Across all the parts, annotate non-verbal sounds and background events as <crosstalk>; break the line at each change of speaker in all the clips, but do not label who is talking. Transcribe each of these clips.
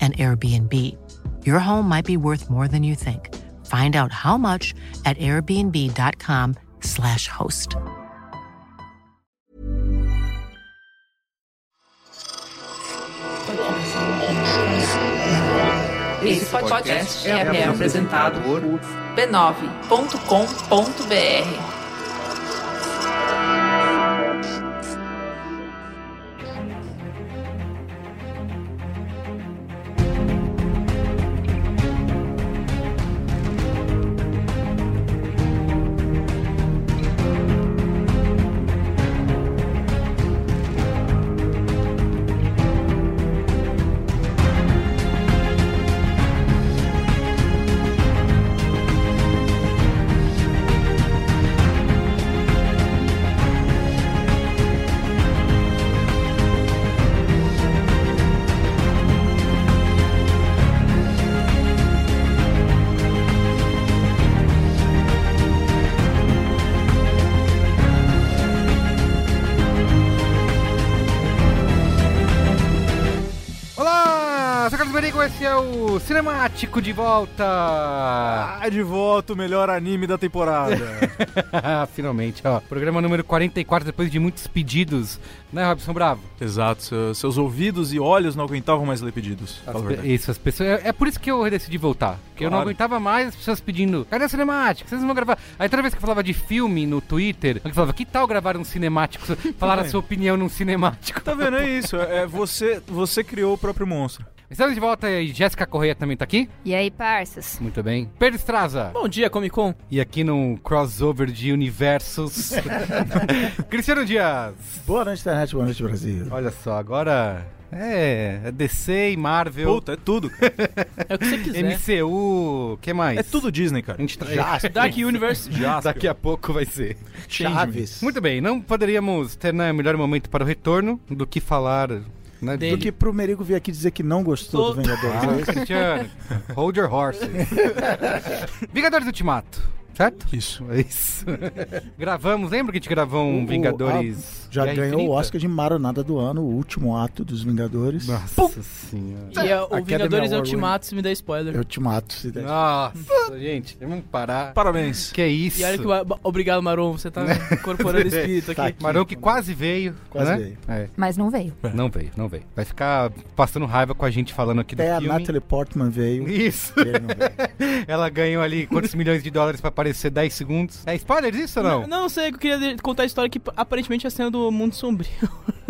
an Airbnb. Your home might be worth more than you think. Find out how much at airbnb.com/slash host.
Esse podcast é apresentado por b9.com.br.
Olá, eu sou Carlos Berico, esse é o Cinemático de Volta! <laughs>
Ah, de volta o melhor anime da temporada.
Finalmente, ó. Programa número 44, depois de muitos pedidos, né, Robson Bravo?
<laughs> Exato, seu- seus ouvidos e olhos não aguentavam mais ler pedidos.
Tá
Fala a
As pe-
Tá verdade.
Isso, as pessoas. É, é por isso que eu decidi voltar. Porque eu não
Claro.
aguentava mais as pessoas pedindo: cadê a cinemática? Vocês não vão gravar. Aí toda vez que eu falava de filme no Twitter, alguém falava: que tal gravar um cinemático? Falar
<laughs>
a sua opinião num cinemático.
Tá vendo? É isso. É você, você criou o próprio monstro.
Estamos de volta e Jéssica Correia também tá aqui.
E aí, parças?
Muito bem. Pedro Estraza.
Bom dia, Comic Con.
E aqui num crossover de
<laughs>
universos. Cristiano Dias.
Boa noite, internet. Boa noite, Brasil.
Olha só, agora é, é DC e Marvel,
Puta, é tudo, cara.
É o que você quiser.
MCU, que mais?
É tudo Disney, cara.
A gente tra-
<laughs> Dark Universe.
Daqui a pouco vai ser.
Chaves.
Muito bem, não poderíamos ter né, melhor momento para o retorno do que falar né,
Do que pro Merigo vir aqui dizer que não gostou do Vingadores. é
Ah,
<laughs>
Cristiano, hold your horses. Vingadores Ultimato, certo?
Isso.
É isso. <laughs> Gravamos, lembra que a gente gravou um
O-
Vingadores.
Já
Guerra
ganhou o
Infinita?
Oscar de Maronada do ano, o último ato dos Vingadores.
Ah.
Nossa senhora.
E é o
Academy
Vingadores
Award
Ultimato, se me dá spoiler.
Eu te mato se der.
Nossa, gente, vamos parar.
Ah, Parabéns.
Que é isso?
E olha que... o- Obrigado, Marom. Você tá incorporando espírito
Tá
aqui.
aqui.
Marão que quase veio.
Quase
né?
veio.
É.
Mas não veio.
Não veio, não veio. Vai ficar passando raiva com a gente falando aqui
Até
do
a
filme.
Natalie Portman veio.
Isso.
Ele não veio.
<laughs> Ela ganhou ali quantos milhões de dólares pra aparecer 10 segundos. É spoilers isso ou não?
Não, não sei, eu queria de- contar a história que aparentemente é a cena do Mundo Sombrio.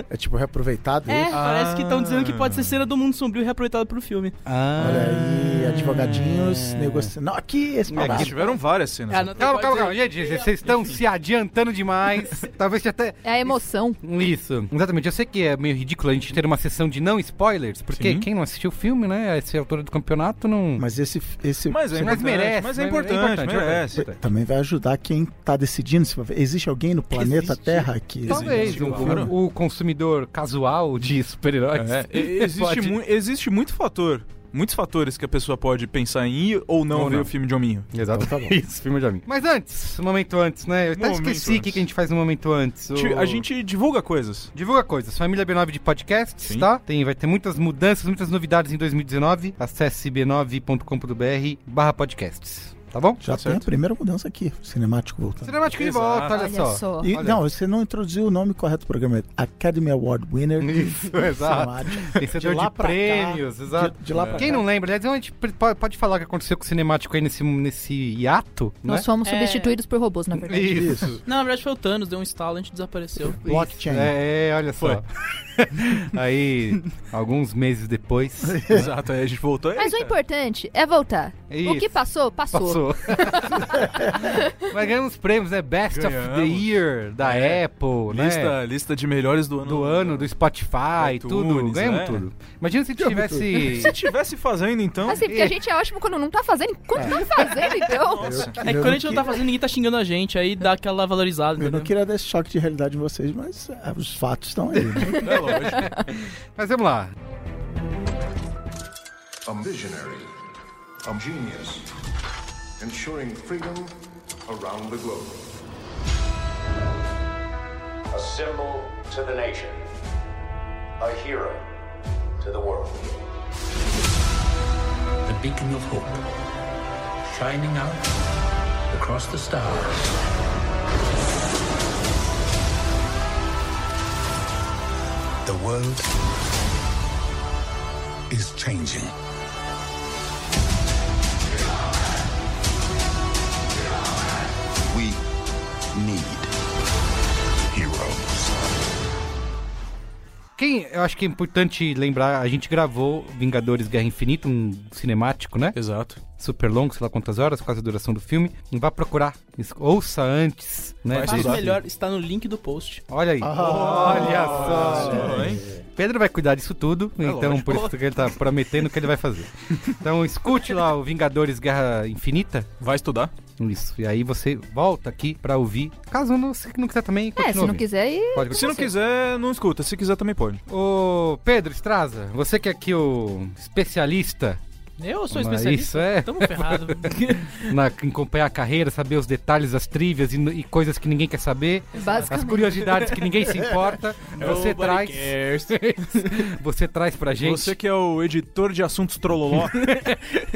É tipo reaproveitado
É,
isso.
<laughs> parece que estão dizendo que pode ser cena do Mundo Sombrio reaproveitada pro filme.
Ah.
Olha aí, advogadinhos, negociando. Não, aqui esse
É, que
babado.
tiveram várias cenas.
Ah, não tem
Calma,
quase-
calma, calma. Gente, vocês estão se adiantando <laughs> demais. Talvez até...
É a emoção.
Isso. Exatamente. Eu sei que é meio ridículo a gente ter uma sessão de não spoilers, porque
Sim.
quem não assistiu o filme, né, a essa altura do campeonato, não...
Mas esse. esse
Mas é
Mas
importante.
merece,
Mas é
mas
importante,
é importante,
merece. tá.
importante.
Também vai ajudar quem tá decidindo se vai ver. Existe alguém no planeta
Existe.
Terra que.
Talvez
Existe,
um-
claro.
o consumidor casual de super-heróis.
É, e- existe,
<laughs> Pode-
mu- existe muito fator. Muitos fatores que a pessoa pode pensar em ir ou não
Ou
ver
não.
o filme de hominho.
Exato, tá bom. <laughs> Isso, filme de amigo. Mas antes, um momento antes, né? Eu até
Momento
esqueci o que,
antes.
que a gente faz no momento antes.
A gente-
O-
A gente divulga coisas.
Divulga coisas, família B9 de podcasts,
Sim.
tá? Tem, vai ter muitas mudanças, muitas novidades em 2019. Acesse b9.com.br barra podcasts, tá bom?
Já tem a primeira mudança aqui. Cinemático voltando.
Cinemático de
Exato.
volta, olha,
Olha
só.
E,
Olha.
não, você não introduziu o nome correto do programa. é Academy Award Winner. <laughs>
Isso, exato.
Cinemático.
Vencedor
De
de,
lá pra cá.
prêmio, prêmios, exato.
De, de lá pra
Quem
cá.
não lembra, aliás, a gente p- po- pode falar o que aconteceu com o cinemático aí nesse, nesse hiato, né?
Nós fomos
É.
substituídos por robôs, na verdade.
Isso.
Não, na verdade foi o Thanos, deu um estalo, a gente desapareceu.
Blockchain.
É, é, olha só. <laughs> aí, alguns meses
<laughs>
depois.
Exato, aí a gente voltou.
Mas o
eita.
importante é voltar. O que
Isso.
passou, passou.
<laughs>
Passou. Mas ganhamos prêmios, né? Best of the
Ganhamos.
Year da
É.
Apple, né?
Lista, lista de melhores do ano.
Do ano, do Spotify,
iTunes,
tudo. Ganhamos
é.
né?
tudo. Imagina se tivesse.
Se tivesse fazendo, então.
Assim, porque a gente é ótimo quando não tá fazendo. Quando tá fazendo,
<laughs>
então?
É que quando a gente não tá fazendo, ninguém tá xingando a gente, aí dá aquela valorizada.
Eu não
entendeu?
queria dar esse choque de realidade em vocês, mas ah, os fatos estão aí. né?
É lógico.
<laughs> Mas vamos lá.
A visionary, a genius, ensuring freedom around the globe.
A symbol to the nation. A hero to the world.
The beacon of hope, shining out across the stars.
The world is changing. We need heroes.
Quem, eu acho que é importante lembrar, a gente gravou Vingadores Guerra Infinita, um cinemático, né?
Exato.
Super longo, sei lá quantas horas, quase a duração do filme. Vá procurar, es- ouça antes, né?
Mas
Disso.
o melhor está no link do post.
Olha aí. Olha só.
Só, hein?
Pedro vai cuidar disso tudo, então
lógico.
por isso que ele tá prometendo que ele vai fazer. Então escute lá o Vingadores Guerra Infinita.
Vai estudar?
Isso. E aí você volta aqui pra ouvir. Caso não, se não quiser também,
É,
continua
se não
ouvindo.
quiser, aí.
Pode
Se
continuar.
não quiser, não escuta. Se quiser, também pode.
Ô, Pedro Estraza, você que é aqui o especialista
Eu sou
Mas
especialista.
isso é-
Tamo ferrado.
<laughs> na, em acompanhar a carreira, saber os detalhes, as trivias e, e coisas que ninguém quer saber, as
Basicamente.
curiosidades que ninguém se importa, você
Nobody
traz,
cares.
<laughs> você traz pra gente.
Você que é o editor de assuntos
<laughs>
trololó.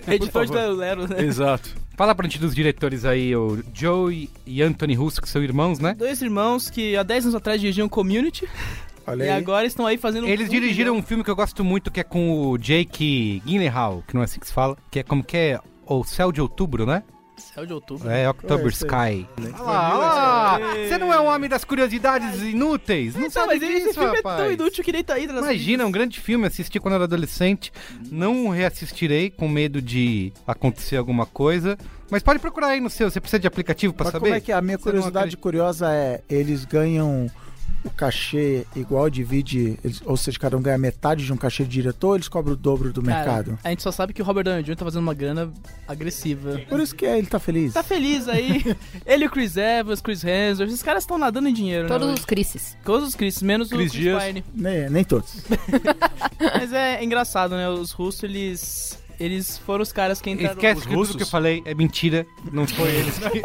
Editor
favor.
da Lero, né?
Exato.
Fala pra gente dos diretores aí, o Joey e Anthony Russo, que são irmãos, né?
Dois irmãos que há 10 anos atrás dirigiam Community
<laughs> Olha
e
aí.
agora estão aí fazendo...
Eles
um
dirigiram
milhão.
um filme que eu gosto muito, que é com o Jake Gyllenhaal, que não é assim que se fala, que é como que é... O Céu de Outubro, né?
Céu de outubro.
É October
É, isso aí.
Sky. Olha lá, olha lá.
Ei.
Você não é um homem das curiosidades inúteis? Não
Não,
sabe
mas esse
disso,
filme é tão
rapaz.
inútil que nem tá aí. nas-
Imagina, é um grande filme, assisti quando era adolescente. Não reassistirei com medo de acontecer alguma coisa. Mas pode procurar aí no seu, você precisa de aplicativo pra
Mas
saber?
como é que é? A minha
Você não
curiosidade curiosa é, eles ganham o cachê igual divide, eles- ou seja, cada um ganha metade de um cachê de diretor, eles cobram o dobro do
Cara,
mercado.
A gente só sabe que o Robert Downey Jr. tá fazendo uma grana agressiva.
Por isso que ele tá feliz.
Tá feliz
<laughs>
aí. Ele, e o Chris Evans, Chris Hemsworth, esses caras estão nadando em dinheiro,
Todos
né?
os crises.
Todos os Chris, menos
Chris
o Chris
Dias.
Pine.
Nem, nem todos.
<laughs> Mas é engraçado, né? Os russos, eles... Eles foram os caras que entraram...
Esquece
Os
que tudo
russos?
que eu falei é mentira, não foi eles. que-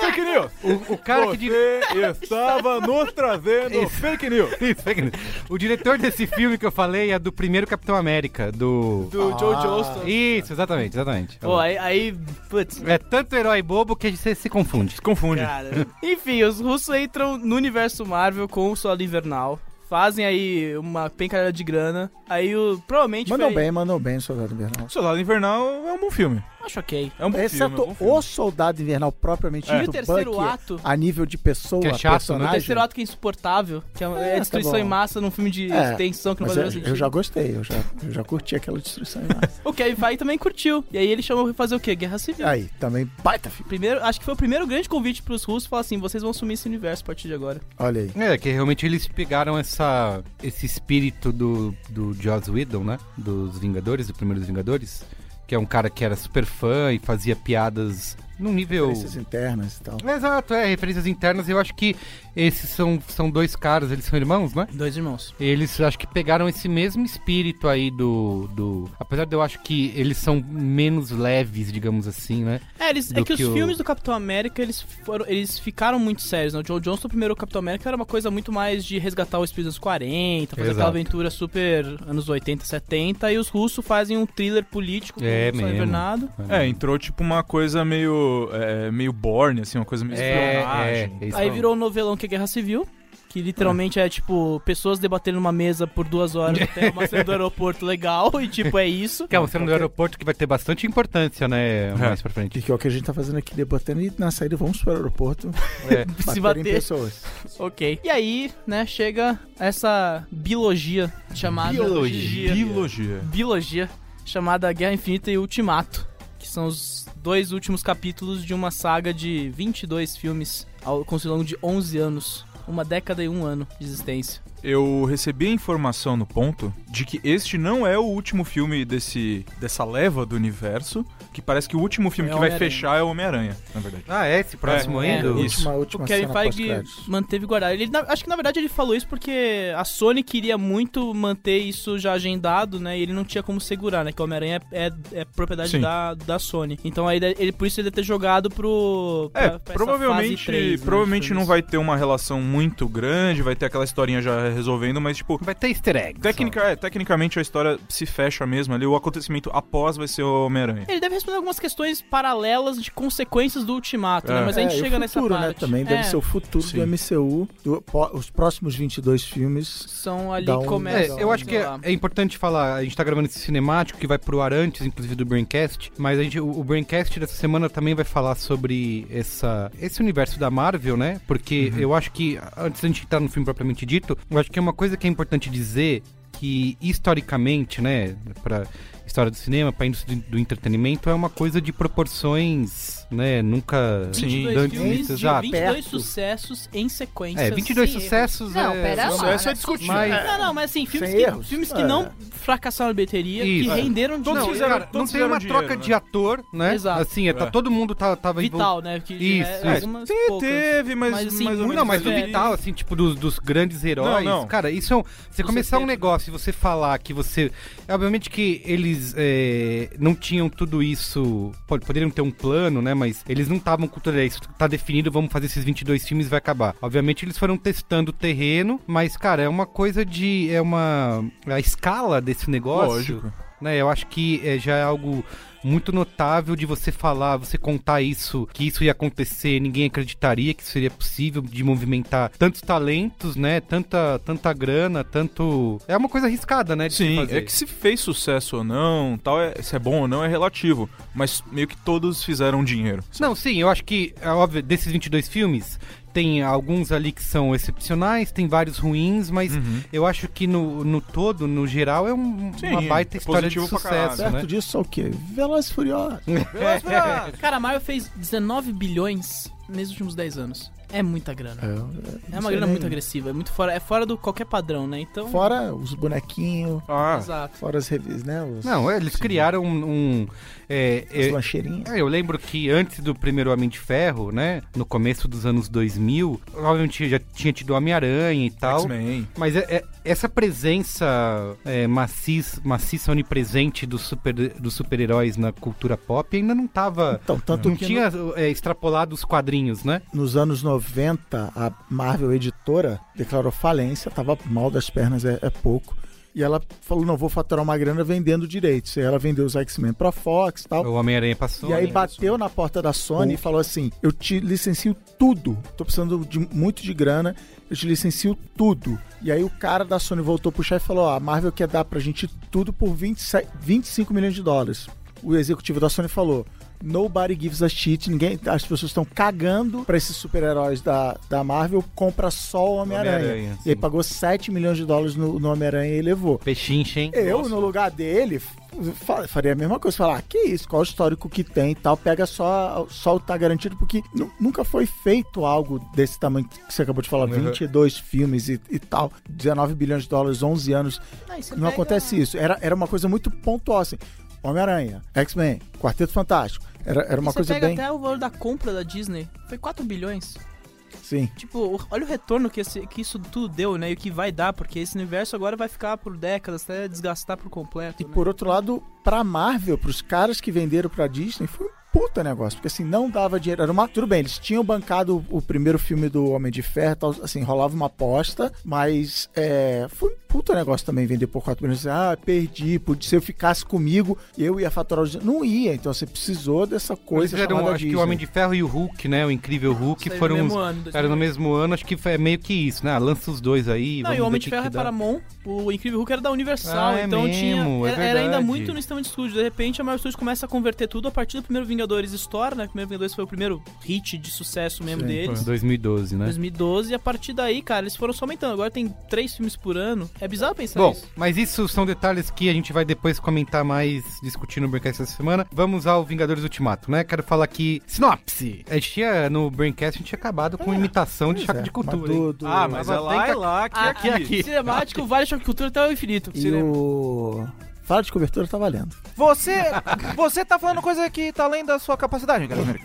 Fake news!
<laughs> o, o cara que dir...
Você estava nos trazendo
Isso.
fake news
<laughs> Isso, é que- O diretor desse filme que eu falei é do primeiro Capitão América, do.
Do Joe Johnston.
Isso, exatamente, exatamente.
Pô, aí... aí putz,
É tanto herói bobo que você se confunde.
Confunde.
cara. Enfim, os russos entram no universo Marvel com o Solar Invernal. Fazem aí uma pencarada de grana. Aí o... Provavelmente
Mandou
foi...
bem, mandou bem, Soldado Invernal.
O Soldado Invernal é um bom filme.
Acho ok.
É um bom filme.
Exceto
é um bom filme.
o Soldado Invernal propriamente
E
dito,
o terceiro
Bucky,
ato?
a nível de pessoa,
Que é chato, né?
O
personagem.
terceiro ato que é insuportável, que é, é
tá
destruição
bom.
em massa num filme de
É,
extensão que não
Mas
faz o menor
eu,
sentido.
eu já gostei, eu já, eu já curti aquela destruição. em massa.
<laughs> O Kevin Feige também curtiu. E aí ele chamou pra fazer o quê? Guerra Civil.
aí, também baita filme.
Primeiro, acho que foi o primeiro grande convite pros russos falar assim: vocês vão assumir esse universo a partir de agora.
Olha aí.
É, que realmente eles pegaram essa, esse espírito do, do Joss Whedon, né? Dos Vingadores, do primeiro dos Vingadores. Que é um cara que era super fã e fazia piadas num nível.
Referências internas e tal.
Exato, é, referências internas. Eu acho que esses são, são dois caras, eles são irmãos, né?
Dois irmãos.
Eles acho que pegaram esse mesmo espírito aí do. do... Apesar de eu acho que eles são menos leves, digamos assim, né?
É, eles, é
Do
que,
que
os
o-
filmes do Capitão América, eles foram, eles ficaram muito sérios, né? O Joe Johnston, o primeiro Capitão América, era uma coisa muito mais de resgatar o espírito dos 40, fazer aquela
Exato.
aventura super anos 80, 70, e os russos fazem um thriller político com
É
o Sérgio
mesmo.
Bernardo.
É, entrou tipo uma coisa meio. É, meio borne, assim, uma coisa meio
É,
espionagem.
é, é isso
Aí
mesmo.
virou o novelão que é Guerra Civil, que literalmente é, tipo, pessoas debatendo numa mesa por duas horas
<laughs>
até uma cena do aeroporto legal, e tipo, é isso.
Que é uma cena do aeroporto que vai ter bastante importância, né? Mais pra frente.
Que é o que a gente tá fazendo aqui, debatendo, e na saída vamos para o aeroporto
É.
Se
bater em
bater.
pessoas.
Ok. E aí, né, chega essa biologia chamada.
Biologia. Biologia.
Biologia, chamada Guerra Infinita e Ultimato, que são os dois últimos capítulos de uma saga de 22 filmes ao longo de 11 anos. Uma década e um ano de existência.
Eu recebi a informação no ponto de que este não é o último filme desse, dessa leva do universo, que parece que o último filme
É
que vai
Homem-Aranha.
fechar é o Homem-Aranha, na verdade.
Ah, é esse próximo ainda?
Isso.
o Kevin Feige manteve guardado. Ele, na- acho que na verdade ele falou isso porque a Sony queria muito manter isso já agendado, né? E ele não tinha como segurar, né? Que o Homem-Aranha é, é- é propriedade
Sim.
da, da Sony. Então aí ele, por isso ele deve ter jogado pro.
É,
pra- pra essa
provavelmente,
fase três, né,
provavelmente
de
não
filmes.
vai ter uma relação muito grande, vai ter aquela historinha já resolvendo, mas tipo.
Vai ter easter egg.
Tecnica, é, tecnicamente a história se fecha mesmo ali, o acontecimento após vai ser o Homem-Aranha.
Ele deve responder algumas questões paralelas de consequências do ultimato, né?
É.
Mas a gente
É, e o
chega nessa
futuro,
parte.
Né, também deve
É,
ser o futuro
Sim.
do MCU. do- po- os próximos 22 filmes
São ali
dá
que
um-
É,
começa.
eu acho que
sei
é,
lá.
é importante falar, a gente tá gravando esse cinemático que vai pro ar antes, inclusive do Braincast, mas a gente, o, o Braincast dessa semana também vai falar sobre essa, esse universo da Marvel, né? Porque eu acho que, antes da gente entrar no filme propriamente dito, eu acho que é uma coisa que é importante dizer que historicamente, né, para história do cinema, para indústria do entretenimento é uma coisa de proporções, né, nunca
22
antes
filmes
vistas,
de
exato.
22 sucessos em sequência.
É, 22
sem erros.
sucessos
Não, é- pera lá, Sucesso é
discutível. mas-
Não, não, mas assim, filmes
Sem
que,
erros.
filmes que
É.
não fracassaram a bilheteria,
Isso.
que
É.
renderam
Todos
dinheiro.
fizeram-
Cara, não
todos
tem uma
fizeram
troca
dinheiro,
de
né?
ator, né?
Exato.
Assim, é, tá,
É.
todo mundo tá, tava
Vital, né? Que
Isso,
é,
isso.
algumas
Te-
poucas.
teve, mas,
Mas, assim,
mais ou
muito
menos
Não, mas do
foi
diferente.
vital, assim, tipo, dos, dos grandes heróis.
Não, não.
Cara, isso é um. Você começar um
certeza.
negócio e você falar que você. é, Obviamente que eles é, não tinham tudo isso. po- Poderiam ter um plano, né? Mas eles não estavam com tudo é, isso. Tá definido, vamos fazer esses 22 filmes e vai acabar. Obviamente eles foram testando o terreno, mas, cara, é uma coisa de. É uma. A escala desse negócio
Lógico.
né? Eu acho que é, já é algo muito notável de você falar, você contar isso, que isso ia acontecer, ninguém acreditaria que isso seria possível de movimentar tantos talentos, né? Tanta, tanta grana, tanto. É uma coisa arriscada, né? de se
Sim,
fazer.
é que se fez sucesso ou não, tal, é, se é bom ou não é relativo, mas meio que todos fizeram dinheiro.
Não, sim, eu acho que, é óbvio, desses 22 filmes, tem alguns ali que são excepcionais, tem vários ruins, mas
Uhum.
eu acho que no, no todo, no geral, é um-
Sim,
uma baita
é
história de
positivo pra
sucesso,
caralho.
Perto
né?
disso, só o quê? Velozes e Furiosos.
Cara, a Marvel fez 19 bilhões nos últimos 10 anos. É muita grana. É, uma grana muito agressiva, é muito fora, é fora do qualquer padrão, né? Então,
Fora os bonequinhos,
Ah,
exato.
fora as revistas, né? Os,
Não, eles criaram um. um, é,
as
é,
lancheirinhas.
É, eu lembro que antes do primeiro Homem de Ferro, né? No começo dos anos 2000, obviamente já tinha tido Homem-Aranha e tal.
X-Men.
Mas é- é- essa presença é, maciça, maciça onipresente dos super, dos super-heróis na cultura pop ainda não tava.
Então, tanto
não
que
tinha é, extrapolado os quadrinhos, né?
nos anos 90, a Marvel editora declarou falência, tava mal das pernas, é, é pouco. E ela falou: não, vou faturar uma grana vendendo direitos. E ela vendeu os X-Men pra Fox e tal.
O Homem-Aranha passou.
E aí
né?
bateu na porta da Sony e falou assim: Eu te licencio tudo. Tô precisando de muito de grana, eu te licencio tudo. E aí o cara da Sony voltou pro chefe e falou: Ó, a Marvel quer dar pra gente tudo por 27 25 milhões de dólares. O executivo da Sony falou. Nobody gives a shit, ninguém, as pessoas estão cagando pra esses super-heróis da, da Marvel, compra só o Homem-Aranha.
Homem-Aranha,
e aí pagou 7 milhões de dólares no, no Homem-Aranha e levou.
Pechincha, hein?
Eu, no lugar dele, fa- faria a mesma coisa. Falar, ah, que isso, qual o histórico que tem e tal. Pega só, só o tá garantido, porque nu- nunca foi feito algo desse tamanho que você acabou de falar. 22 filmes e, e tal, 19 bilhões de dólares, 11 anos.
Aí Ah, você
Não
pega-
acontece isso. Era, era uma coisa muito pontual, assim. Homem-Aranha, X-Men, Quarteto Fantástico. Era,
é
era uma
E
coisa
você pega
bem.
até o valor da compra da Disney. Foi 4 bilhões.
Sim.
Tipo, o- olha o retorno que, esse- que isso tudo deu, né? E o que vai dar, porque esse universo agora vai ficar por décadas, até desgastar por completo. né?
E por outro lado, pra Marvel, pros caras que venderam pra Disney, foi um puta negócio. Porque assim, não dava dinheiro. Era uma. Tudo bem, eles tinham bancado o primeiro filme do Homem de Ferro, tal, assim, rolava uma aposta, mas é, foi um puta negócio também vender por 4 milhões. Ah, perdi, pude, se eu ficasse comigo, eu ia faturar os. Não ia, então você precisou dessa
Eles
coisa.
fizeram,
chamada
um, acho que
Disney.
o Homem de Ferro e o Hulk, né? O incrível Hulk
Saiu no
foram.
mesmo ano,
era no mesmo ano, acho que foi meio que isso, né? Ah, Lança os dois aí.
Não, e
vamos
o
ver
Homem
que
de Ferro
que
é
dá.
Paramount, o Incrível Hulk era da Universal,
Ah, é
então
mesmo,
tinha.
é
Era, era ainda
verdade.
muito no sistema de estúdio. De repente a Marvel Studios começa a converter tudo a partir do primeiro Vingadores Store, né? O primeiro Vingadores foi o primeiro hit de sucesso mesmo
Sim,
deles.
foi 2012, né?
2012, e a partir daí, cara, eles foram só aumentando. Agora tem três filmes por ano. É bizarro pensar
Bom,
isso.
mas isso são detalhes que a gente vai depois comentar mais, discutir no Braincast essa semana. Vamos ao Vingadores Ultimato, né? Quero falar aqui. Sinopse! A gente tinha, no Braincast, a gente tinha acabado
É,
com imitação de choque de cultura. hein?
Ah, mas é lá, é lá, aqui,
Ah,
aqui.
aqui. Cinemático, vale choque de cultura
então é
até o infinito.
E o. Fala de cobertura tá valendo.
Você, você tá falando coisa que tá além da sua capacidade, cara.
Vamos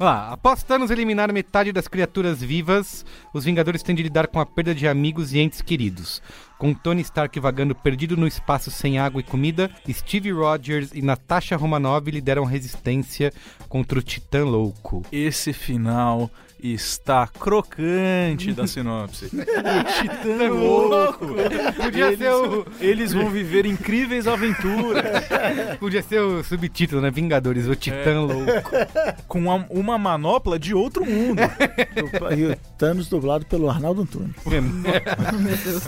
lá, após Thanos eliminar metade das criaturas vivas, os Vingadores têm de lidar com a perda de amigos e entes queridos. Com Tony Stark vagando perdido no espaço sem água e comida, Steve Rogers e Natasha Romanoff lideram resistência contra o Titã Louco.
Esse final está crocante da sinopse. O Titã é louco.
Podia
eles,
ser o-
eles vão viver incríveis aventuras.
Podia ser o subtítulo, né? Vingadores, o Titã
É. <laughs>
Louco.
Com uma, uma manopla de outro mundo.
E o Thanos dublado pelo Arnaldo Antunes.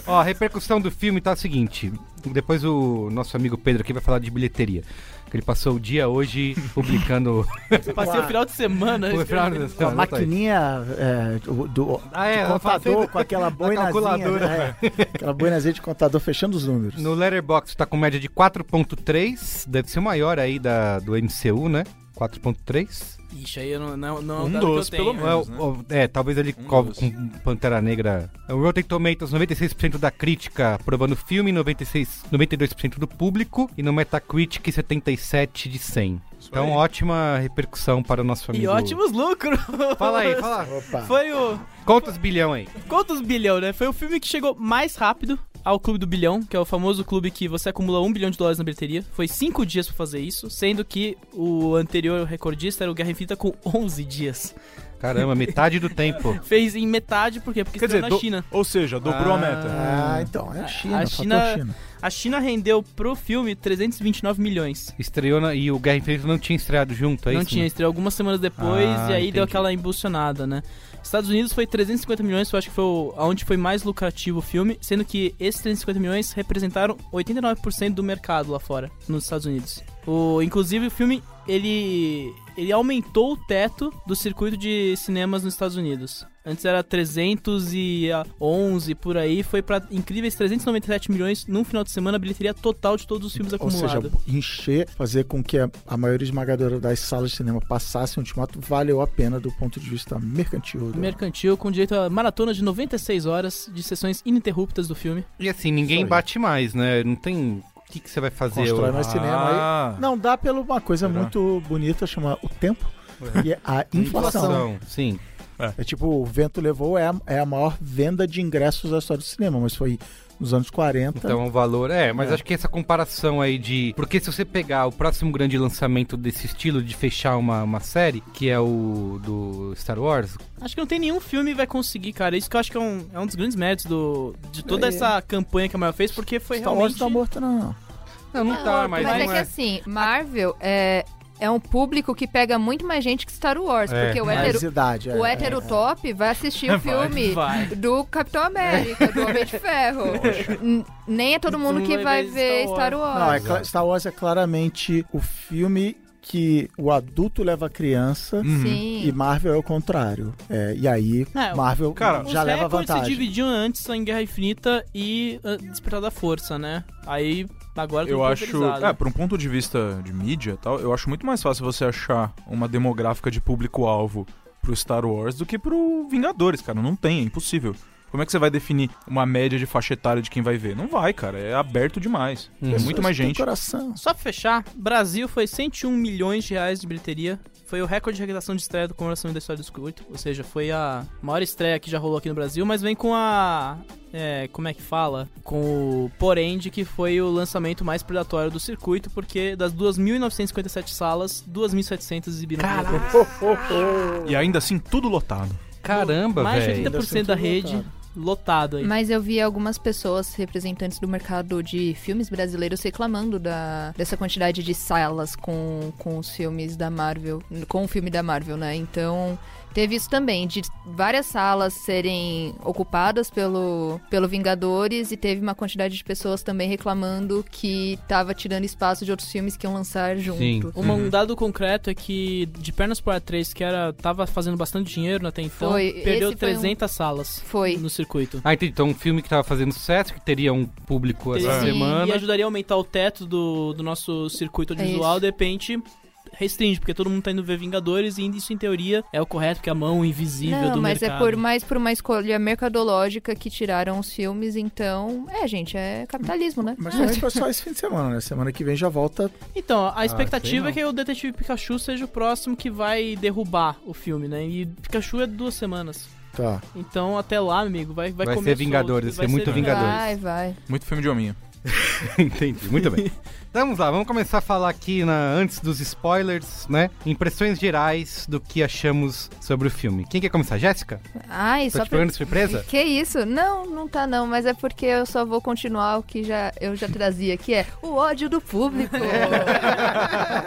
Ó, a repercussão do filme tá a seguinte. Depois o nosso amigo Pedro aqui vai falar de bilheteria. Que ele passou o dia hoje
<laughs>
publicando.
Passei o final de semana.
O final de
Com a
semana,
maquininha é, do, do-
é,
de
ela faz
contador,
sempre
com
<laughs>
aquela
na
boinazinha.
calculadora.
né? É, aquela boinazinha de contador fechando os números.
No Letterboxd tá com média de 4.3, deve ser o maior aí da, do MCU, né? 4.3.
Ixi, aí eu não, não, não é o
Um
dado que eu
doce,
tenho.
pelo menos,
É,
né?
o- É, talvez ele
Um
co- com Pantera Negra. O Rotten Tomatoes, 96% da crítica aprovando o filme, 96, 92% do público e no Metacritic 77 de 100. então,
aí.
ótima repercussão para o nosso amigo.
E ótimos lucros. <laughs>
Fala aí, fala. Opa.
Foi o.
Quantos bilhão aí?
Quantos bilhão, né? Foi o filme que chegou mais rápido ao Clube do Bilhão, que é o famoso clube que você acumula um bilhão de dólares na bilheteria. Foi cinco dias pra fazer isso, sendo que o anterior recordista era o Guerra Infinita com 11 dias.
Caramba, metade do tempo.
Fez em metade, por quê? Porque
Quer
estreou
dizer,
na
do-
China.
ou seja, dobrou a meta.
Ah, então, é a China.
A
fator
China, a China rendeu pro filme 329 milhões.
Estreou na- e o Guerra Infinita não tinha estreado junto, é
Não
isso?
tinha, estreou algumas semanas depois
Ah,
e aí deu
entendi.
aquela impulsionada, né? Estados Unidos foi 350 milhões, eu acho que foi o- aonde foi mais lucrativo o filme, sendo que esses 350 milhões representaram 89% do mercado lá fora, nos Estados Unidos. O, inclusive o filme, ele ele aumentou o teto do circuito de cinemas nos Estados Unidos. Antes era 311 por aí, foi pra incríveis 397 milhões num final de semana a bilheteria total de todos os filmes
Ou seja,
acumulada.
encher, fazer com que a, a maioria esmagadora das salas de cinema passasse um ultimato valeu a pena do ponto de vista mercantil. do-
Mercantil com direito a maratona de 96 horas de sessões ininterruptas do filme.
E assim, ninguém bate mais, né? Não tem. O que, que você vai fazer? Ah,
Constrói
hoje?
mais cinema
Ah.
aí. Não, dá pela uma coisa
Será?
muito bonita, chama o tempo
É.
e a inflação.
Inflação, sim.
É tipo, o vento levou é a, é a maior venda de ingressos da história do cinema, mas foi nos anos 40.
Tá.
Então o valor. É, mas
É.
acho que essa comparação aí de. Porque se você pegar o próximo grande lançamento desse estilo de fechar uma, uma série, que é o do Star Wars,
Acho que não tem nenhum filme que vai conseguir, cara. Isso que eu acho que é um, é um dos grandes méritos do, de toda
É.
essa campanha que a Marvel fez, porque foi
Star Wars
realmente...
não tá morto, não.
Não, não tá, mas
Mas é
não
que
é.
assim, Marvel é, é um público que pega muito mais gente que Star Wars,
É.
porque o
Mais
hétero,
idade, é,
o
é,
hétero
é.
top vai assistir o
Vai,
filme
vai.
do Capitão América, do Homem de Ferro. N- Nem é todo mundo que vai ver Star Wars.
Não, é cla- Star Wars é claramente o filme que o adulto leva a criança
Hum,
assim,
Sim.
e Marvel é o contrário. É, e aí,
É,
Marvel
os
já leva
recordes se
vantagem.
dividiam antes em Guerra Infinita e ah, Despertar da Força, né? Aí, agora tem
Eu acho,
pulverizado.
é, por um ponto de vista de mídia e tal, eu acho muito mais fácil você achar uma demográfica de público-alvo pro Star Wars do que pro Vingadores, cara. Não tem, é impossível. Como é que você vai definir uma média de faixa etária de quem vai ver? Não vai, cara. É aberto demais. É
Pessoas
muito mais
que têm
gente.
coração.
Só pra fechar, Brasil foi 101 milhões de reais de bilheteria. Foi o recorde de arrecadação de estreia do Comemoração da História do Circuito. Ou seja, foi a maior estreia que já rolou aqui no Brasil, mas vem com a. é, como é que fala? Com o porém de que foi o lançamento mais predatório do circuito, porque das 2.957 salas, 2.700 exibiram.
E ainda assim, tudo lotado.
Caramba,
Mais de
velho.
80% da rede lotado, aí.
Mas eu vi algumas pessoas, representantes do mercado de filmes brasileiros, reclamando da, dessa quantidade de salas com, com os filmes da Marvel, com o filme da Marvel, né? Então, teve isso também, de várias salas serem ocupadas pelo, pelo Vingadores e teve uma quantidade de pessoas também reclamando que tava tirando espaço de outros filmes que iam lançar junto.
Uma- Um dado concreto é que de Pernas para Três, que era tava fazendo bastante dinheiro até então,
Foi,
perdeu
esse foi um-
300 salas no circuito.
Ah, entendi. Então, um filme que tava fazendo sucesso, que teria um público essa
E
semana.
ajudaria a aumentar o teto do, do nosso circuito
É
audiovisual,
isso.
de repente restringe, porque todo mundo tá indo ver Vingadores e isso em teoria é o correto, porque é a mão invisível
Não,
do
mas
mercado.
é por mais por uma escolha mercadológica que tiraram os filmes, então. É, gente, é capitalismo, né?
Mas também foi só esse fim de semana, né? Semana que vem já volta.
Então,
Ah,
a expectativa
sei
é que o Detetive Pikachu seja o próximo que vai derrubar o filme, né? E Pikachu é duas semanas.
Tá.
Então, até lá, amigo, vai Vai,
Vai ser
comer
Vingadores,
solto,
vai ser muito Vingadores.
Vai, vai.
Muito filme de hominho.
assim, <laughs> Entendi, muito bem. Então, Vamos lá, vamos começar a falar aqui na- antes dos spoilers, né? Impressões gerais do que achamos sobre o filme. Quem quer começar? Jéssica?
Ai,
Tô
É só
te pegando de surpresa?
Que isso? Não, não tá não, mas é porque eu só vou continuar o que já, eu já trazia, que é o ódio do
<laughs>
público.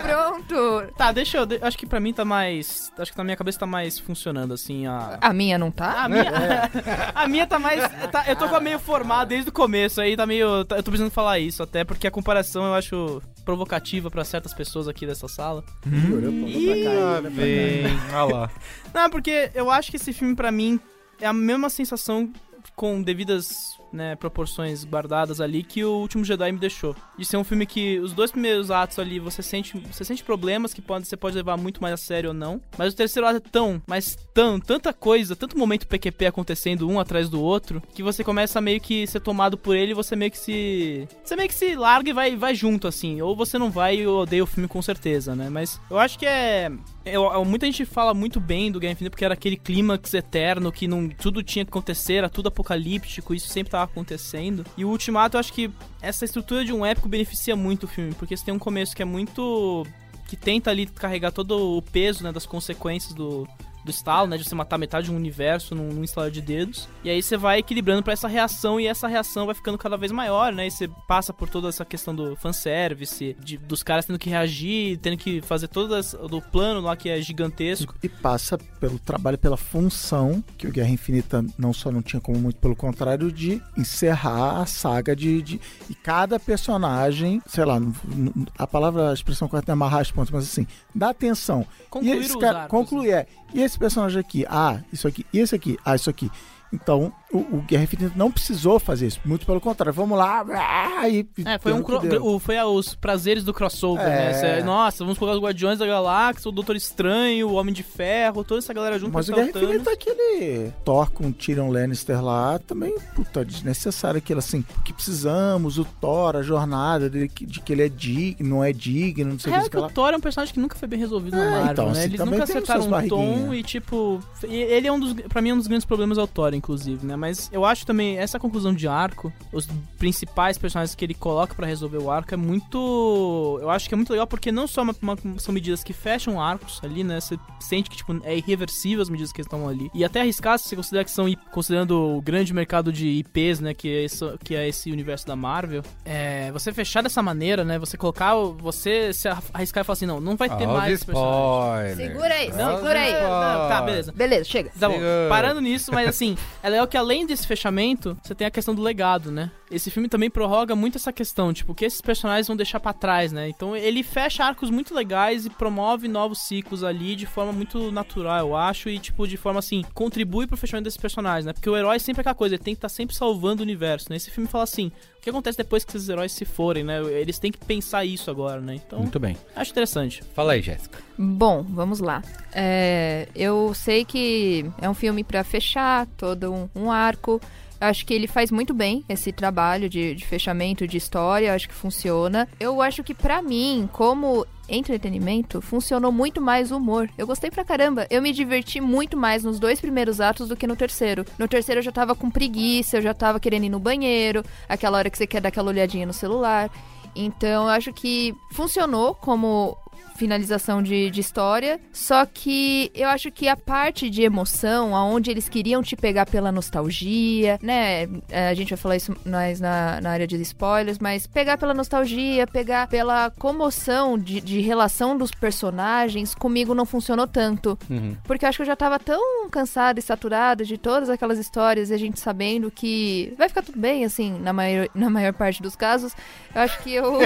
Pronto.
Tá, deixa eu. de- Acho que pra mim tá mais. Acho que na minha cabeça tá mais funcionando, assim. A,
A minha não tá?
A minha, <laughs> a minha tá mais. tá- eu tô com a meio formada desde o começo aí, tá meio. tá- eu tô precisando falar isso, até porque a comparação eu acho provocativa pra certas pessoas aqui dessa sala. Ih,
Bem,
ah lá.
Não, porque eu acho que esse filme, pra mim, é a mesma sensação com devidas né, proporções guardadas ali que o último Jedi me deixou. De ser um filme que os dois primeiros atos ali você sente, você sente problemas que pode, você pode levar muito mais a sério ou não. Mas o terceiro ato é tão, mas tão, tanta coisa, tanto momento PQP acontecendo um atrás do outro, que você começa a meio que ser tomado por ele e você meio que se. Você meio que se larga e vai, vai junto, assim. Ou você não vai e odeia o filme com certeza, né? Mas eu acho que é. eu- eu- muita gente fala muito bem do Guerra Infinita porque era aquele clímax eterno que não, tudo tinha que acontecer, era tudo apocalíptico, isso sempre tava acontecendo. E o Ultimato, eu acho que essa estrutura de um épico beneficia muito o filme, porque você tem um começo que é muito. que tenta ali carregar todo o peso né, das consequências do, do estalo, né? De você matar metade de um universo num, num estalar de dedos. E aí você vai equilibrando pra essa reação e essa reação vai ficando cada vez maior, né? E você passa por toda essa questão do fanservice, de, dos caras tendo que reagir, tendo que fazer todo esse- do plano lá que é gigantesco.
E passa pelo trabalho, pela função, que o Guerra Infinita não só não tinha, como muito pelo contrário, de encerrar a saga de. de- e cada personagem, sei lá, n- n- a palavra, a expressão correta é amarrar as pontas, mas assim, dá atenção.
Concluir
e esse
os
cara,
arcos, né?
concluir, é. E esse personagem aqui? Ah, isso aqui. E esse aqui? Ah, isso aqui. Então, o, o Guerra Infinita não precisou fazer isso. Muito pelo contrário. Vamos lá. blá, e,
É, foi,
deu
um
no que
cro-
deu.
o- foi a- os prazeres do crossover,
É.
né? Cê- nossa, vamos colocar os Guardiões da Galáxia, o Doutor Estranho, o Homem de Ferro, toda essa galera junto
Mas o
pra
Guerra
enfrentar o Thanos.
Infinita é aquele Thor com o Tyrion Lannister lá, também, puta, desnecessário aquilo assim, o que precisamos, o Thor, a jornada dele, que- de que ele é digno, não é digno, não sei o
É
que,
que o
lá.
Thor é um personagem que nunca foi bem resolvido
É,
na Marvel,
então,
né?
assim,
Eles
também
nunca
tem
acertaram
suas
o um tom
barriguinhas.
e, tipo... e- Ele é um dos... Pra mim, é um dos grandes problemas é o Thor, inclusive, né? Mas eu acho também essa conclusão de arco, os principais personagens que ele coloca pra resolver o arco é muito... Eu acho que é muito legal porque não só uma- uma- são medidas que fecham arcos ali, né? Você sente que, tipo, é irreversível as medidas que estão ali. E até arriscar se você considera que são... i- Considerando o grande mercado de IPs, né? Que é esse, que é esse universo da Marvel. É, você fechar dessa maneira, né? Você colocar... o- Você se arriscar e falar assim, não, não vai vai ter
Olha
mais
os
personagens.
spoilers.
Segura aí, segura aí.
não, Tá, beleza.
Beleza, chega.
Tá bom. Parando nisso, mas assim, é legal que além desse fechamento, você tem a questão do legado, né? esse filme também prorroga muito essa questão, tipo, que esses personagens vão deixar pra trás, né? Então ele fecha arcos muito legais e promove novos ciclos ali de forma muito natural, eu acho, e tipo, de forma assim, contribui pro fechamento desses personagens, né? Porque o herói sempre é aquela coisa, ele tem que estar sempre salvando o universo, né? Esse filme fala assim, o que acontece depois que esses heróis se forem, né? Eles têm que pensar isso agora, né? Então,
Muito bem.
acho interessante.
Fala aí, Jéssica.
Bom, vamos lá. É, eu sei que é um filme pra fechar todo um, um arco. Eu acho que ele faz muito bem esse trabalho de, de fechamento de história. Eu acho que funciona. Eu acho que pra mim, como entretenimento, funcionou muito mais o humor. Eu gostei pra caramba. Eu me diverti muito mais nos dois primeiros atos do que no terceiro. No terceiro eu já tava com preguiça, eu já tava querendo ir no banheiro, aquela hora que você quer dar aquela olhadinha no celular. Então eu acho que funcionou como finalização de, de história. Só que eu acho que a parte de emoção, aonde eles queriam te pegar pela nostalgia, né? A gente vai falar isso mais na, na área de spoilers, mas pegar pela nostalgia, pegar pela comoção de, de relação dos personagens, comigo não funcionou tanto. Porque eu acho que eu já tava tão cansada e saturada de todas aquelas histórias e a gente sabendo que vai ficar tudo bem, assim, na maior, na maior parte dos casos. Eu acho que eu.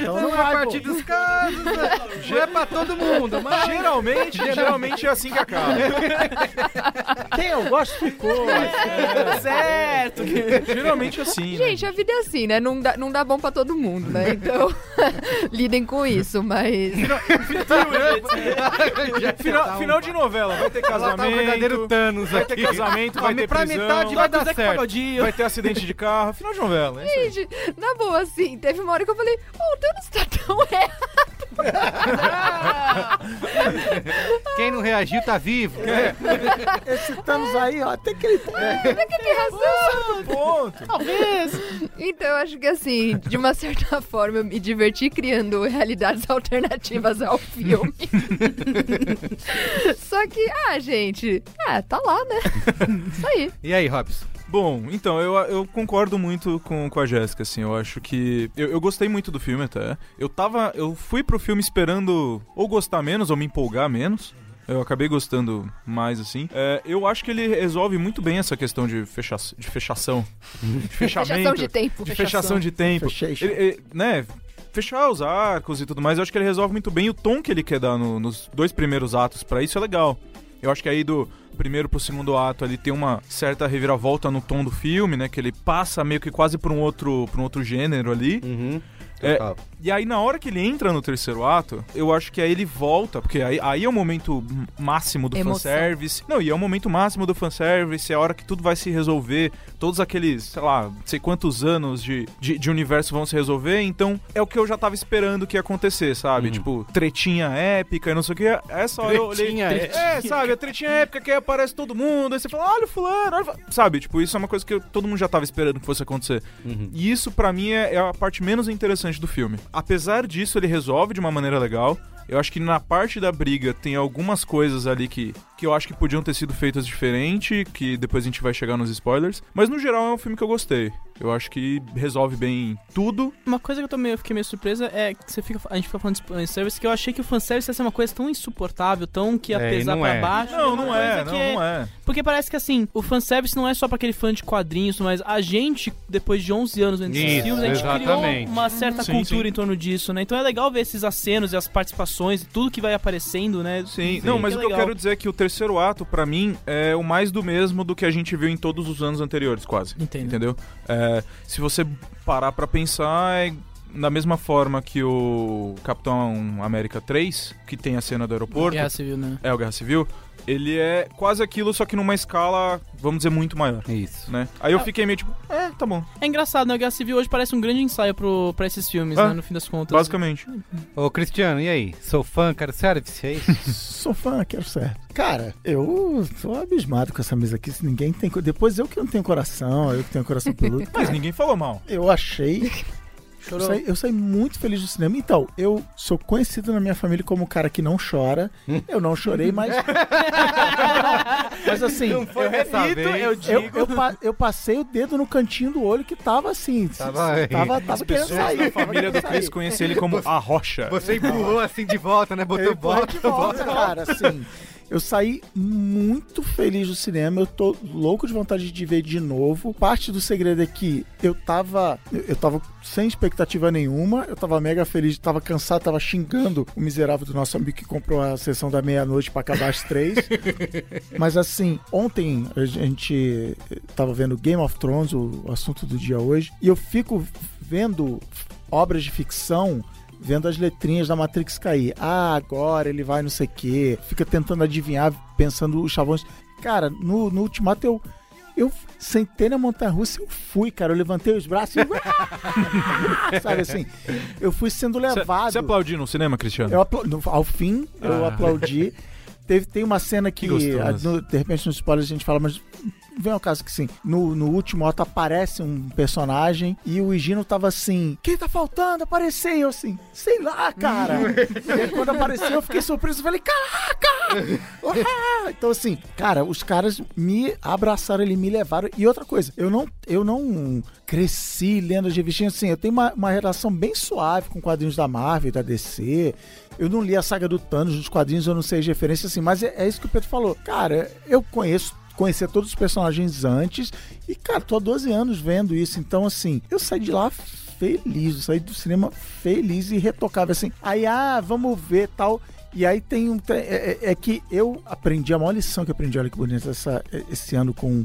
Então
Não
não
é
vai,
partir
pô.
dos casos, né? Não é pra todo
<laughs>
mundo, mas...
Geralmente, geralmente é assim que acaba.
Quem eu gosto <laughs> ficou. É,
certo.
Geralmente é assim, né?
Gente, a vida é assim, né? Não dá, não dá bom pra todo mundo, né? Então, <laughs> lidem com isso, mas.
<laughs>
tá um
Final, final de novela, vai ter
Ela
casamento.
tá um verdadeiro Thanos
vai
aqui.
ter casamento, vai
Pra
ter
metade
prisão.
vai dar certo.
Vai ter acidente de carro, final de novela. hein?
Gente, na boa, assim, teve uma hora que eu falei, oh, o Thanos tá tão <laughs> errado.
É.
Quem não reagiu tá vivo.
É. Esse Thanos aí, ó, tem que ele. tá-
Será que tem razão?
Ponto.
Talvez.
Então, eu acho que assim, de uma certa <laughs> forma, eu me diverti criando realidades <laughs> alternativas ao
<laughs>
filme. Só que, ah, gente, ah, tá lá, né? Isso aí.
E aí, Robson?
Bom, então, eu, eu concordo muito com, com a Jéssica, assim, eu acho que... Eu, eu gostei muito do filme, até. Eu tava... Eu fui pro filme esperando ou gostar menos ou me empolgar menos. Eu acabei gostando mais, assim. É, eu acho que ele resolve muito bem essa questão de, fecha, de fechação. De fechamento.
<laughs> Fechação de tempo.
De fechação de tempo.
Fechation.
Ele- ele- né? Fechar os arcos e tudo mais, eu acho que ele resolve muito bem o tom que ele quer dar no- nos dois primeiros atos. Pra isso é legal. Eu acho que aí do primeiro pro segundo ato ali tem uma certa reviravolta no tom do filme, né? Que ele passa meio que quase pra um outro, pra um outro gênero ali.
Hum, Uhum.
É,
Total.
e aí na hora que ele entra no terceiro ato, eu acho que aí ele volta, porque aí, aí é o momento máximo do
Emoção.
fanservice. Não, e é o momento máximo do fanservice, é a hora que tudo vai se resolver, todos aqueles, sei lá, não sei quantos anos de, de, de universo vão se resolver, então é o que eu já tava esperando que ia acontecer, sabe? Tipo, tretinha épica e não sei o que. Essa hora eu olhei.
Tretinha épica.
É, sabe, a tretinha épica que aí aparece todo mundo, aí você fala, olha o fulano, olha o fulano. Sabe, tipo, isso é uma coisa que eu- todo mundo já tava esperando que fosse acontecer. E isso, pra mim, é é a parte menos interessante do filme. Apesar disso, ele resolve de uma maneira legal. Eu acho que na parte da briga tem algumas coisas ali que, que eu acho que podiam ter sido feitas diferente, que depois a gente vai chegar nos spoilers. Mas no geral é um filme que eu gostei. Eu acho que resolve bem tudo.
Uma coisa que eu, tô meio, eu fiquei meio surpresa é que você fica, a gente fica falando de fanservice, que eu achei que o fanservice ia ser uma coisa tão insuportável, tão que ia
É, e
pesar
não
pra
é.
baixo.
Não,
uma
não é,
coisa
não,
que
não é.
Porque parece que assim, o fanservice não é só pra aquele fã de quadrinhos, mas a gente, depois de 11 anos vendo esses
Isso,
filmes, a gente
exatamente.
criou uma certa
Sim,
cultura
sim.
em torno disso, né? Então é legal ver esses acenos e as participações e tudo que vai aparecendo, né?
Sim, não, mas o que eu
legal.
quero dizer é que o terceiro ato, pra mim, é o mais do mesmo do que a gente viu em todos os anos anteriores, quase.
Entendo.
Entendeu? É, se você parar pra pensar, é da mesma forma que o Capitão América 3, que tem a cena do aeroporto,
Guerra Civil, né?
é o Guerra Civil, ele é quase aquilo, só que numa escala, vamos dizer, muito maior.
Isso.
Né? Aí eu
Ah.
fiquei meio tipo, é, tá bom,
É engraçado, né? O Guerra Civil hoje parece um grande ensaio pro, pra esses filmes,
Ah,
né? No fim das contas. <laughs>
basicamente.
Ô, Cristiano, e aí? Sou fã, quero service, é isso?
Sou fã, quero certo. Cara, eu sou abismado com essa mesa aqui. Se ninguém tem. co- Depois eu que não tenho coração, eu que tenho coração peludo.
Mas ninguém falou mal.
Eu achei. <laughs> Eu
Chorou.
saí, eu saí muito feliz do cinema. Então, eu sou conhecido na minha família como o cara que não chora. Eu não chorei, mas. mas assim,
foi dessa vez.
eu, eu pa- eu passei o dedo no cantinho do olho que tava assim.
Tava-
tava, tava querendo
Pessoas
sair.
da
tava
família do
querendo
Chris
sair.
conhecem ele como a rocha.
Você empurrou assim de volta, né? Botou
Eu empurrei
bota,
de
bota.
volta, cara, assim.
Eu saí
um
muito feliz do cinema, eu tô louco de vontade de ver de novo. Parte do segredo é que eu tava, eu eu tava sem expectativa nenhuma, eu tava mega feliz, tava cansado, tava xingando o miserável do nosso amigo que comprou a sessão da meia-noite pra acabar
<laughs>
às três. Mas assim, ontem a gente tava vendo Game of Thrones, o assunto do dia hoje, e eu fico vendo obras de ficção vendo as letrinhas da Matrix cair. Ah, agora ele vai não sei o quê. Fica tentando adivinhar, pensando os chavões. Cara, no, no Ultimato eu... Eu sentei na montanha-russa eu fui, cara. Eu levantei os braços e... Sabe assim? Eu fui sendo levado.
Você aplaudiu no cinema, Cristiano?
Eu apla- no- ao fim, eu
Ah. <laughs>
aplaudi. Teve, tem uma cena que,
gostoso.
a- no- de repente, nos spoilers a gente fala, mas vem ao caso que sim. No, no último ato aparece um personagem e o Higino tava assim: Quem tá faltando? Apareceu. E eu assim, sei lá,
<laughs>
cara. E aí, quando apareceu, eu fiquei surpreso. Eu Falei, caraca! Uhá! Então, assim, cara, os caras me abraçaram ali, me levaram. E outra coisa, eu não, eu não cresci lendo as revistinhas assim. Eu tenho uma, uma relação bem suave com quadrinhos da Marvel, da DC. Eu não li a saga do Thanos nos quadrinhos, eu não sei as referências assim. Mas é, é isso que o Pedro falou. Cara, eu conheço. Conhecer todos os personagens antes. E, cara, tô há 12 anos vendo isso. Então, assim, eu saí de lá feliz, eu saí do cinema feliz e retocável, assim. Aí, ah, vamos ver tal. E aí tem um. tre- É, é- é que eu aprendi, a maior lição que eu aprendi, olha que bonito, essa, é, esse ano com o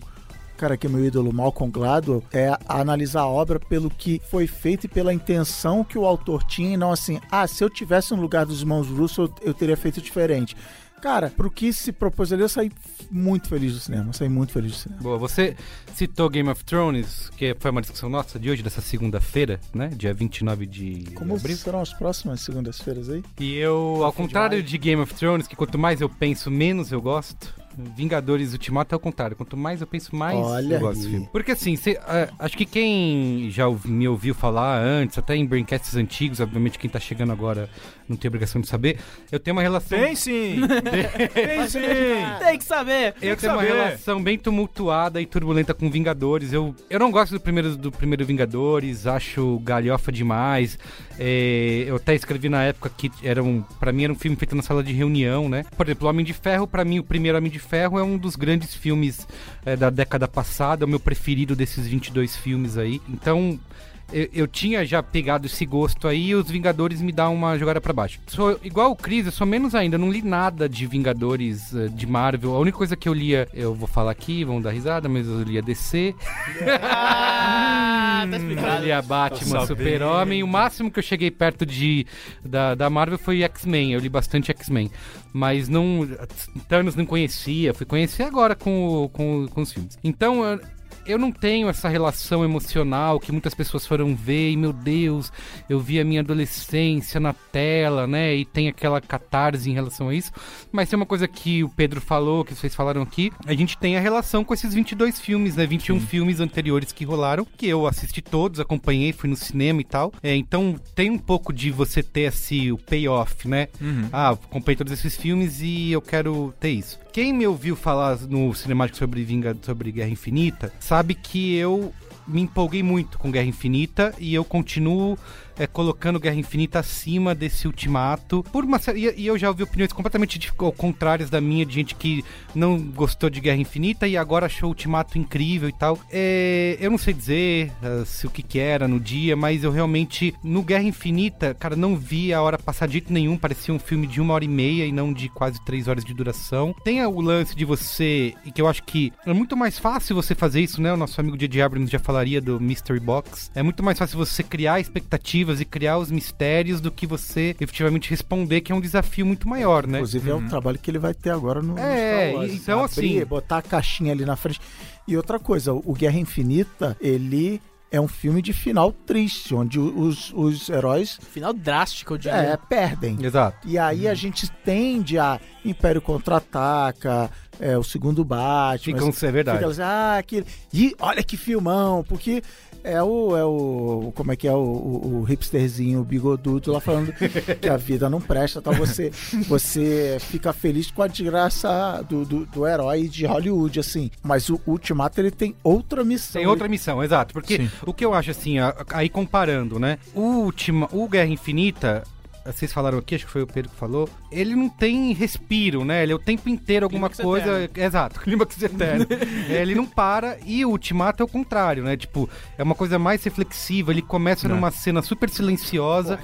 cara que é meu ídolo, Malcolm Gladwell, é a- analisar a obra pelo que foi feito e pela intenção que o autor tinha, e não assim, ah, se eu tivesse no lugar dos irmãos Russo, eu, eu teria feito diferente. Cara, pro que se propôs ali, eu saí muito feliz do cinema, eu saí muito feliz do cinema.
Boa, você citou Game of Thrones, que foi uma discussão nossa de hoje, dessa segunda-feira, né? Dia 29 de
Como serão as próximas segundas-feiras aí?
E eu, ao contrário de Game of Thrones, que quanto mais eu penso, menos eu gosto. Vingadores Ultimato é o contrário. Quanto mais eu penso, mais
Olha
eu gosto do
aí.
filme. Porque assim, cê, ah, acho que quem já ouvi- me ouviu falar antes, até em braincasts antigos, obviamente quem tá chegando agora não tem obrigação de saber, eu tenho uma relação...
Tem
<laughs>
sim! Tem sim!
Ah. Tem que saber!
Eu tenho uma relação bem tumultuada e turbulenta com Vingadores. Eu, eu não gosto do primeiro, do primeiro Vingadores, acho galhofa demais. É, eu até escrevi na época que era um, pra mim era um filme feito na sala de reunião, né? Por exemplo, Homem de Ferro, pra mim, o primeiro Homem de Ferro é um dos grandes filmes é, da década passada, é o meu preferido desses 22 filmes aí. Então, eu, eu tinha já pegado esse gosto aí e os Vingadores me dá uma jogada pra baixo. Sou igual o Chris, eu sou menos ainda, eu não li nada de Vingadores eh, de Marvel. A única coisa que eu lia, eu vou falar aqui, vão dar risada, mas eu lia DC.
Ah, tá
Eu
explicado.
lia Batman,
Tô sabendo.
Super-Homem. O máximo que eu cheguei perto de da, da Marvel foi X-Men. Eu li bastante X-Men. Mas não. Thanos não conhecia, fui conhecer agora com, o- com, o- com os filmes. Então. Eu, eu não tenho essa relação emocional que muitas pessoas foram ver e, meu Deus, eu vi a minha adolescência na tela, né? E tem aquela catarse em relação a isso. Mas tem uma coisa que o Pedro falou, que vocês falaram aqui, a gente tem a relação com esses 22 filmes, né? 21 filmes anteriores que rolaram, que eu assisti todos, acompanhei, fui no cinema e tal. É, então tem um pouco de você ter esse o payoff, né?
Uhum.
Ah, comprei todos esses filmes e eu quero ter isso. Quem me ouviu falar no Cinemático sobre Vinga, sobre Guerra Infinita, sabe que eu me empolguei muito com Guerra Infinita e eu continuo é, colocando Guerra Infinita acima desse ultimato. Por uma série, e, e eu já ouvi opiniões completamente dif- ao contrárias da minha, de gente que não gostou de Guerra Infinita e agora achou o ultimato incrível e tal. É, eu não sei dizer ah, se o que, que era no dia, mas eu realmente, no Guerra Infinita, cara, não vi a hora passar de jeito nenhum. Parecia um filme de uma hora e meia e não de quase três horas de duração. Tem o lance de você, e que eu acho que é muito mais fácil você fazer isso, né? O nosso amigo J.J. Abrams já falaria do Mystery Box. É muito mais fácil você criar expectativas e criar os mistérios do que você efetivamente responder, que é um desafio muito maior, né?
Inclusive, é o trabalho que ele vai ter agora no, no
É,
Star Wars. né?
então,
Abrir, é
assim-
Botar a caixinha ali na frente. E outra coisa, o Guerra Infinita, ele é um filme de final triste, onde os, os heróis
Final drástico, eu diria. Uhum.
é, perdem.
Exato.
E aí a gente tende a Império Contra-Ataca, é, o segundo Batman.
Ficam- é verdade.
Fica assim, ah, que... E olha que filmão, porque... É o, é o. Como é que é o, o, o hipsterzinho, o bigoduto lá falando que a vida não presta, tá? Você, você fica feliz com a desgraça do, do, do herói de Hollywood, assim. Mas o Ultimato ele tem outra missão.
Tem outra missão, exato. Porque o que eu acho assim, a- aí comparando, né? O, última, o Guerra Infinita. vocês falaram aqui, acho que foi o Pedro que falou, ele não tem respiro, né? Ele é o tempo inteiro alguma
Clímax
coisa. Exato, <laughs> clímax eterno. É, ele não para e o ultimato é o contrário, né? Tipo, é uma coisa mais reflexiva, ele começa
Não.
numa cena super silenciosa.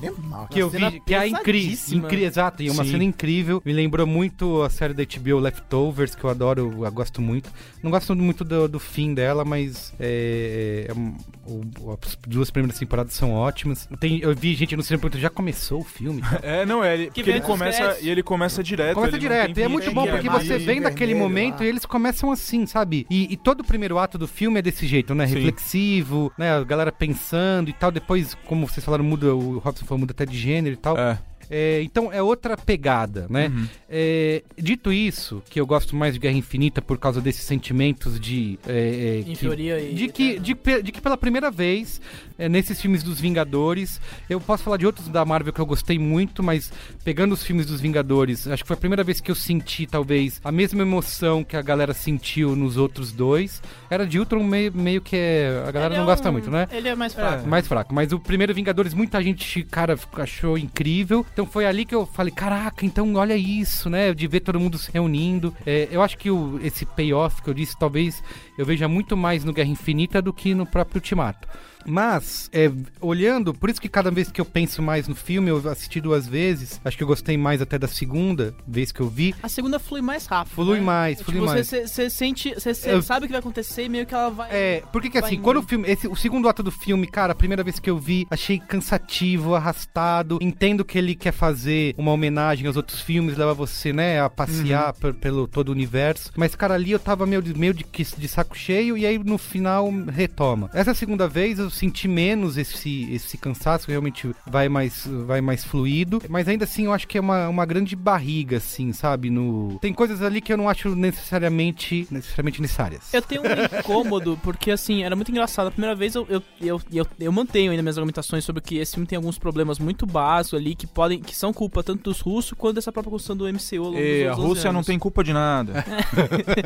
que eu
Uma cena
vi, que é incrível.
pesadíssima.
exato, e é uma
Sim.
cena incrível. Me lembrou muito a série da HBO Leftovers, que eu adoro, eu gosto muito. Não gosto muito do, do fim dela, mas é, é um- o- as duas primeiras temporadas são ótimas. Tem- eu vi gente no cinema perguntando, já começou o
<laughs>
filme?
É, não, é, ele, porque ele
vem
começa,
descreve.
e ele começa direto.
Começa
ele não tem
direto, e é
vida,
muito
ele
bom
é
porque
mais-
você vem daquele momento e eles começam assim, sabe? E, e todo o primeiro ato do filme é desse jeito, né?
Sim.
Reflexivo, né? A galera pensando e tal. Depois, como vocês falaram, muda, o Robson falou, muda até de gênero e tal. É, então é outra pegada, né? É, dito isso, que eu gosto mais de Guerra Infinita por causa desses sentimentos de. é, é,
Em
que-
teoria e
de que, de, pe- de que pela primeira vez, é, nesses filmes dos Vingadores, eu posso falar de outros da Marvel que eu gostei muito, mas pegando os filmes dos Vingadores, acho que foi a primeira vez que eu senti, talvez, a mesma emoção que a galera sentiu nos outros dois. Era de Ultron meio, meio que é- a galera
Ele é
não gosta
um-
muito, né?
ele é mais fraco.
mais fraco. Mas o primeiro Vingadores, muita gente, cara, fico- achou incrível. Então foi ali que eu falei, caraca, então olha isso, né? De ver todo mundo se reunindo. É, eu acho que o- esse payoff que eu disse, talvez eu veja muito mais no Guerra Infinita do que no próprio Ultimato. Mas, é, olhando, por isso que cada vez que eu penso mais no filme, eu assisti duas vezes, acho que eu gostei mais até da segunda vez que eu vi.
A segunda flui mais rápido. né? É tipo,
Flui mais, flui mais.
Você sente, você
Eu-
sabe o que vai acontecer e meio que ela vai.
É, porque que
vai
assim,
indo.
quando o filme. esse- o segundo ato do filme, cara, a primeira vez que eu vi, achei cansativo, arrastado. Entendo que ele quer fazer uma homenagem aos outros filmes, leva você, né, a
Uhum.
passear pe- pelo todo o universo. Mas, cara, ali eu tava meio, de, meio de, que- de saco cheio e aí no final retoma. Essa segunda vez eu senti menos esse, esse cansaço, realmente vai mais, vai mais fluido. Mas ainda assim eu acho que é uma, uma grande barriga, assim, sabe? No... Tem coisas ali que eu não acho necessariamente, necessariamente necessárias.
Eu tenho um incômodo, porque assim, era muito engraçado. A primeira vez eu, eu, eu, eu, eu mantenho ainda minhas argumentações sobre que esse filme tem alguns problemas muito básicos ali que podem. que são culpa tanto dos russos quanto dessa própria construção do MCU ao
É,
longo
E
dos
É, a
11
Rússia não
anos.
tem culpa de nada.
É,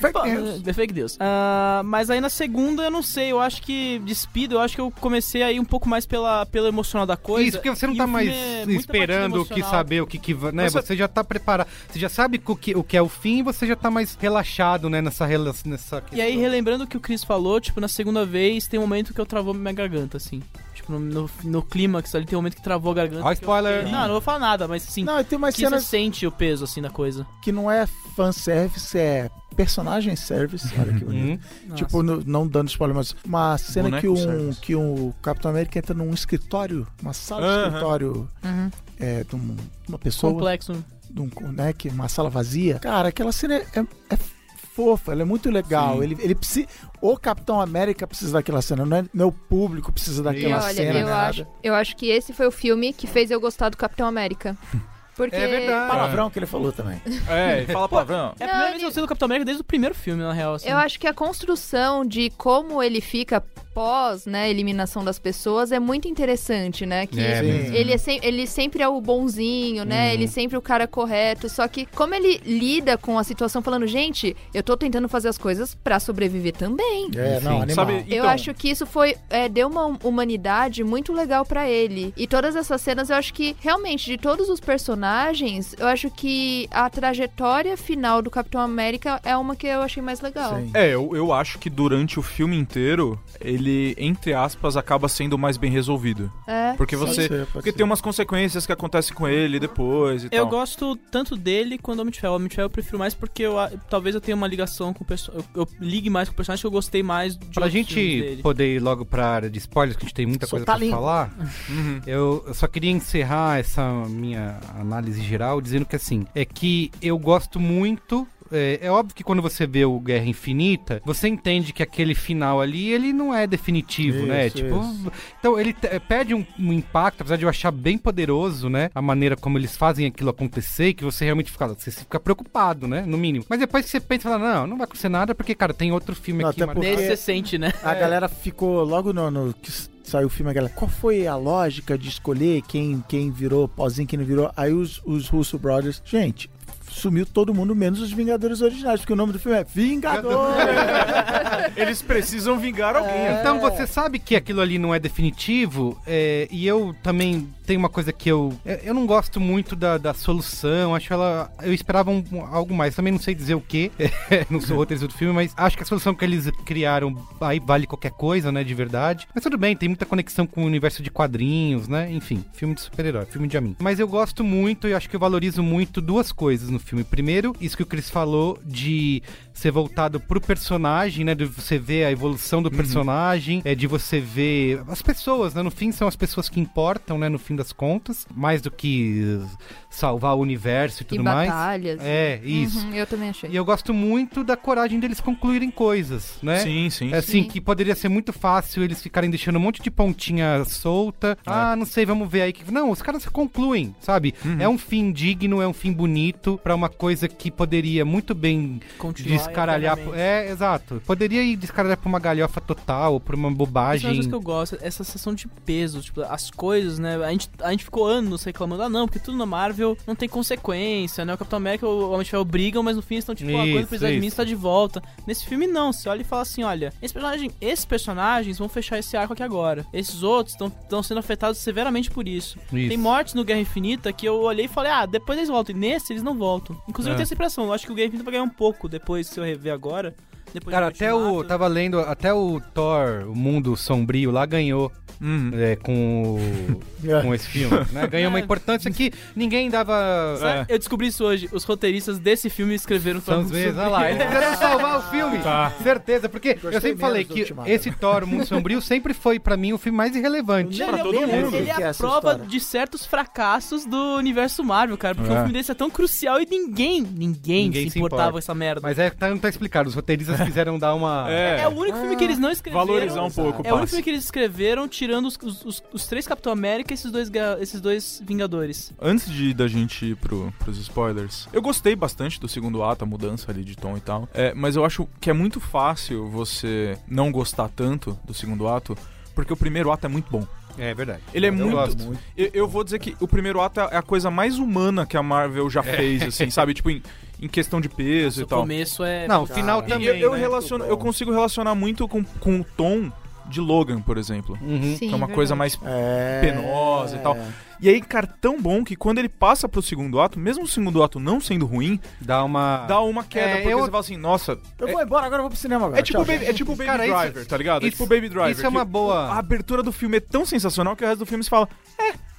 Fake Deus. fake Deus. Ah, mas aí na segunda, eu não sei, eu acho que despido, eu acho que eu comecei aí um pouco mais pela, pelo emocional da coisa.
Isso, porque você não
E
tá
o filme
mais
é muita
esperando o
batida
que
emocional.
saber o que, que va- né?
Mas eu-
Você já tá preparado. Você já sabe o que, o que é o fim e você já tá mais relaxado, né? Nessa relação. Nessa...
E aí, relembrando o que o Chris falou, tipo, na segunda vez tem um momento que eu travou minha garganta, assim. Tipo, no, no, no clímax ali tem um momento que travou a garganta.
Ó,
que eu-
spoiler.
Não, não vou falar nada, mas assim.
Não, tem umas
que
cenas-
você sente o peso, assim, da coisa.
que não é fanservice, é personagem service. Olha que bonito.
Uhum.
tipo, no- não dando spoiler, mas uma cena
Boneco
que um,
service.
que um Capitão América entra num escritório, uma sala de
Aham.
escritório
Uhum.
é, de um- uma pessoa.
Complexo.
De um, né, que uma sala vazia. Cara, aquela cena é, é- é fofa, ela é muito legal.
Sim.
Ele, ele precisa, o Capitão América precisa daquela cena, não é, não é o público precisa
E
daquela
olha,
cena. né?
eu
né?
nada.
acho, eu acho que esse foi o filme que fez eu gostar do
<laughs>
Capitão América. Porque
É
É
Palavrão que ele falou também.
É, fala palavrão.
É a primeira vez que eu sei do Capitão América desde o primeiro filme, na real, assim.
Eu acho que a construção de como ele fica pós, né, eliminação das pessoas é muito interessante, né? Que
É, mesmo. Uhum.
ele, é sem- ele sempre é o bonzinho, né? Ele sempre é o cara correto, só que como ele lida com a situação falando, gente, eu tô tentando fazer as coisas pra sobreviver também.
É, não, Sim. animal. Sabe,
eu
então-
acho que isso foi é, deu uma humanidade muito legal pra ele. E todas essas cenas, eu acho que realmente de todos os personagens, eu acho que a trajetória final do Capitão América é uma que eu achei mais legal.
É, eu, eu acho que durante o filme inteiro, ele, entre aspas, acaba sendo mais bem resolvido.
É,
Porque
sim.
você.
Pode ser, pode
porque tem umas consequências que acontecem com ele depois e
Eu
tal.
gosto tanto dele quanto do Homem de Ferro. O Homem de Ferro eu prefiro mais porque eu, a- talvez eu tenha uma ligação com o personagem. Eu, eu ligue mais com o personagem que eu gostei mais de
Pra
outros filmes
gente
dele.
poder ir logo pra área de spoilers, que a gente tem muita coisa
tá
Solta a língua.
pra falar,
Uhum.
eu, eu só queria encerrar essa minha análise geral dizendo que assim, é que eu gosto muito. É, é óbvio que quando você vê o Guerra Infinita, você entende que aquele final ali, ele não é definitivo, né?
Isso,
Tipo,
isso.
então ele te- perde um, um impacto, apesar de eu achar bem poderoso, né? A maneira como eles fazem aquilo acontecer, e que você realmente fica, você fica preocupado, né? No mínimo. Mas depois que você pensa, fala, não, não vai acontecer nada, porque, cara, tem outro filme aqui.
até
maravilhoso.
porque- Nesse você
sente, né?
A galera ficou logo no, no que s- saiu o filme, a galera, qual foi a lógica de escolher quem, quem virou pozinho, quem não virou? Aí os, os Russo Brothers, gente, sumiu todo mundo, menos os Vingadores originais, porque o nome do filme é Vingadores.
Eles precisam vingar alguém.
É.
Então você sabe que aquilo ali não é definitivo, é, e eu também tenho uma coisa que eu. Eu eu não gosto muito da, da solução, acho ela. Eu esperava um- um- algo mais, também não sei dizer o <laughs> que, não sou roteirista do filme, mas acho que a solução que eles criaram aí vale qualquer coisa, né, de verdade. Mas tudo bem, tem muita conexão com o universo de quadrinhos, né, enfim, filme de super-herói, filme de amigo. Mas eu gosto muito e acho que eu valorizo muito duas coisas no filme. Primeiro, isso que o Chris falou de ser voltado pro personagem, né? De você ver a evolução do personagem, é de você ver as pessoas, né? No fim são as pessoas que importam, né? No fim das contas, mais do que salvar o universo e tudo mais.
batalhas.
É, isso.
Uhum, eu também achei.
E é eu gosto muito da coragem deles concluírem coisas, né?
Sim, sim.
Assim,
Sim.
que poderia ser muito fácil eles ficarem deixando um monte de pontinha solta. Ah, não sei, vamos ver aí. que- Não, os caras concluem, sabe? É um fim digno, é um fim bonito pra uma coisa que poderia muito bem
Continuar
descaralhar.
eternamente.
É, exato. Poderia ir descaralhar pra uma galhofa total ou pra
Isso
uma
é uma
bobagem.
coisa que eu gosto, essa sensação de peso, tipo, as coisas, né? A gente, a gente ficou anos reclamando, ah não, porque tudo na Marvel não tem consequência, né? O Capitão América e o Homem de Ferro brigam, mas no fim eles estão tipo, ah,
Isso,
quando precisar de mim,
isso.
está de volta. Nesse filme não, você olha e fala assim, olha, esse personagem, esses personagens vão fechar esse arco aqui agora. Esses outros estão sendo afetados severamente por isso.
Isso.
Tem mortes no Guerra Infinita que eu olhei e falei, ah, depois eles voltam. E nesse eles não voltam. Inclusive
É.
eu tenho essa impressão, eu acho que o Guerra Infinita vai ganhar um pouco depois, se eu rever agora. Depois né?
Cara,
do
até o. Tava lendo, até o Thor, o Mundo Sombrio, lá ganhou
Uhum.
é, com, <laughs> o- com esse filme. Né? Ganhou uma
É.
importância que ninguém dava.
Sabe, Eu descobri isso hoje. Os roteiristas desse filme escreveram
É. São os mesmos, olha lá. <laughs> Eles quiseram salvar o filme.
Tá.
Certeza, porque eu sempre falei
menos do
que
Ultimato.
esse Thor, o Mundo Sombrio, sempre foi, pra mim, o filme mais irrelevante.
Ele, é- ele, é- ele é a prova de certos fracassos do universo Marvel, cara. Porque
É.
o filme desse é tão crucial e ninguém, ninguém,
Ninguém
se
se
importava
importa.
com essa merda.
Mas é, tá, não tá explicado, os roteiristas quiseram dar uma...
É. é o único filme que eles não escreveram.
Valorizar um pouco o
É o único
passe.
filme que eles escreveram, tirando os, os- os- os três Capitão América e esses dois, ga- esses dois Vingadores.
Antes de da gente ir pro, pros spoilers, eu gostei bastante do segundo ato, a mudança ali de tom e tal. É, mas eu acho que é muito fácil você não gostar tanto do segundo ato, porque o primeiro ato é muito bom.
É verdade.
Ele é
Eu
muito.
gosto.
Eu, eu vou dizer que o primeiro ato é a coisa mais humana que a Marvel já
É.
fez, assim, sabe? Tipo, em, em questão de peso e
O
tal.
começo é.
Não, o final
E
também,
eu, eu
né?
relaciono, eu consigo relacionar muito com, com o tom de Logan, por exemplo.
Uhum.
que é uma
Sim,
coisa mais
É.
penosa e tal. E aí, cara, tão bom que quando ele passa pro segundo ato, mesmo o segundo ato não sendo ruim,
Dá uma...
dá um- uma queda.
É,
porque
eu-
você fala assim, nossa.
Ah. Eu
é-
vou embora, agora eu vou pro cinema agora.
É tipo,
tchau,
baby, é tipo Baby
Cara, isso-
Driver, tá ligado? é
isso-
tipo Baby Driver.
isso é uma
que
boa-
A abertura do filme é tão sensacional que o resto do filme você fala,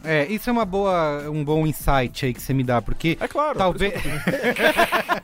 É, isso é uma boa, um bom insight aí que você me dá, porque...
é claro.
Talvez,
<laughs>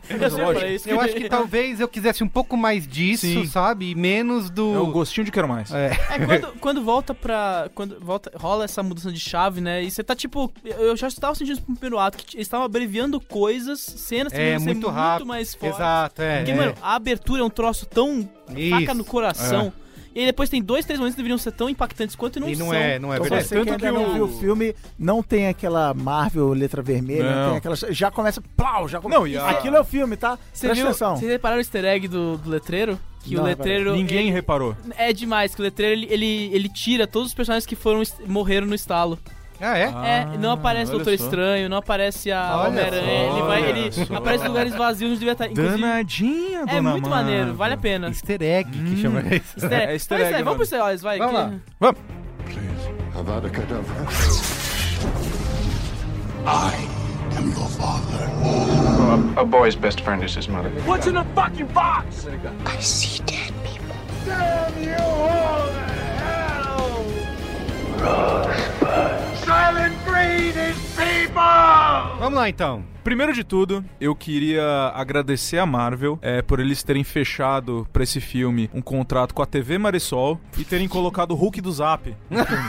Eu sempre falei isso.
eu
<laughs>
acho que talvez eu quisesse um pouco mais disso,
Sim.
sabe? E menos do.
É o gostinho de quero mais.
É.
É, quando, quando volta pra. Quando volta, rola essa mudança de chave, né? E você tá tipo. Eu já estava sentindo isso no primeiro ato, que t- eles estavam abreviando coisas, cenas que
É,
iam ser
muito rápido.
muito mais fortes.
Exato, é.
Porque,
é.
mano, a abertura é um troço tão faca
Isso. É.
no coração. E aí depois tem dois, três momentos que deveriam ser tão impactantes quanto e não,
E não
são.
é, não é
Então
verdade.
você
assim, Tanto
que ainda
que
não
o-
viu o filme, não tem aquela Marvel letra vermelha, não
Não.
tem aquelas... Já começa... Plau, já começa...
Não, e a-
Aquilo é o filme, tá?
Você
Presta
viu,
atenção.
vocês repararam o easter egg do, do letreiro? Que
Não, é
o letreiro.
Ninguém
ele-
reparou.
É demais, que o letreiro ele, ele, ele tira todos os personagens que foram est- morreram no estalo.
Ah, é?
É,
Ah,
não aparece o
olha
Doutor
só.
Estranho, não aparece a
Olha
Homem-Aranha,
só,
ele vai,
olha
ele
só.
aparece em lugares vazios onde devia estar. Inclusive,
Danadinha,
é
dona
muito
Marvel.
maneiro, vale a pena.
Easter né? Hum. egg que chama isso.
Easter
É,
egg.
easter
Mas,
egg,
é, vamos
mano.
pro Ceóis, vai.
Vamos
que-
lá.
Vamos.
Please, Avada Kedavra. I am your father.
A boy's best friend is his mother.
I see dead people.
Vamos lá então.
Primeiro de tudo, eu queria agradecer a Marvel é, por eles terem fechado pra esse filme um contrato com a TV Marisol e terem colocado o Hulk do Zap. <laughs> no filme.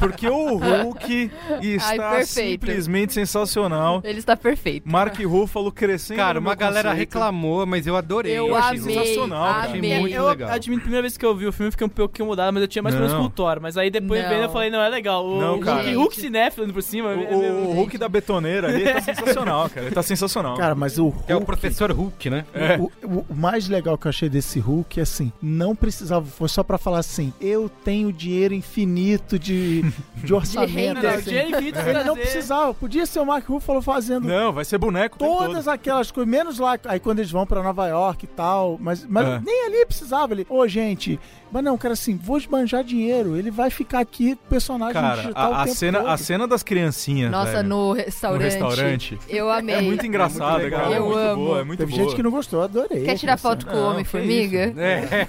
Porque o Hulk está
perfeito.
simplesmente sensacional.
Ele está perfeito.
Mark Ruffalo crescendo.
Cara,
no
uma
meu
galera
conceito.
reclamou, mas eu adorei.
Eu
achei
amei,
sensacional, cara.
Achei
amei.
muito
eu
legal.
admito, a primeira vez que eu vi o filme, eu fiquei um pouquinho mudado, mas eu tinha mais ou menos
Não.
com o Thor. Mas aí depois
Não.
vendo, eu falei, não, é legal. O
Não, cara.
Hulk, Hulk cinéfilo indo por cima.
O,
é-
o-
é-
o Hulk da betoneira ali tá sensacional, cara. Ele tá sensacional.
Cara, mas o Hulk...
É o professor Hulk, né?
O, o- o mais legal que eu achei desse Hulk é assim, não precisava, foi só pra falar assim, eu tenho dinheiro infinito de de,
<laughs>
de orçamento.
De renda, né?
assim.
de renda
Ele não
trazer.
precisava. Podia ser o Mark Ruffalo fazendo.
Não, vai ser boneco. o tempo
Todas
todo.
aquelas coisas, menos lá, aí quando eles vão pra Nova York e tal, mas, mas
É.
nem ali precisava. Ele, ô gente, mas não, cara, assim, vou esbanjar dinheiro, ele vai ficar aqui personagem
Cara,
digital.
a,
o
a
tempo
cena,
todo.
a cena das criancinhas.
Nossa,
velho,
no restaurante.
restaurante.
Eu amei.
É muito engraçado,
legal.
cara. É
Eu
muito
amo.
boa, é muito
Teve
boa.
gente que não gostou, adorei.
Quer tirar foto
né?
com o Homem-Formiga?
<laughs> É,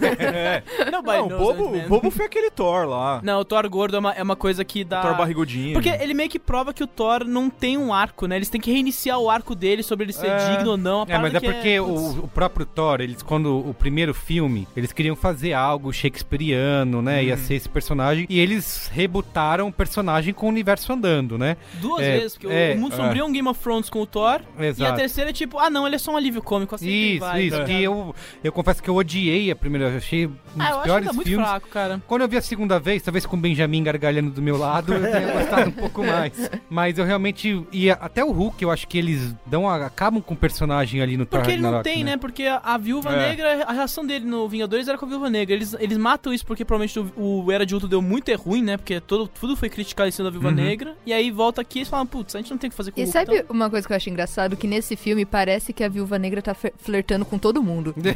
é. Não,
vai,
o
não,
bobo, o bobo foi aquele Thor lá.
Não, o Thor gordo é uma, é uma coisa que dá.
O Thor barrigudinho.
Porque ele meio que prova que o Thor não tem um arco, né? Eles têm que reiniciar o arco dele sobre ele ser
É.
digno ou não. A
É, mas
parada
é
que
porque o, o próprio Thor, eles, quando o primeiro filme, eles queriam fazer algo shakespeariano, né? Ia ser esse personagem. E eles rebutaram o personagem com o universo andando, né?
Duas
É,
vezes, porque o-
é,
o Mundo
é.
Sombrio é um Game of Thrones com o Thor. E a
Exato.
terceira é tipo, ah não, ele é só um alívio cômico, assim
Isso,
vai.
isso.
tá
Que é um
ligado?
eu, eu confesso que eu odiei a primeira. Eu achei um dos
Ah, eu acho que
piores
tá muito
filmes.
fraco, cara.
Quando eu vi a segunda vez, talvez com o Benjamin gargalhando do meu lado, eu tenha gostado um
<laughs>
pouco mais. Mas eu realmente. E a- até o Hulk, eu acho que eles dão a- acabam com o personagem ali no Thor
Porque ele não
Ragnarok,
tem, né? Porque a, a viúva
É.
negra, a reação dele no Vingadores era com a viúva negra. Eles, eles matam isso porque provavelmente o, o Era de Ultron deu muito é ruim, né? Porque todo, tudo foi criticado em cima da viúva
Uhum.
negra. E aí volta aqui e eles falam, putz, a gente não tem o que fazer com
E
o
sabe uma coisa que eu acho engraçado? Que nesse filme parece que a Viúva Negra tá fler- flertando com todo mundo.
né?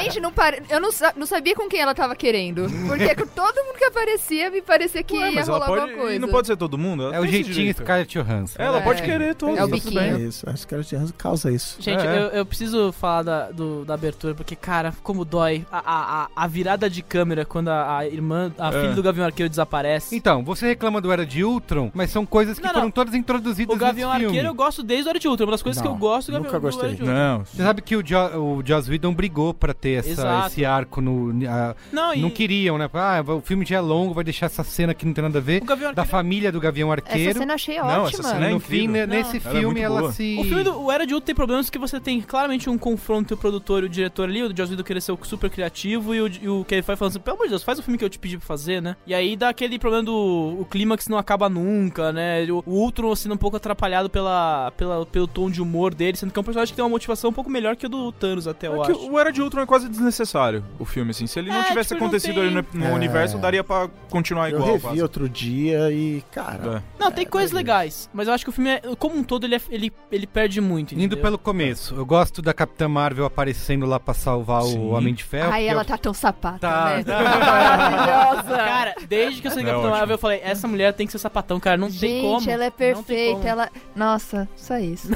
Gente, não pare... eu não, sa- não sabia com quem ela tava querendo. Porque é com todo mundo que aparecia, me parecia que ia
mas ela
rolar
pode.
alguma coisa.
E não pode ser todo mundo.
<laughs>
ela
É o
tem esse
jeitinho
direito.
Scarlett Johansson.
Ela pode
É.
querer todo
É o
mundo, tudo bem.
É isso, acho que ela tinha- causa isso.
Gente,
É.
eu, eu preciso falar da, do- da abertura, porque, cara, como dói a, a, a- a virada de câmera quando a, a irmã, a
É.
filha do Gavião Arqueiro desaparece.
Então, você reclama do Era de Ultron, mas são coisas que
Não, não.
foram todas introduzidas
O Gavião
nesse filme.
Arqueiro eu gosto desde o Hora de Ultron. Uma das coisas que eu gosto do Gavião do Hora de Ultron.
É
Você sabe que o, jo o Joss Whedon brigou pra ter essa-
Exato.
esse arco no. a-
Não,
não,
e-
queriam, né? Ah, o filme já é longo, vai deixar essa cena que não tem nada a ver. Da família do Gavião Arqueiro.
Essa cena eu achei
Não,
ótima.
essa cena é no fim, né, nesse
Não.
filme, ela, se.
O filme do o Era de Ultron tem problemas que você tem claramente um confronto entre o produtor e o diretor ali, o Joss Whedon querer ser o super criativo e o, e o Kevin Feige falando assim, pelo amor de Deus, faz o filme que eu te pedi pra fazer, né? E aí dá aquele problema do o clímax não acaba nunca, né? O, o Ultron sendo um pouco atrapalhado pela, pela, pelo tom de humor dele, sendo que é um personagem que tem uma motivação um pouco melhor que a do Thanos até, eu
É que
acho.
o Era de Ultron é quase desnecessário, o filme, assim. Se ele não
É,
tivesse
tipo, ele não
acontecido
tem-
ali no, no
É.
universo, daria pra continuar
Eu
igual.
revi
quase.
outro dia e, cara.
Não,
É,
tem coisas legais, mas eu acho que o filme, é- como um todo, ele, é- ele, ele perde muito,
Indo
entendeu? <laughs>
pelo começo, eu gosto da Capitã Marvel aparecendo lá pra salvar o Homem de Ferro.
Ai,
porque
ela
eu-
tá tão sapata,
Tá,
né?
tá.
Maravilhosa.
Cara, desde que eu sei
É
Capitão
ótimo.
Marvel, eu falei, essa mulher tem que ser sapatão, cara, não tem
Gente,
como.
ela é
Não tem como.
perfeita. Ela. Nossa, só isso.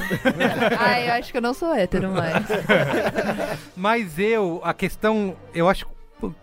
Ai, eu acho que eu não sou hétero mais.
Mas eu, a questão, eu acho que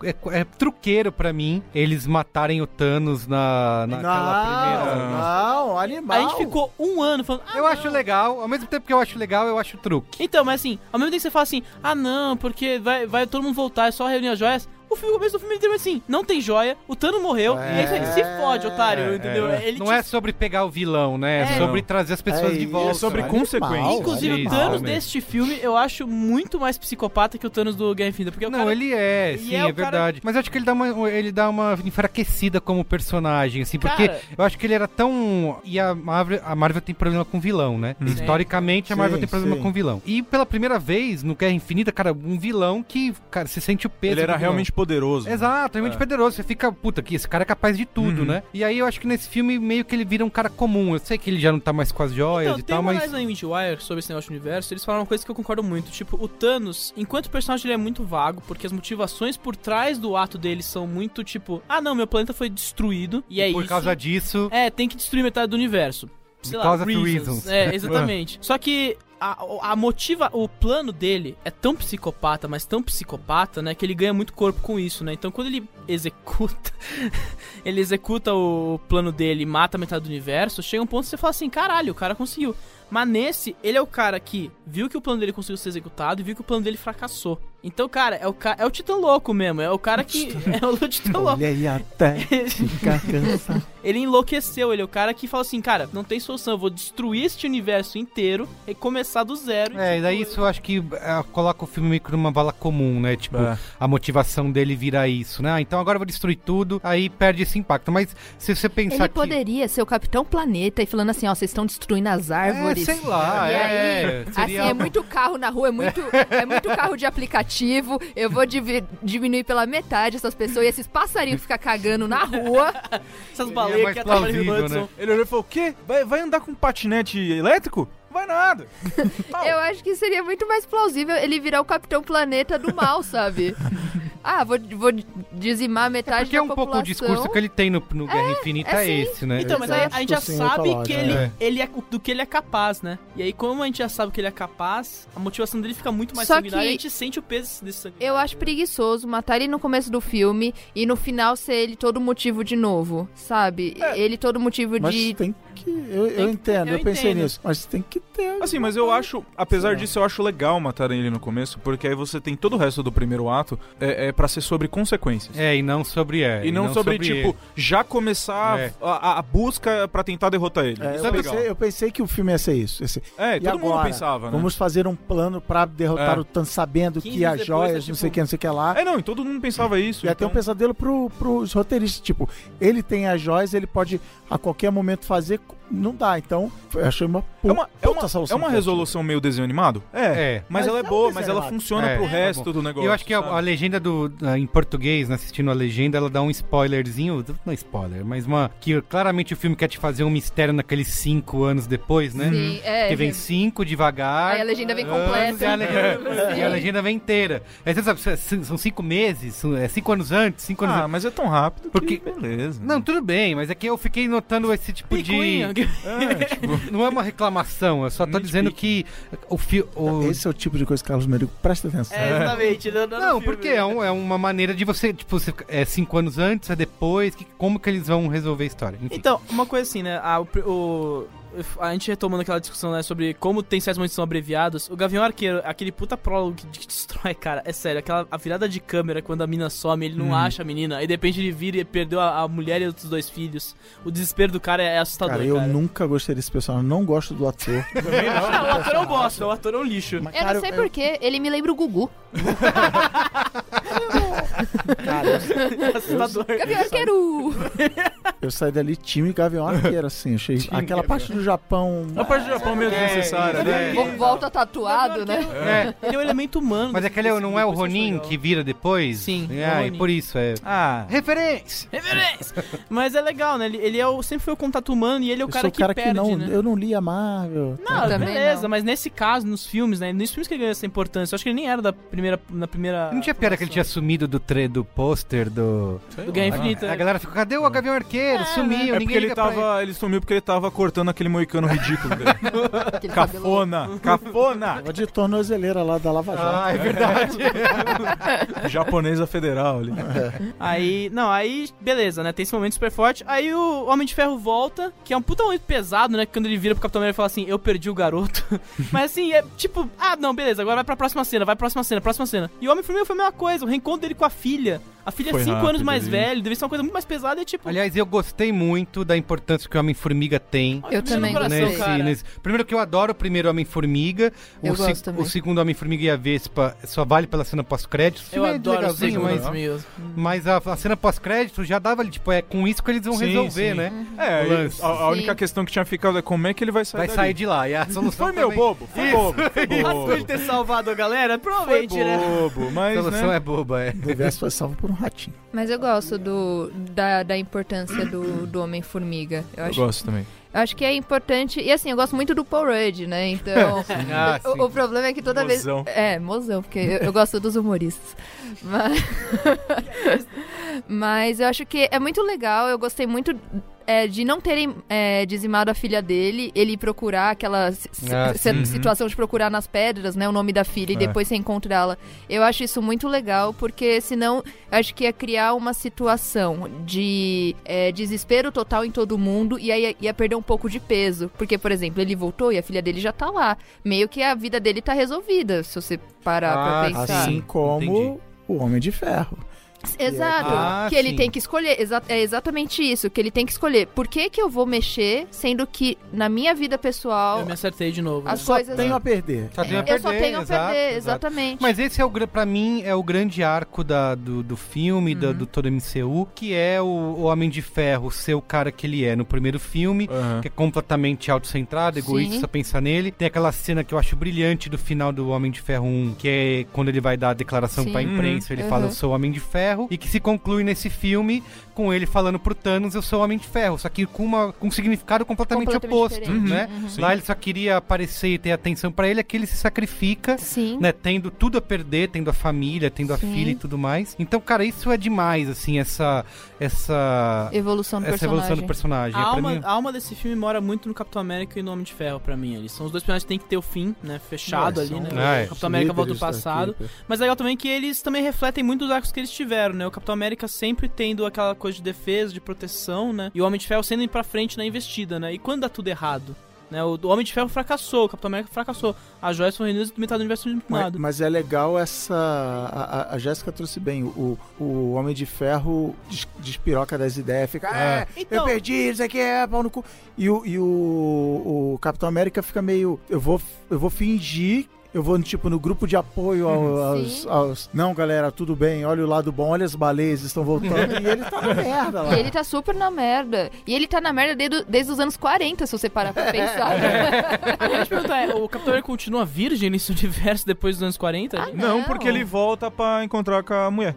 é, é truqueiro pra mim eles matarem o Thanos na, naquela primeira.
Não, animal.
A gente ficou um ano falando. eu
É acho legal, ao mesmo tempo que eu acho legal, eu acho truque.
Então, mas assim, ao mesmo tempo que você fala assim, ah não, porque vai, vai todo mundo voltar, é só reunir as joias. O filme começa o filme inteiro assim, não tem joia, o Tano morreu, e é isso aí, se fode, otário, entendeu?
É,
Ele
não
te-
é sobre pegar o vilão, né? É,
É.
sobre
Não.
trazer as pessoas
É
de
isso,
volta.
é sobre
né?
consequências. Inclusive, o
Isso,
Thanos
exatamente.
deste filme eu acho muito mais psicopata que o Thanos do Guerra Infinita. Porque o
Não,
cara-
ele é, sim,
E é
é,
o cara-
verdade. Mas eu acho que ele dá uma, um, ele dá uma enfraquecida como personagem, assim, porque
Cara-
eu acho que ele era tão. E a Marvel, a Marvel tem problema com vilão, né?
Hum.
Sim.
Historicamente, a Marvel
Sim,
tem problema
sim.
com vilão. E pela primeira vez, no Guerra Infinita, cara, um vilão que, cara, você sente o peso.
Ele era
do vilão.
realmente poderoso.
Exato, realmente
É.
poderoso. Você fica, puta, que esse cara é capaz de tudo,
Uhum.
né? E aí eu acho que nesse filme meio que ele vira um cara comum. Eu sei que ele já não tá mais com as joias
Não,
e
Então, tem um-
tal,
uma
mas.
análise na IndieWire sobre esse negócio de universo, eles falaram uma coisa que eu concordo muito. Tipo, o Thanos, enquanto o personagem ele é muito vago, porque as motivações por trás do ato dele são muito tipo, ah não, meu planeta foi destruído, e, é
por
isso.
causa disso.
É, tem que destruir metade do universo. Sei lá,
Because of
reasons.
reasons.
É, exatamente. Só que a, a motiva, o plano dele é tão psicopata, mas tão psicopata, né, que ele ganha muito corpo com isso, né? Então quando ele executa, <laughs> ele executa o plano dele e mata metade do universo, chega um ponto que você fala assim, caralho, o cara conseguiu. Mas nesse, ele é o cara que viu que o plano dele conseguiu ser executado e viu que o plano dele fracassou. Então, cara, é o, ca é o titã louco mesmo, é o cara
<laughs>
que... é o titã louco.
Olhei
<laughs>
até ficar cansado.
Ele enlouqueceu, ele é o cara que fala assim, cara, não tem solução, eu vou destruir este universo inteiro e começar começar do zero.
É, e daí isso eu acho que é, coloca o filme meio que numa vala comum, né? Tipo,
É.
a motivação dele vira isso, né? Ah, então agora eu vou destruir tudo, aí perde esse impacto. Mas se você pensar
Ele
que.
poderia ser o Capitão Planeta e falando assim, ó, vocês estão destruindo as árvores.
É, sei lá,
E
é,
aí, assim,
seria-
é muito carro na rua, é muito, é muito carro de aplicativo, eu vou divi- diminuir pela metade essas pessoas e esses passarinhos ficam cagando na rua.
Essas
Baleia que atrapalha o Hudson. Ele olhou e falou: o quê? Vai, vai andar com um patinete elétrico? Vai <laughs> nada.
Eu acho que seria muito mais plausível ele virar o Capitão Planeta do mal, sabe? Ah, vou, vou dizimar metade
Porque
da
é um pouco o
população.
discurso que ele tem no, no Guerra Infinita, é,
sim.
esse, né?
Então, mas aí a gente já sabe que ele,
É.
ele é, do que ele é capaz, né? E aí, como a gente já sabe que ele é capaz, a motivação dele fica muito mais
Só
sanguinária e a
que-
gente sente o peso desse sangue.
Eu acho preguiçoso matar ele no começo do filme e no final ser ele todo motivo de novo, sabe?
É.
Ele todo motivo
Mas
de.
tem que. Eu, eu entendo, eu, pensei nisso. Mas tem que ter.
Assim, mas eu acho, apesar disso, eu acho legal matarem ele no começo, porque aí você tem todo o resto do primeiro ato é, é para ser sobre consequências.
É, e não sobre é.
E não, sobre, tipo,
ele.
já começar
É.
a, a- a busca pra tentar derrotar ele.
É,
Isso é
eu,
legal.
pensei, eu pensei que o filme ia ser isso. ia ser,
É,
"E
todo mundo
agora,
pensava, né?"
Vamos fazer um plano pra derrotar
É.
o Tan sabendo
15
que as
depois
joias,
é
né?
não
tipo-
sei o que, não sei o que lá.
É, não, e todo mundo pensava isso.
E até
então...
um pesadelo pro, pros roteiristas. Tipo, ele tem as joias, ele pode a qualquer momento fazer. Não dá. Então, eu achei uma puta
É uma, é uma, é
solução.
uma resolução meio desenho animado? É. Mas, ela é
um
boa,
desenho
mas ela
animado.
funciona pro resto do negócio.
Eu acho que a, a legenda do ah, em português, né, assistindo a legenda, ela dá um spoilerzinho, não é spoiler, mas uma que claramente o filme quer te fazer um mistério naqueles cinco anos depois, né?
Sim, é.
Que vem cinco devagar.
Aí a legenda vem
anos,
completa.
Ah, E a
<laughs>
legenda,
Sim.
e a legenda vem inteira. Aí você sabe, é são- são cinco meses, são- é cinco anos antes, cinco anos
Ah,
antes.
mas é tão rápido
Porque...
beleza.
Não, tudo bem, mas é que eu fiquei notando esse tipo
Picuinha.
de.
<laughs>
É, tipo, não é uma reclamação, eu só tô dizendo que o, fi... o
Esse é o tipo de coisa, Carlos Merigo, presta atenção.
<laughs> É, exatamente. Não,
Tá
né? não,
Não, porque é, um- é uma maneira de você, tipo, você, é cinco anos antes, é depois, que- como que eles vão resolver a história? Enfim.
Então, uma coisa assim, né? A, o pr- o- a gente retomando aquela discussão, né? Sobre como tem certos momentos que são abreviados. O Gavião Arqueiro, aquele puta prólogo que, que destrói, cara. É sério, aquela a virada de câmera quando a mina some, ele não
Hum.
acha a menina. Aí de repente ele vira e perdeu a, a mulher e os dois filhos. O desespero do cara é, é assustador.
Cara, eu nunca gostei desse personagem, não gosto do ator.
Não, o ator eu gosto, o ator <laughs> é um lixo.
Eu não sei porquê, ele me lembra o Gugu.
Assustador.
Gabriel Arqueiro!
Eu saí dali time Gavião Arqueiro, assim. Achei aquela parte do Japão.
A parte do Japão meio desnecessária, É né?
Vo- Volta tatuado, né?
<laughs>
É.
Ele é um elemento humano.
Mas aquele é- não é o Ronin
assim,
que vira depois? Sim.
é o
É,
Ronin.
e por isso é.
Ah.
Referência!
Referência! Mas é legal, né? Ele, ele é o, sempre foi o contato humano e ele é
Eu
o cara
sou o
que
cara que,
perde,
não.
né?
Eu não li a Marvel.
Não,
Também
beleza, mas nesse caso, nos filmes, né? Nos filmes que ele ganhou essa importância. Eu acho que ele nem era da primeira. Na primeira
Não tinha piada que ele tinha sumido do, tre do pôster do.
Do Guerra Infinita.
é, A galera ficou, cadê o Gavião Arqueiro? Sumiu,
ah, É porque
ninguém
ele
liga pra
tava. Ele sumiu porque ele tava cortando aquele moicano ridículo dele.
<laughs>
Cafona, cafona!
Tava de tornozeleira lá da Lava Jato.
Ah, é verdade. <laughs> Japonesa federal ali.
É.
Aí, não, aí, beleza, né? Tem esse momento super forte. Aí o Homem de Ferro volta, que é um puta momento pesado, né? Quando ele vira pro Capitão América e fala assim: Eu perdi o garoto. <laughs> Mas assim, é tipo, ah, não, beleza, agora vai pra próxima cena, vai pra próxima cena, próxima cena. E o Homem-Formiga foi a mesma coisa, o reencontro dele com a filha. A filha é
Foi
5
rápido
anos mais
ali.
velha, deve ser uma coisa muito mais pesada e tipo.
Aliás, eu gostei muito da importância que o Homem-Formiga tem.
Eu também gostei. cara.
Primeiro que eu adoro o primeiro Homem-Formiga.
Eu
o,
gosto também.
o segundo Homem-Formiga e a Vespa só vale pela cena pós-crédito.
Eu adoro né? o
é legalzinho,
segundo
né?
mas,
mesmo.
mas a, a cena pós-crédito já dava ali, tipo, é com isso que eles vão
Sim,
resolver,
sim.
né?
É,
O lance.
a, a única questão que tinha ficado é como é que ele vai sair
Vai
dali.
sair de lá, e a solução
Foi meu
também-
bobo, foi
Isso,
bobo, foi
isso.
bobo.
Pode ter salvado a galera? Provavelmente, né?
bobo, mas,
A solução
né?
é boba, é.
Deveria foi salvo por um ratinho.
Mas eu gosto do, da, da importância do, do Homem-Formiga. Eu, acho,
gosto também.
eu acho que é importante. E assim, eu gosto muito do Paul Rudd, né? Então.
<laughs> Ah, sim.
o, o problema é que toda
Mozão.
vez. É, mozão, porque eu, eu gosto dos humoristas. Mas. <laughs> Mas eu acho que é muito legal, eu gostei muito. é, de não terem é, dizimado a filha dele, ele procurar aquela si- si-
Ah,
si-
sim.
situação de procurar nas pedras, né, o nome da filha e
É.
depois você encontrá-la. Eu acho isso muito legal, porque senão acho que ia criar uma situação de é, desespero total em todo mundo e aí ia, ia perder um pouco de peso. Porque, por exemplo, ele voltou e a filha dele já tá lá. Meio que a vida
Ah,
Ah,
dele tá resolvida, se você parar pra pensar.
assim como o Homem de Ferro.
Exato,
Ah,
que ele
sim.
tem que escolher, exa- é exatamente isso, que ele tem que escolher. Por que que eu vou mexer, sendo que na minha vida pessoal...
Eu me acertei de novo.
As coisas-
É.
Tenho a perder.
Só tenho Tá a
Eu
perder,
só tenho a
exato,
perder,
exato.
exatamente.
Mas esse é o gra- pra mim é o grande arco da, do, do filme,
Uhum.
da- do todo MCU, que é o, o Homem de Ferro ser o cara que ele é no primeiro filme, que é completamente autocentrado, egoísta,
Sim.
só pensar nele. Tem aquela cena que eu acho brilhante do final do Homem de Ferro 1, que é quando ele vai dar a declaração
Sim.
pra imprensa,
Uhum.
ele fala
Uhum.
eu sou o Homem de Ferro, e que se conclui nesse filme com ele falando pro Thanos eu sou o Homem de Ferro, só que com, uma, com um significado completamente,
Completamente
oposto,
diferente.
né?
Uhum. Sim.
Lá ele só queria aparecer e ter atenção pra ele, aqui ele se sacrifica,
Sim.
né, tendo tudo a perder, tendo a família, tendo
Sim.
a filha e tudo mais. Então, cara, isso é demais, assim, essa essa
Evolução do
essa evolução do personagem.
A
É, pra
alma,
mim-
a alma desse filme mora muito no Capitão América e no Homem de Ferro, pra mim. Eles são os dois personagens que tem que ter o fim, né? Fechado
Não,
ali,
são
né?
Ah, é.
O Capitão América volta do
líderes da
passado.
equipe.
Mas é legal também que eles também refletem muito os arcos que eles tiveram, né? O Capitão América sempre tendo aquela coisa de defesa, de proteção, né? E o Homem de Ferro sendo indo pra frente na investida, né? E quando dá tudo errado? Né? O o Homem de Ferro fracassou, o Capitão América fracassou. A Joyce foi reunidas do metade do universo
Mas,
eliminado.
mas é legal essa. A, a- a Jéssica trouxe bem. O, o Homem de Ferro des, despiroca das ideias, fica.
É.
"Ah,
Então-
eu perdi, isso aqui é pau no cu. E, o, e o, o Capitão América fica meio. Eu vou, eu vou fingir. Eu vou, tipo, no grupo de apoio ao- aos,
Sim.
aos- Não, galera, tudo bem. Olha o lado bom, olha as baleias estão voltando. e ele tá na merda lá.
E ele tá super na merda. E ele tá na merda desde, desde os anos 40, se você parar pra
<laughs>
pensar.
Deixa eu te perguntar, é, o Capitão América continua virgem nesse universo depois dos anos 40?
não. porque ele volta pra encontrar com a mulher.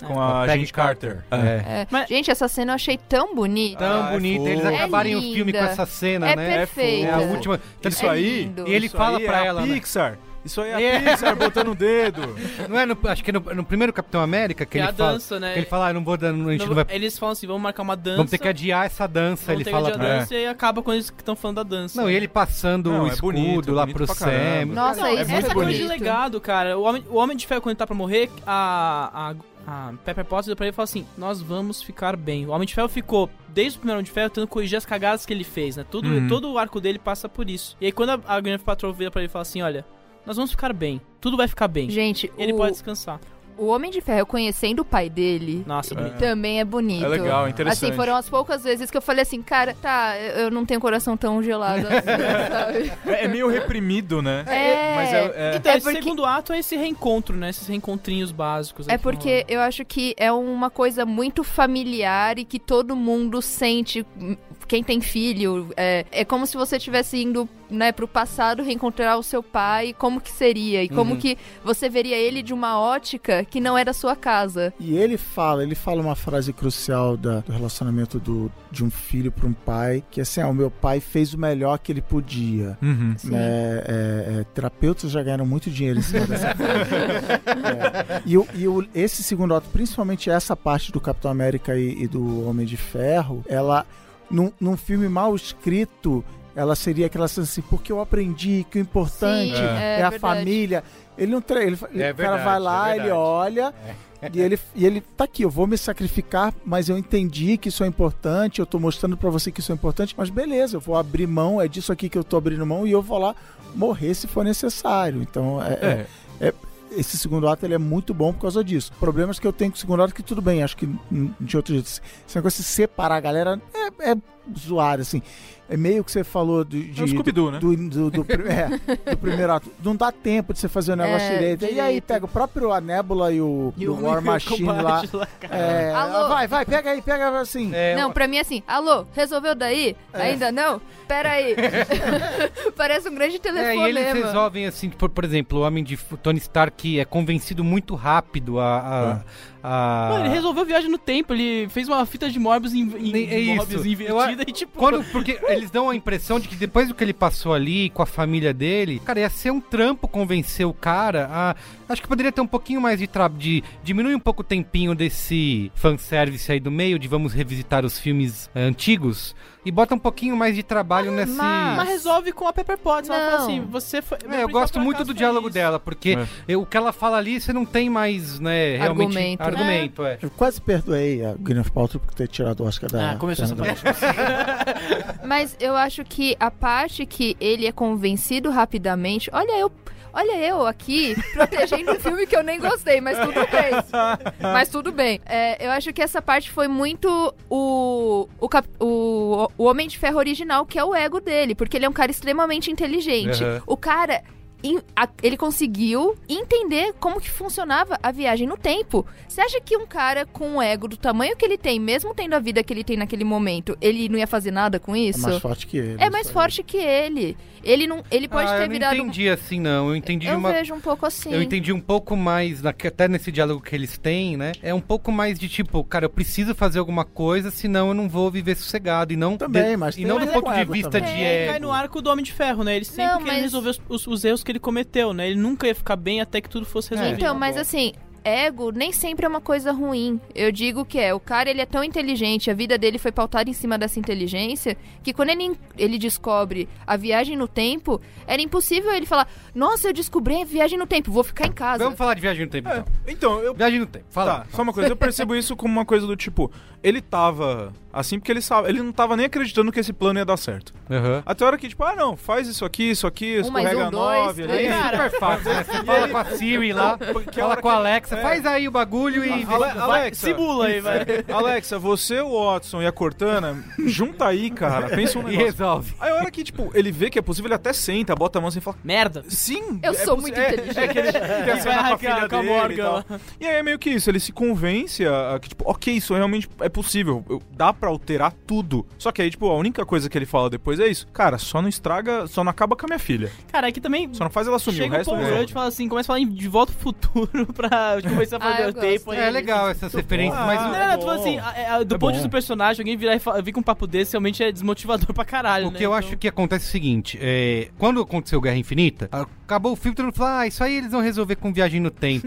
Com a,
Peggy
Agente Carter.
É.
É. Gente, essa cena eu achei tão bonita.
Tão
Ah, é
bonita, eles
fofo.
acabarem
É
o filme com
linda.
essa cena,
É
né?
perfeita.
É a última. Tanto
Isso
que-
aí.
E ele
isso
fala
aí
pra
é a
ela. né?
Pixar. Isso aí é
É.
a Pixar botando o dedo.
Não é no- acho que é no, no primeiro Capitão América que
É
ele
a
fala.
dança, né?
que ele fala, ah, não vou dar, a gente não,
Não,
vai.
Eles falam assim, vamos marcar uma dança.
Vamos ter que adiar essa dança,
Vamos
ele
ter
fala.
que adiar a dança e aí acaba quando eles que estão falando da dança.
Não, e ele passando
Não,
o
é
escudo
bonito, é
lá
bonito
pro
pra
Sam.
caramba.
Nossa,
Não, é
isso,
muito
essa coisa de
bonito.
legado, cara. O homem, o homem de Ferro, quando ele tá pra morrer, a, a, a Pepper Potts deu pra ele e falou assim, nós vamos ficar bem. O Homem de Ferro ficou, desde o primeiro Homem de Ferro, tentando corrigir as cagadas que ele fez, né? Tudo,
Uhum.
Todo o arco dele passa por isso. E aí quando a, a Gwyneth Paltrow vira pra ele e fala assim, olha, nós vamos ficar bem. Tudo vai ficar bem.
Gente,
Ele
o-
pode descansar.
O Homem de Ferro, conhecendo o pai dele,
Nossa, bonito.
também é bonito.
É legal, é interessante.
Assim, foram as poucas vezes que eu falei assim, cara, tá, eu eu não tenho coração tão gelado assim, sabe?
É, é meio reprimido, né?
É.
Mas é, é-
Então,
É
esse
porque-
segundo ato é esse reencontro, né? Esses reencontrinhos básicos.
É
aqui.
porque eu acho que é uma coisa muito familiar e que todo mundo sente. hum, Quem tem filho, é, é como se você estivesse indo né, pro passado reencontrar o seu pai, como que seria? E como
Uhum.
que você veria ele de uma ótica que não é da sua casa.
E ele fala, ele fala uma frase crucial da- do relacionamento do, de um filho para um pai, que é assim, ah, o meu pai fez o melhor que ele podia.
Uhum.
Né, é, é, terapeutas já ganharam muito dinheiro em cima
<laughs>
dessa frase. É. E, o- e o- esse segundo ato, principalmente essa parte do Capitão América e, e do Homem de Ferro, ela, num, num filme mal escrito, ela seria aquela sensação assim, porque eu aprendi que o importante
Sim, é.
é, a
É verdade.
família. Ele não tre- ele, fa-
É
o cara
verdade,
vai
é
lá, ele
verdade. É.
olha e ele e ele tá aqui, eu vou me sacrificar, mas eu entendi que isso é importante, eu tô mostrando pra você que isso é importante, mas beleza, eu vou abrir mão, é disso aqui que eu tô abrindo mão e eu vou lá morrer se for necessário. Então, é, é- é- esse segundo ato ele é muito bom por causa disso. Problemas que eu tenho com o segundo ato que tudo bem, acho que hum, de outro jeito, esse negócio de separar a galera é, é zoado assim. É meio que você falou do, de,
É o Scooby-Doo,
do,
né?
do, do- do prim- é, do primeiro ato. Não dá tempo de você fazer o negócio
É,
direito. E aí, pega o próprio a Nebula e o,
E
do
o- e
War
o
Machine lá.
combate lá, cara.
É,
Alô?
Vai, vai, pega aí, pega assim.
um,
não, pra mim é assim, alô, resolveu daí?
É.
Ainda não? Pera
<laughs>
aí. <laughs> Parece um grande
É, e
telefonema.
eles resolvem assim, por, por exemplo, o homem de o Tony Stark é convencido muito rápido a. a,
É.
a-
Mano, ele resolveu a viagem no tempo, ele fez uma fita de Morbius, em, em,
É isso.
Morbius
Eu a-
invertida e tipo...
Quando, porque eles dão a impressão de que depois do que ele passou ali com a família dele, cara, ia ser um trampo convencer o cara a. Acho que poderia ter um pouquinho mais de trabalho. De, diminuir um pouco o tempinho desse fanservice aí do meio, de vamos revisitar os filmes eh, antigos. E bota um pouquinho mais de
Ah,
trabalho nesse.
Mas resolve com a Pepper Potts. Ela fala assim, você foi...
É, eu gosto muito do diálogo dela, porque eu- o que ela fala ali, você não tem mais, né, realmente
Argumento.
argumento, é.
Eu quase perdoei a Gwyneth Paltrow por ter tirado o Oscar da...
Ah, começou essa
Fernanda.
Mas eu acho que a parte que ele é convencido rapidamente. Olha, eu. Olha eu aqui protegendo um filme que eu nem gostei, mas tudo bem. Mas tudo bem. É, eu acho que essa parte foi muito o, o, cap- o, o Homem de Ferro original, que é o ego dele, porque ele é um cara extremamente inteligente.
Uhum.
O cara. in- a- Ele conseguiu entender como que funcionava a viagem no tempo. Você acha que um cara com um ego do tamanho que ele tem, mesmo tendo a vida que ele tem naquele momento, ele não ia fazer nada com isso?
É mais forte que ele.
É mais forte que ele. Ele não, ele pode
ah,
ter
eu não
virado. um-
entendi assim, não. Eu entendi de
Eu
uma...
vejo um pouco assim.
Eu entendi um pouco mais, na- até nesse diálogo que eles têm, né? É um pouco mais de tipo, cara, eu preciso fazer alguma coisa, senão eu não vou viver sossegado. E não, de- e não do ponto de vista de
É,
é,
Ele cai
ego.
no arco do Homem de Ferro, né? Ele sempre
Não,
queria
mas-
resolver os, os- os erros que ele cometeu, né? Ele nunca ia ficar bem até que tudo fosse
É.
resolvido.
Então, mas assim, ego nem sempre é uma coisa ruim. Eu digo que é, o cara ele é tão inteligente, a vida dele foi pautada em cima dessa inteligência, que quando ele, ele descobre a viagem no tempo, era impossível ele falar, nossa, eu descobri a viagem no tempo, vou ficar em casa.
Vamos falar de viagem no tempo, então.
Então, eu...
Viagem no tempo, fala.
Tá, só uma coisa, eu percebo isso como uma coisa do tipo, ele tava assim porque ele sabe, ele não tava nem acreditando que esse plano ia dar certo.
Aham.
Até a hora que, tipo, ah não, faz isso aqui, isso aqui,
Um mais
escorrega
um, dois,
nove, né?
três.
ali.
Cara, super fácil, né? Você
E
fala
aí-
com a Siri lá,
<laughs> Porque a
fala
hora
com a
que-
Alexa,
é.
faz aí o bagulho e...
Ale-
vai-
Alexa,
simula aí,
isso. <laughs> É um
vai.
Alexa, você, o Watson e a Cortana, junta aí, cara. Pensa um
<laughs>
E
negócio.
resolve.
Aí a hora que, tipo, ele vê que é possível, ele até senta, bota a mão assim e fala...
Merda.
Sim.
Eu sou
possi-
muito
é,
inteligente.
É
<laughs>
que ele tem a
E
cena
vai
com a
hackear
filha
com a
dele e
Morgan
tal. E aí é meio que isso, ele se convence a, a que, tipo, ok, isso realmente é possível. eu- dá pra alterar tudo. Só que aí, tipo, a única coisa que ele fala depois é isso. Cara, só não estraga, só não acaba com a minha filha.
Cara, aqui também.
Só não faz ela sumir, o
Chega um
resto...
Paul
eu resolvo.
Rudd e fala assim, começa a falar em de volta pro futuro <laughs> pra tipo, começar a fazer
Ah, eu
o tempo.
gosto. É legal essas referências,
Ah,
mas-
<laughs> Não,
é
não, tô
bom.
falando assim, a- a- do ponto
É bom.
de vista do personagem, alguém virar e fa- vir com um papo desse realmente é desmotivador <laughs> pra caralho, né? Então,
O que eu acho que acontece é o seguinte: é, quando aconteceu Guerra Infinita, acabou o filme, todo mundo falou, ah, isso aí eles vão resolver com viagem no
<laughs>
tempo.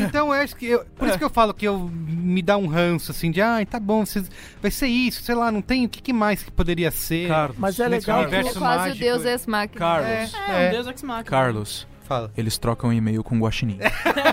então eu acho que. eu- por
É.
isso que eu falo que eu me dá um ranço, assim, de, ah, tá bom, vocês- vai ser isso, sei lá, não tem, o que, que mais que poderia
assim,
ser?
Mas é
nesse
legal que-
universo
É quase
mágico.
o Deus ex machina.
Carlos.
É,
um Deus ex machina.
Carlos.
Fala.
Eles trocam e-mail com o Guaxinim. <laughs>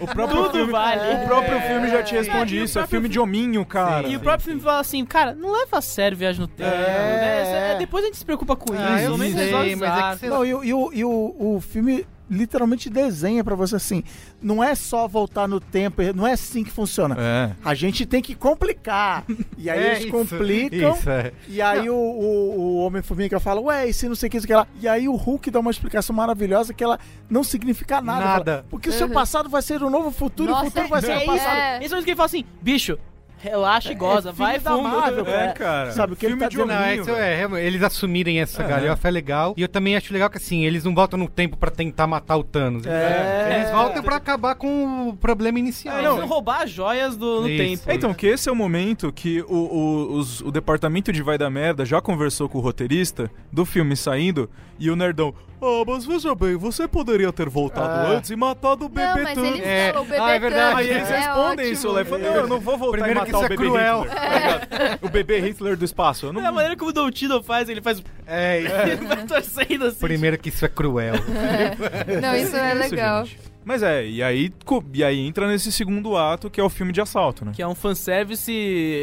o
Tudo vale.
O próprio filme já te responde
Cara, e o
isso. É
próprio
filme de hominho, cara.
E o próprio filme fala assim, cara, não leva a sério viagem no tempo. né? Essa- é, Depois a gente se preocupa com
Ah,
isso. pelo menos
é
resolve os arcos.
Não, e, o- e o, e o, o filme literalmente desenha pra você assim, não é só voltar no tempo, não é assim que funciona.
É.
A gente tem que complicar. E aí
É
eles
isso,
complicam.
isso, é.
E aí o, o, o Homem-Formiga fala, ué, e se não sei o que, isso que lá. E aí o Hulk dá uma explicação maravilhosa que ela não significa nada. Ela
Nada.
fala, Porque o seu
Uhum.
passado vai ser o novo futuro e o futuro vai ser
é
o passado.
Isso, é isso que ele fala assim, bicho, relaxa e goza,
é
vai é.
filme da
fundo.
Marvel,
né,
né,
cara. É.
É,
Sabe o que ele tá
Não, é, isso é, realmente, eles assumirem essa
É.
galhofa é legal. E eu também acho legal que assim, eles não voltam no tempo pra tentar matar o Thanos.
É.
Eles voltam pra acabar com o problema inicial.
É, eles vão roubar as joias do no tempo.
Então, que esse é o momento que o, o- os- o departamento de Vai da Merda já conversou com o roteirista do filme saindo e o nerdão. Ah, mas veja bem, você poderia ter voltado
Ah.
É.
antes e matado o bebê
mas eles
Tanto."
É. falam, o bebê Ah, é verdade.
Aí
Tanto,
eles
é
respondem
ótimo.
isso, lá, e falam, não, eu não vou voltar
Primeiro
e
que
matar
isso
o
é
bebê
cruel.
Hitler. tá ligado? O bebê Hitler do espaço. Eu não...
É a maneira como o Don Tiddle faz,
<laughs>
ele faz...
É,
ele vai torcendo assim.
<laughs> Primeiro que isso é cruel.
Não, isso é legal.
gente. Mas é, e aí, co- e aí entra nesse segundo ato que é o filme de assalto, né?
Que é um fanservice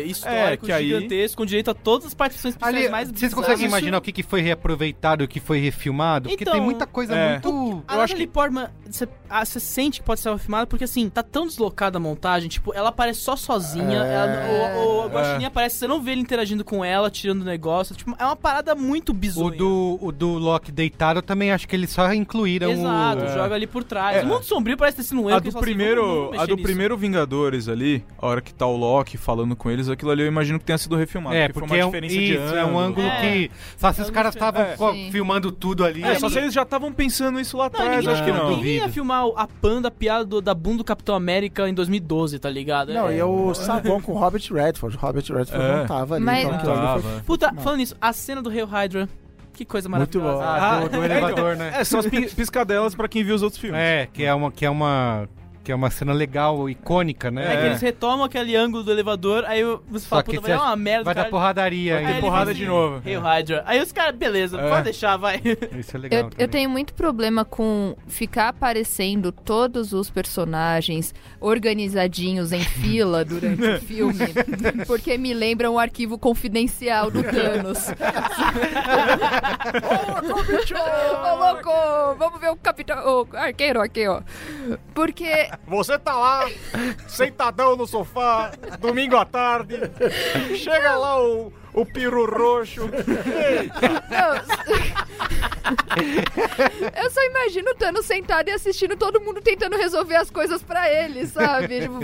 histórico,
É, que aí-
gigantesco, com direito a todas as participações
Ali,
mais
vocês
bizarras.
conseguem imaginar o que, que foi reaproveitado, o que foi refilmado? Porque tem muita coisa
é.
muito.
A Natalie Portman, você ah, você sente que pode ser filmada, porque assim, tá tão deslocada a montagem, tipo, ela aparece só sozinha,
É.
ela- o, o, o Guaxinim
É.
aparece, você não vê ele interagindo com ela, tirando negócio, tipo, é uma parada muito bizonha.
O do, o do Loki deitado eu também acho que eles só
é
incluíram
Exato,
o.
joga ali por trás.
É.
O mundo sombrio parece ter sido um erro.
um- A
que
do
eles falam assim, vamos-
primeiro,
vamos
a
mexer
do
nisso.
primeiro Vingadores ali, a hora que tá o Loki falando com eles, aquilo ali eu imagino que tenha sido refilmado.
É,
foi
porque
uma
é um,
diferença de
isso, é um ângulo que. Só se os caras estavam co- filmando tudo ali.
É, só se eles já estavam pensando isso lá
Não,
atrás,
ninguém,
acho que é não.
ninguém ia filmar o- a panda a piada do- da bunda do Capitão América em 2012, tá ligado?
Não,
É.
e é o Sabão com o Robert Redford. O Robert Redford
É.
não tava ali.
Mas-
então aquilo ali foi- foi
Puta,
filmado.
falando nisso, a cena do Hail Hydra, que coisa
Muito
maravilhosa.
bom.
Ah,
do- do <laughs>
é,
elevador, né?
É, são as pi- piscadelas pra quem viu os outros filmes.
É, que é uma. Que é uma... Que é uma cena legal, icônica, né?
É, que eles retomam aquele ângulo do elevador, aí você fala,
que
puta, vai dar
você
uma
acha-
merda.
vai dar
caralho.
porradaria
Aí
ainda.
ele
Porrada
diz,
de novo.
Hail Hydra. Aí os caras, beleza,
É.
pode deixar, vai.
Isso é
Eu, eu tenho muito problema com ficar aparecendo todos os personagens organizadinhos em fila durante o filme, porque me lembra um arquivo confidencial do Thanos. Ô, louco, vamos ver o Capitão o arqueiro aqui, ó. Porque
Você tá lá, sentadão no sofá, domingo à tarde. Chega lá o, o peru roxo.
eu só imagino o Thanos sentado e assistindo todo mundo tentando resolver as coisas pra ele, sabe? Tipo,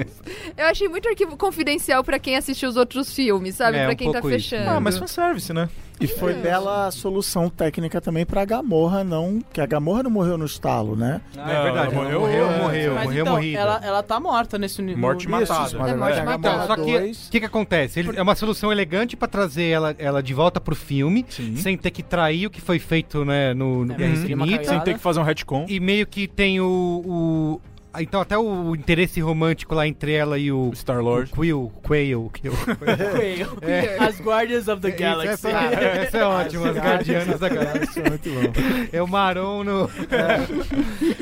eu achei muito arquivo confidencial pra quem assistiu os outros filmes, sabe? pra quem tá fechando.
Ah, mas fanservice, né?
E foi dela a solução técnica também pra Gamorra não... Que a Gamorra não morreu no estalo, né?
Não, é verdade, ela morreu, morreu, morreu, morreu,
Mas
morreu
então,
morrida.
Ela, ela tá morta nesse universo.
Isso, isso,
né?
mas é. Então, só que o que, que acontece? Ele- é uma solução elegante pra trazer ela, ela de volta pro filme, sem ter que trair o que foi feito né, no, no
É,
Guerra
mas seria uma
Infinita.
cagada. Sem ter que fazer um retcon.
E meio que tem o... o- ah, então, até o interesse romântico lá entre ela e o. Star Lord. Quill. Quail. <laughs> Quail.
É. As Guardians of the
<laughs> Isso,
Galaxy.
Essa, essa é ótima, as Guardianas da Galáxia. Muito bom. É o Maron no. <laughs>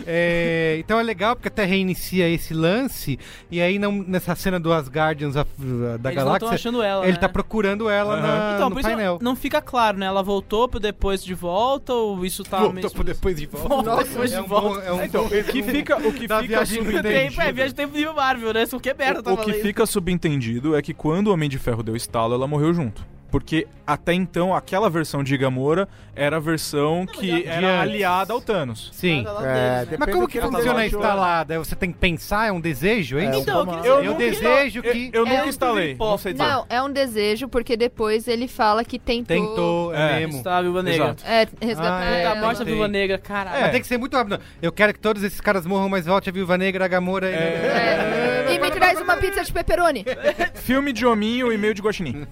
É, então é legal porque até reinicia esse lance. E aí, não, nessa cena do As Guardians of- da
Eles não
Galáxia.
tão achando ela,
Ele
né?
tá procurando ela na,
então,
no
por isso
painel.
não fica claro, né? Ela voltou pro depois de volta ou isso tá
Voltou
mesmo...
pro depois de volta.
Volta
Nossa,
depois
é
de
um
volta.
bom- é um Então, bom- o que fica- o que Da fica
<laughs>
viagem no subentendido-
tempo, é, viagem tempo nível Marvel, né? Isso que merda
O
tava
que
lendo.
fica subentendido é que quando o Homem de Ferro deu estalo, ela morreu junto. Porque até então, aquela versão de Gamora era a versão que era aliada ao Thanos.
Sim. Mas como É, que funciona a instalada? Você tem que pensar, é um desejo, é
É,
isso?
Então, eu queria
eu,
saber.
desejo
Eu-
que.
eu nunca
É um
instalei, não sei dizer.
Não, é um desejo, porque depois ele fala que tentou.
Tentou, é, mesmo.
Está tá, a Viúva Negra.
Exato. É,
É, resgatar
Ah,
ela.
morte da Viúva Negra, caralho.
Mas tem que ser muito rápido. Eu quero que todos esses caras morram, mas volte a Viúva Negra, a Gamora e...
É. E me traz uma pizza de pepperoni.
É. Filme de hominho e meio de guaxinim.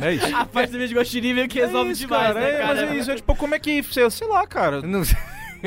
é isso.
A parte do vídeo de Guaxinim meio que resolve
isso,
demais,
cara,
né,
é,
cara?
Mas é isso, é tipo, como é que... Sei, sei lá, cara.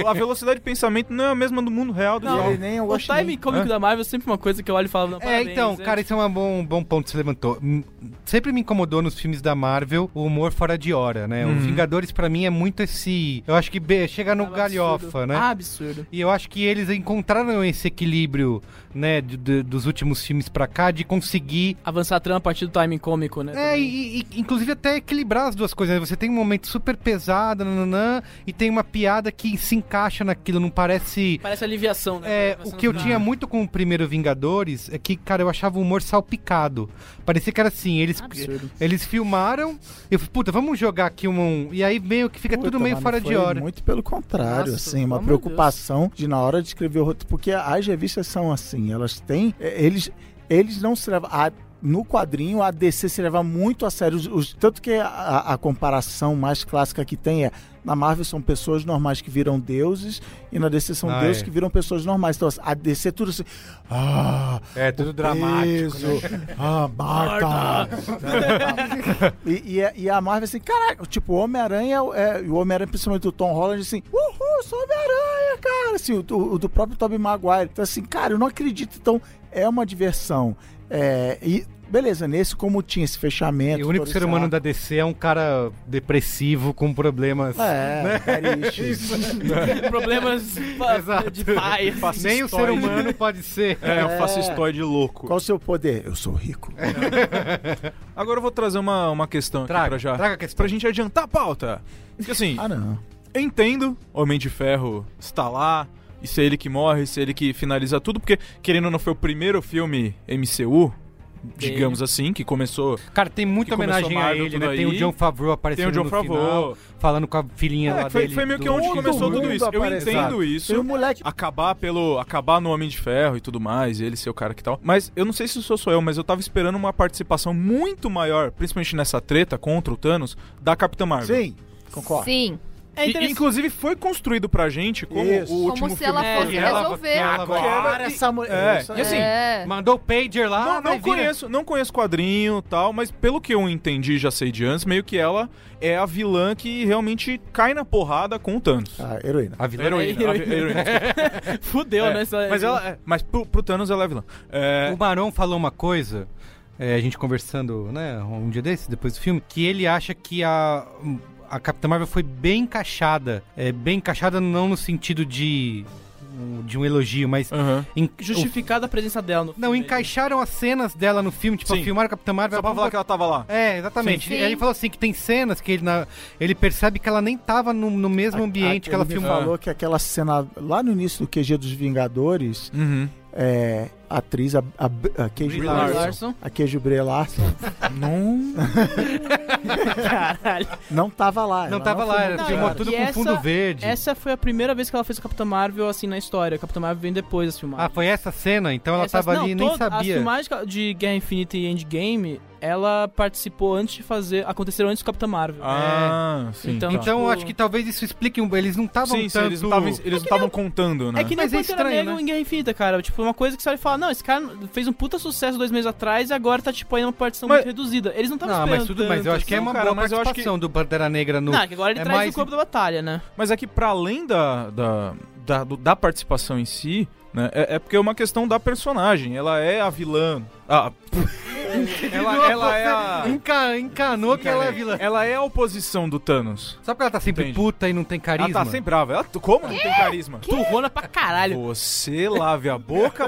A velocidade de pensamento não é a mesma do mundo real do
Não,
jogo.
ele nem é o o Guaxinim. timing cômico
Hã?
da Marvel é sempre uma coisa que eu olho e falo...
É, então, cara,
tá
isso é um bom, um bom ponto que você levantou. Hum, Sempre me incomodou nos filmes da Marvel o humor fora de hora, né?
Uhum.
O Vingadores, pra mim, é muito esse. Eu acho que be- chega no galhofa,
Ah.
né?
Absurdo.
E eu acho que eles encontraram esse equilíbrio, né, de- de- dos últimos filmes pra cá, de conseguir.
Avançar a trama a partir do timing cômico, né?
É, e, e- inclusive até equilibrar as duas coisas. né? Você tem um momento super pesado, nananã, e tem uma piada que se encaixa naquilo, não parece.
Parece aliviação, né?
É, o que eu tinha muito com o primeiro Vingadores é que, cara, eu achava o humor salpicado. Parecia que era assim, eles,
Absurdo.
eles filmaram, eu falei, puta, vamos jogar aqui um- um. E aí meio que fica tudo
Puta,
meio
mas
fora
não foi
de hora.
Muito pelo contrário,
Nossa,
assim, uma
pelo amor de
preocupação de na hora de escrever o roteiro, porque as revistas são assim, elas têm, é, eles, eles não se levam a- no quadrinho, a DC se leva muito a sério. Os- os- tanto que a, a comparação mais clássica que tem é: na Marvel são pessoas normais que viram deuses, e na DC são
Ah,
deuses
é.
que viram pessoas normais. Então, a DC é tudo assim. Ah,
É, tudo dramático, né?
Ah, Marta! e, e a- e a Marvel assim, caraca, tipo, o Homem-Aranha, é, e o Homem-Aranha, principalmente o Tom Holland, assim, uhul, sou Homem-Aranha, cara! Assim, o, do- o do próprio Tobey Maguire. Então, assim, cara, eu não acredito. Então, é uma diversão. É, e, beleza, nesse, como tinha esse fechamento.
E o único
todo
ser
esse
humano
arco,
da DC é um cara depressivo com problemas.
É, carícios.
<laughs> Problemas
<laughs>
de paz. <laughs>
Nem o ser humano pode ser.
É, um fascistoide louco.
Qual o seu poder? Eu sou rico.
<laughs> Agora eu vou trazer uma, uma questão aqui pra já.
traga a
Pra gente adiantar a pauta. Porque assim.
ah, não.
Entendo, Homem de Ferro está lá. E se é ele que morre, se é ele que finaliza tudo, porque, querendo ou não, foi o primeiro filme MCU, digamos assim, que começou.
Cara, tem muita
que começou
homenagem a
Marvel,
ele,
tudo
né? Tem o
aí.
John Favreau aparecendo
Tem o John
no
Favreau.
final, falando com a filhinha
É,
lá
foi,
dele.
foi meio que
do-
onde começou tudo
mundo
isso. Eu
aparece.
entendo
Exato.
isso.
E o moleque-
Acabar pelo. Acabar no Homem de Ferro e tudo mais, e ele ser o cara que tal. Mas eu não sei se sou só eu, mas eu tava esperando uma participação muito maior, principalmente nessa treta contra o Thanos, da Capitã Marvel.
Sim, concordo.
Sim.
É
E, inclusive foi construído pra gente como
Isso.
o
Como
último
se
filme
ela
que
fosse
ela-
resolver.
que ela vai-
Agora essa mulher-
É,
essa-
e assim,
É.
Mandou o pager lá.
não, não
Ah, vai vir. né?
conheço, não conheço quadrinho e tal, mas pelo que eu entendi, já sei de antes, meio que ela é a vilã que realmente cai na porrada com o Thanos.
Ah, heroína.
A
vilã heroína.
Heroína.
a vi- heroína, desculpa.
Fudeu,
É,
né? Essa-
Mas, ela, é, mas pro, pro Thanos ela é vilã. É,
O Barão falou uma coisa, é, a gente conversando, né, um dia desse, depois do filme, que ele acha que a, a Capitã Marvel foi bem encaixada. É, bem encaixada não no sentido de um- de um elogio,
Ah.
mas.
Justificada a presença dela no
Não, encaixaram as cenas dela no filme, tipo, filmaram o Capitão Marvel.
Só pra falar que ela
tava lá.
É, exatamente.
Sim.
E aí Ele falou assim que tem cenas que ele, na- ele percebe que ela nem tava no, no mesmo ambiente que ela
Ele me
filmou.
falou que aquela cena lá no início do QG dos Vingadores,
Uhum.
é, a atriz, a, a, a Queijo
Brie
Larson.
Larson.
A Queijo Brie Larson. não.
<laughs> Caralho.
Não tava lá. ela foi muito clara.
E essa- Essa foi a primeira vez que ela fez o Capitão Marvel assim na história. O Capitão Marvel vem depois da filmagem.
Ah, foi essa cena? Então ela
Essas-
tava
não,
ali e nem
toda- As
sabia.
filmagens de Guerra Infinita e Endgame, ela participou antes de fazer. Aconteceram antes do Capitão Marvel.
Ah,
É.
sim.
Então,
Então,
tipo-
acho que talvez isso explique. um- Eles não estavam tanto...
Sim, sim, eles não tavam- eles não tavam contando, né?
É que nem
Mas
Mas
é
Pantera
estranho,
Negra
né?
em Guerra Infinita, cara. Tipo, uma coisa que você olha e fala, não, esse cara fez um puta sucesso dois meses atrás e agora tá, tipo, aí uma partição muito reduzida. Eles não estavam
Não,
esperando
mas tudo, mas
tanto,
eu acho que é
assim,
uma
cara,
boa
mas eu acho
participação do Pantera Negra no...
Não, que agora ele
é
traz
mais-
o corpo da batalha, né?
Mas é que pra além da, da, da, do- da participação em si, né, é, é porque é uma questão da personagem. Ela é a vilã.
<laughs>
Ah, ela, ela é a.
Enca, encanou que ela é vilã.
Ela é a oposição do Thanos.
Só porque ela tá sempre puta e não tem carisma.
Ela tá sempre brava. Ela, como não tem carisma?
Turrona pra caralho.
Você lave a boca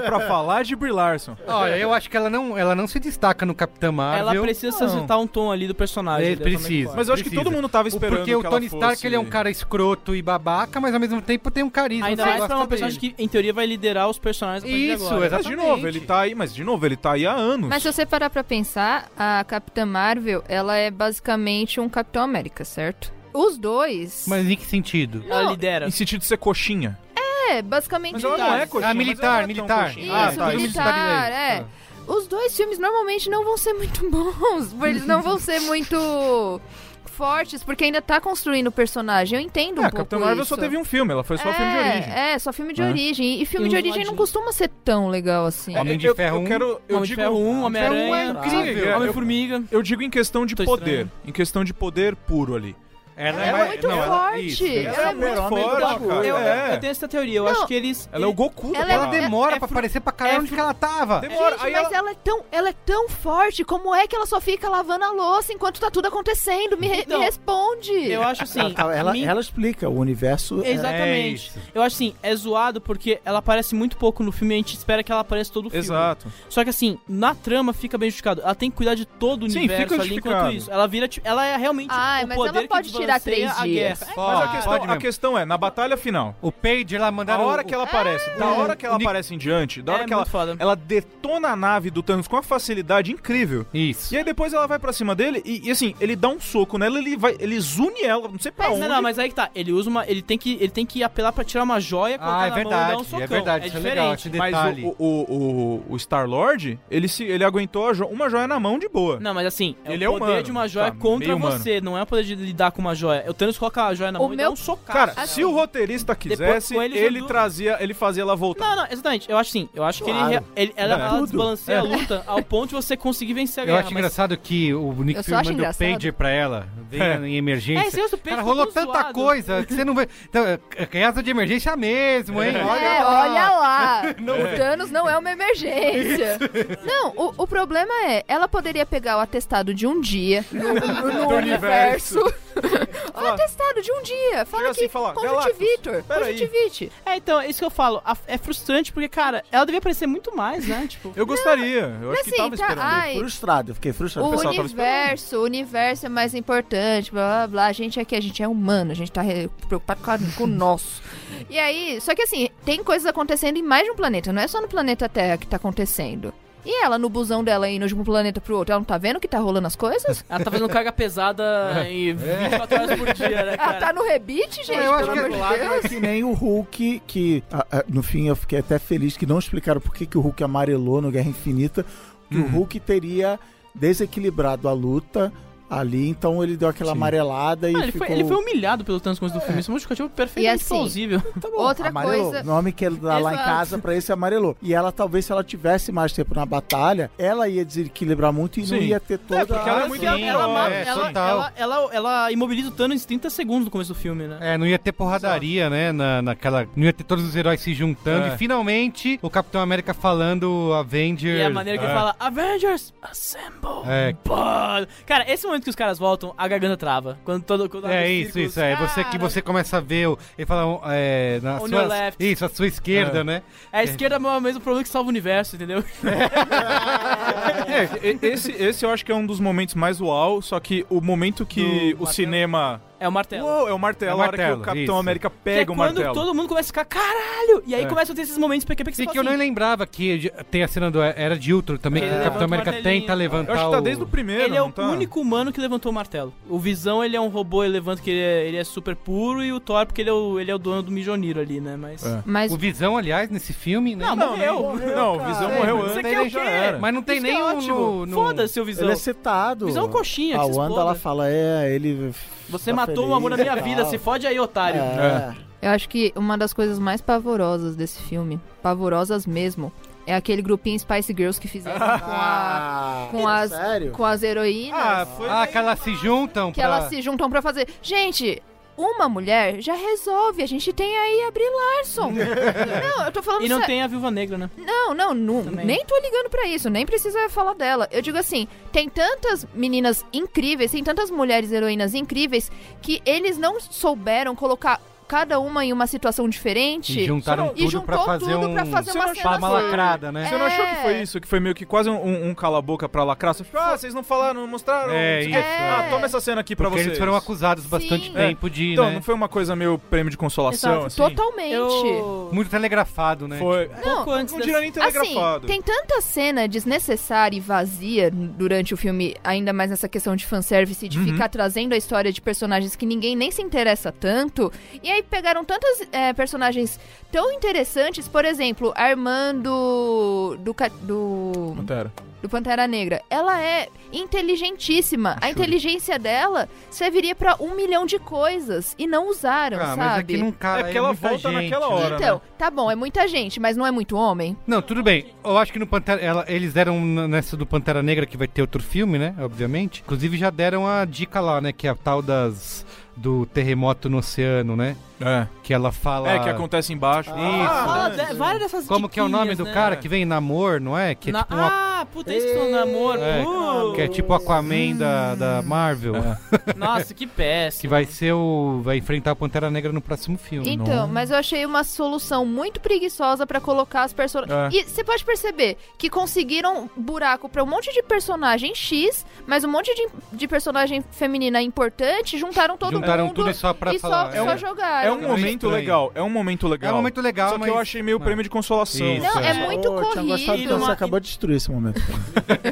<laughs>
pra falar de Brie Larson.
Olha, eu acho que ela não, ela não se destaca no Capitão Marvel.
Ela precisa suscitar um tom ali do personagem.
Ele
dela também,
precisa.
claro.
precisa. O- Porque o Tony Stark ele é um cara escroto e babaca, mas ao mesmo tempo tem um carisma.
Ainda
você
mais
gosta
pra é uma personagem
dele.
que, em teoria, vai liderar os personagens a partir de
Isso,
agora. né?
Mas de novo, ele tá aí, mas de novo, ele tá aí há anos.
Mas se você parar pra pensar, a Capitã Marvel, ela é basicamente um Capitão América, certo? Os dois.
Mas em que sentido?
Ela lidera.
Em sentido de ser coxinha.
É, basicamente.
Mas ela não é coxinha, Ah, mas militar, ela não é tão militar.
Isso,
coxinha. Ah, tá, isso.
militar, é.
Ah.
Os dois filmes normalmente não vão ser muito <laughs> bons, porque eles não vão ser muito fortes, porque ainda tá construindo o personagem. Eu entendo um
Ah,
pouco
Capitã Marvel
isso.
só teve um filme, ela foi só
é,
filme de origem.
É, só filme de
Né?
origem. E filme
E
de
um
origem não
ladinho.
costuma ser tão legal assim.
É, eu- eu quero- eu
Homem de
digo-
Ferro um,
Homem de
Homem-Aranha,
Ferro um é incrível.
Homem-Formiga.
Eu- Eu digo em questão de
Tô
poder.
estranho.
Em questão de poder puro ali.
Ela,
é mais- muito não, ela- forte. isso, isso.
Ela é muito
Ela é muito
forte,
forte.
cara.
Eu-
é.
eu tenho essa teoria, eu acho que eles-
Ela é o Goku do
Ela,
cara.
É,
demora pra aparecer pra caralho onde que ela tava.
Demora.
Gente,
Aí
mas
ela-
ela... é tão, ela é tão forte, como é que ela só fica lavando a louça enquanto tá tudo acontecendo? Me, re-
Então,
me responde.
Ah, tá, Ela, ela,
a assim, mim-
ela explica, o universo. é-
Exatamente. eu acho assim, é zoado porque ela aparece muito pouco no filme e a gente espera que ela apareça
um
todo o filme.
Exato.
Só que assim, na trama fica bem justificado. Ela tem que cuidar de todo o
Sim,
universo
fica
ali
justificado.
enquanto isso. Ela vira tipo, ela é realmente
Ai,
o
mas
poder
ela
que
pode tirar
desbalanceia
três
a
dias.
guerra.
Mas a questão, a questão é, na batalha final.
O Page lá mandaram.
A hora que ela aparece, da
o-
hora que ela
o Nick-
aparece em diante, da hora
É,
que ela,
muito foda.
ela detona a nave do Thanos com uma facilidade incrível.
Isso.
E aí depois ela vai pra cima dele e, e assim, ele dá um soco nela, ele vai, ele zune ela, não sei pra
Mas,
onde.
não, não, mas aí que tá. Ele usa uma. Ele tem que, ele tem que apelar pra tirar uma joia, colocar
Ah, é
na mão e
verdade,
dar um socão.
é verdade, isso é legal,
diferente.
esse
Mas o, o, o, o Star-Lord, ele, se- ele aguentou a jo- uma joia na mão de boa.
Não, mas assim, é
Ele
ele
é
o poder
humano.
de uma joia
Tá,
contra
meio humano.
você, não é o poder de lidar com uma joia. O Thanos coloca a joia na
O
mão e dá
meu-
um socaço.
Cara,
nela.
se o roteirista quisesse,
com ele
ele,
já du-
trazia, ele fazia ela voltar.
Não, não, exatamente. Eu acho sim. Eu acho que
Claro.
ele, ele- ela,
É.
ela
Tudo.
desbalanceia
É.
a luta ao ponto de você conseguir vencer a
Eu
guerra.
acho
mas-
engraçado que o Nick
Eu só acho
Fury manda o
engraçado.
Pager pra ela, vem
É.
em emergência.
É, esse uso do Pager
Cara,
tá
rolou
todo
tanta
zoado.
coisa que você não vê. Então, é, Casa de emergência mesmo, hein?
É, Olha lá.
Não
o
é.
Thanos <laughs> não é uma emergência. Não, o, o problema é, ela poderia pegar o atestado de um dia no, no- no
Do universo.
<laughs> universo. o atestado de um dia. Fala
Chega assim
que
e fala,
conjuntivitor,
Galactus, peraí.
conjuntivite.
É, então, é isso que eu falo. A- É frustrante porque, cara, ela devia aparecer muito mais, né? <laughs> Tipo,
Eu gostaria. Eu
mas
acho que
assim,
tava
tá-
esperando.
ai,
Frustrado, eu fiquei frustrado.
O
pessoal tava
universo, o universo é mais importante, blá blá blá. A gente aqui, a gente é humano, a gente tá re- preocupado com, a- com o nosso. E aí, só que assim, tem coisas acontecendo em mais de um planeta, não é só no planeta Terra que tá acontecendo. E ela no busão dela indo de um planeta pro outro, ela não tá vendo que tá rolando as
<laughs>
coisas?
ela tá fazendo carga pesada em 24 horas por dia, <laughs> né,
Ela
cara? tá
tá no rebite, gente?
eu acho
pelo
que
amor de
lá-
Deus.
É que nem o Hulk, que ah, ah, no fim eu fiquei até feliz que não explicaram por que, que o Hulk amarelou no Guerra Infinita, que o Hulk teria desequilibrado a luta ali, então ele deu aquela amarelada e
Ah, ele,
ficou...
foi, ele foi humilhado pelo Thanos com do filme. Isso é um justificativo perfeitamente
E assim, <laughs>
plausível.
Outra
Amarelou.
coisa.
O nome que ele dá lá em
Exato.
casa pra esse é amarelou. E ela, talvez, se ela tivesse mais tempo na batalha, ela ia desequilibrar muito e não
Sim.
ia ter toda
É, porque ela é muito
Sim,
ela, mata-
é,
ela,
total.
ela, ela, ela imobiliza o Thanos em 30 segundos no começo do filme, né?
É, não ia ter porradaria, né? Na, naquela. Não ia ter todos os heróis se juntando.
É.
E finalmente o Capitão América falando Avengers.
E a maneira que ele fala, Avengers, assemble.
É, É.
Pô! Cara, esse momento que os caras voltam, a garganta trava. Quando todo quando abre
É
os
isso,
círculos,
isso. É você que você começa a ver o- ele fala um, é, na
On
sua,
your left.
isso, a sua esquerda,
É.
né?
É, a esquerda é o mesmo problema que salva o universo, entendeu?
<laughs>
É, e- esse, esse eu acho que é um dos momentos mais uau, só que o momento que o cinema.
É o martelo.
Uou, é o martelo,
É o
a hora que o
martelo,
Capitão
isso.
América
Que
pega
é
o
quando
martelo.
todo mundo começa a ficar, caralho! E aí
É.
começam a ter esses momentos PQP que você
E
fala
que eu nem
assim,
lembrava que ele- tem a cena do Era de Ultron também, que o Capitão América tenta levantar tá
tá
o...
Ele é o único humano que levantou o martelo. O Visão, ele é um robô, ele levanta que ele é, ele é super puro, e o Thor, porque ele é o, ele é o dono do Mijoniro ali, né? Mas...
É. O Visão, aliás, nesse filme... né?
Não, não, morreu.
Não, o Visão morreu antes.
Você
Ele
quer o
já
quê?
era.
é Mas não tem
Isso
nem
que é
um
ótimo.
no- no-
Foda-se o Visão.
Ele é citado.
Visão é um coxinha,
A
que se
Wanda,
exploda.
ela fala, é, ele...
Você
tá
matou
feliz
o amor da minha
e
vida,
tal.
se fode aí, otário.
É.
Eu acho que uma das coisas mais pavorosas desse filme, pavorosas mesmo, é aquele grupinho Spice Girls que fizeram com, a- com as, com as heroínas.
Ah, ah, que elas se juntam
que
pra...
elas se juntam pra fazer. Gente, uma mulher já resolve. A gente tem aí a Brie Larson. não, eu tô
É.
falando
E não
sé-
tem a Viúva Negra, né?
Não, não, não nem tô ligando pra isso, nem precisa falar dela. Eu digo assim, tem tantas meninas incríveis, tem tantas mulheres heroínas incríveis que eles não souberam colocar cada uma em uma situação diferente
E juntaram
e
tudo pra
juntou
fazer
tudo
um-
pra fazer
Você
uma
não
cena
achou-
só.
lacrada, né?
Você não achou que foi isso? Que foi meio que quase um, um, um cala-boca pra lacrar? Você ficou, ah, vocês não falaram, não mostraram.
É,
não sei o
isso,
quê.
é.
Ah, toma essa cena aqui pra
Porque
vocês.
eles foram acusados bastante
É.
tempo de,
Então,
né?
não foi uma coisa meio prêmio de
Exato,
consolação, assim?
Totalmente.
Muito telegrafado, né?
Foi.
Não,
não diria nem telegrafado.
Assim, tem tanta cena desnecessária e vazia durante o filme, ainda mais nessa questão de fanservice, de
Uhum.
ficar trazendo a história de personagens que ninguém nem se interessa tanto. E aí pegaram tantas é, personagens tão interessantes, por exemplo, a irmã do. do. ca- do,
Pantera.
do Pantera Negra. Ela é inteligentíssima. A inteligência dela serviria pra um milhão de coisas. E não usaram,
Ah,
sabe?
mas é que não cabe, É porque é ela muita volta gente, naquela né? hora,
Então,
né?
tá bom, é muita gente, mas não é muito homem.
Não, tudo bem. Eu acho que no Pantera. ela- eles deram n- nessa do Pantera Negra, que vai ter outro filme, né? Obviamente. Inclusive já deram a dica lá, né? Que é a tal das. Do terremoto no oceano, né?
É.
Que ela fala.
É, que acontece embaixo.
Isso.
né?
Fala de- várias dessas
Como que é o nome
diquinhas,
do
né?
cara que vem Namor, não é? Que é
Na-
tipo uma.
Ah, puta, isso que é um namoro.
É, que é tipo Aquaman da,
Ah.
da Marvel. né?
Nossa, que péssimo.
que vai ser o. Vai enfrentar a Pantera Negra no próximo filme. É um
Então, mas eu achei uma solução muito preguiçosa pra colocar as personagens.
É.
E você pode perceber que conseguiram buraco pra um monte de personagem X, mas um monte de, de personagem feminina importante, juntaram todo
Juntaram
mundo
tudo e só pra
e
falar.
só,
É
só
um-
jogaram.
É um momento
estranho.
legal, é um momento legal.
É um momento legal,
Só que eu
mas-
achei meio prêmio de consolação.
Isso,
Não, é muito
Pô, eu tinha gostado
corrido.
tanto, você acabou de destruir esse momento.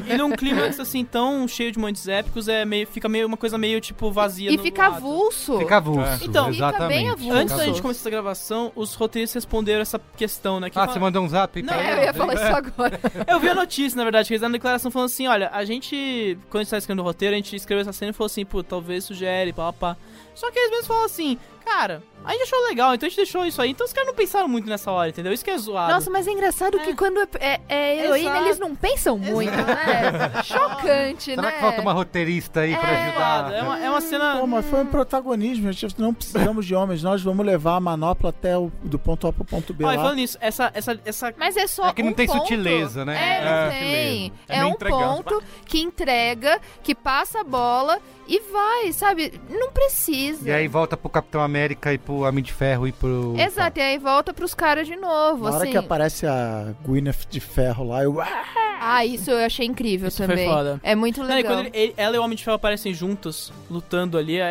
E num clímax assim tão cheio de momentos épicos, é meio, fica meio uma coisa meio tipo vazia.
E
no
fica
lado.
avulso.
Fica avulso,
Então,
exatamente.
bem avulso.
Antes da gente começar essa gravação, os roteiristas responderam essa questão, né? que
Ah,
fala-
você mandou um zap
Não, é,
pra ele?
eu ia falar isso
<laughs>
agora.
Eu vi a notícia, na verdade, que eles deram uma declaração falando assim: olha, a gente, quando a gente tá escrevendo o roteiro, a gente escreveu essa cena e falou assim, pô, talvez sugere, pá, pá. Só que eles mesmos falam assim, cara, a gente achou legal, então a gente deixou isso aí. Então os caras não pensaram muito nessa hora, entendeu? Isso que é zoado.
Nossa, mas é engraçado que quando é, é- é heroína,
Exato.
eles não pensam muito, né? Chocante, né?
Será que falta uma roteirista aí pra ajudar?
É uma, é uma cena.
Pô, mas foi um protagonismo, gente. Não precisamos de homens, nós vamos levar a manopla até o do ponto A pro ponto B.
Ó, e
lá.
falando nisso, essa, essa, essa.
Mas é só.
É que não
um
tem
ponto.
sutileza, né?
É, não
É,
tem.
sutileza.
É,
É bem
um
entregado.
ponto que entrega, que passa a bola e vai, sabe? Não precisa.
E aí volta pro Capitão América e pro Homem de Ferro e pro.
Exato, e aí volta pros caras de novo.
Na hora
assim.
que aparece a Gwyneth de ferro lá, eu... Ah!
Ah, isso eu achei incrível
foi
também.
foda.
É muito
Não, e
legal.
quando ele- ele- ela e o Homem de Ferro aparecem juntos, lutando ali, é,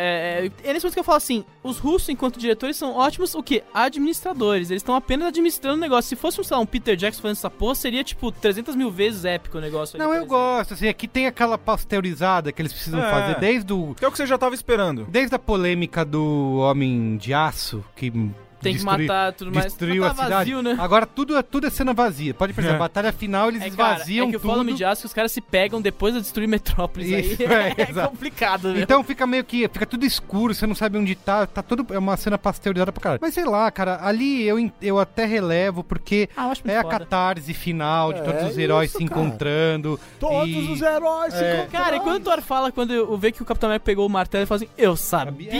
é, é nesse momento que eu falo assim, os russos, enquanto diretores, são ótimos, o quê? Administradores. Eles estão apenas administrando o negócio. Se fosse, sei lá, um Peter Jackson fazendo essa porra, seria, tipo, 300 mil vezes épico o negócio. ali,
Não,
por
eu
exemplo.
gosto, assim, aqui tem aquela pasteurizada que eles precisam
É.
fazer desde o.
Que é o que você já tava esperando.
Desde a polêmica do Homem de Aço, que.
Tem que
destruiu-
matar tudo, mas
Destruiu
tá
a cidade.
vazio, né?
Agora tudo, é- tudo é cena vazia. Pode perceber, a batalha final eles
É, cara,
esvaziam
é que o
tudo.
Follow Me de Aço, os caras se pegam depois de destruir Metrópolis.
Isso,
<laughs> aí
é,
é
exato.
complicado, viu?
Então fica meio que. Fica tudo escuro, você não sabe onde tá. Tá tudo. É uma cena pasteurizada pra caralho. Mas sei lá, cara, ali eu, en- eu até relevo, porque é a catarse final de
É,
todos os
isso,
heróis se
cara.
encontrando.
Todos
e-
os heróis se
É.
encontraram.
é.
Cara, e quando o Thor fala, quando eu vejo que o Capitão América pegou o martelo, ele fala assim, eu sabia!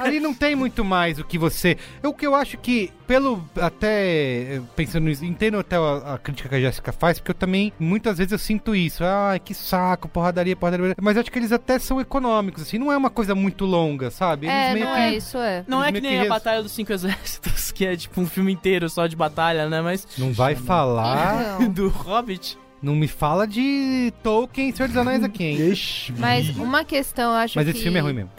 Ali não tem muito mais o que você. O que eu acho que, pelo. Até eh, pensando nisso, entendo até a, a crítica que a Jéssica faz, porque eu também, muitas vezes, eu sinto isso. Ai, que saco, porradaria, porradaria. Mas acho que eles até são econômicos, assim, não é uma coisa muito longa, sabe? Eles
É,
meio
não
que-
é, isso é.
Não é que
meio que
nem a
res-
Batalha dos Cinco Exércitos, <laughs> que é tipo um filme inteiro só de batalha, né? Mas.
Não vai falar.
<laughs> Do Hobbit.
Não me fala de Tolkien e Senhor dos Anéis aqui, hein? <laughs>
Mas uma questão, eu acho
Tipo, Mas
que...
esse filme é ruim mesmo.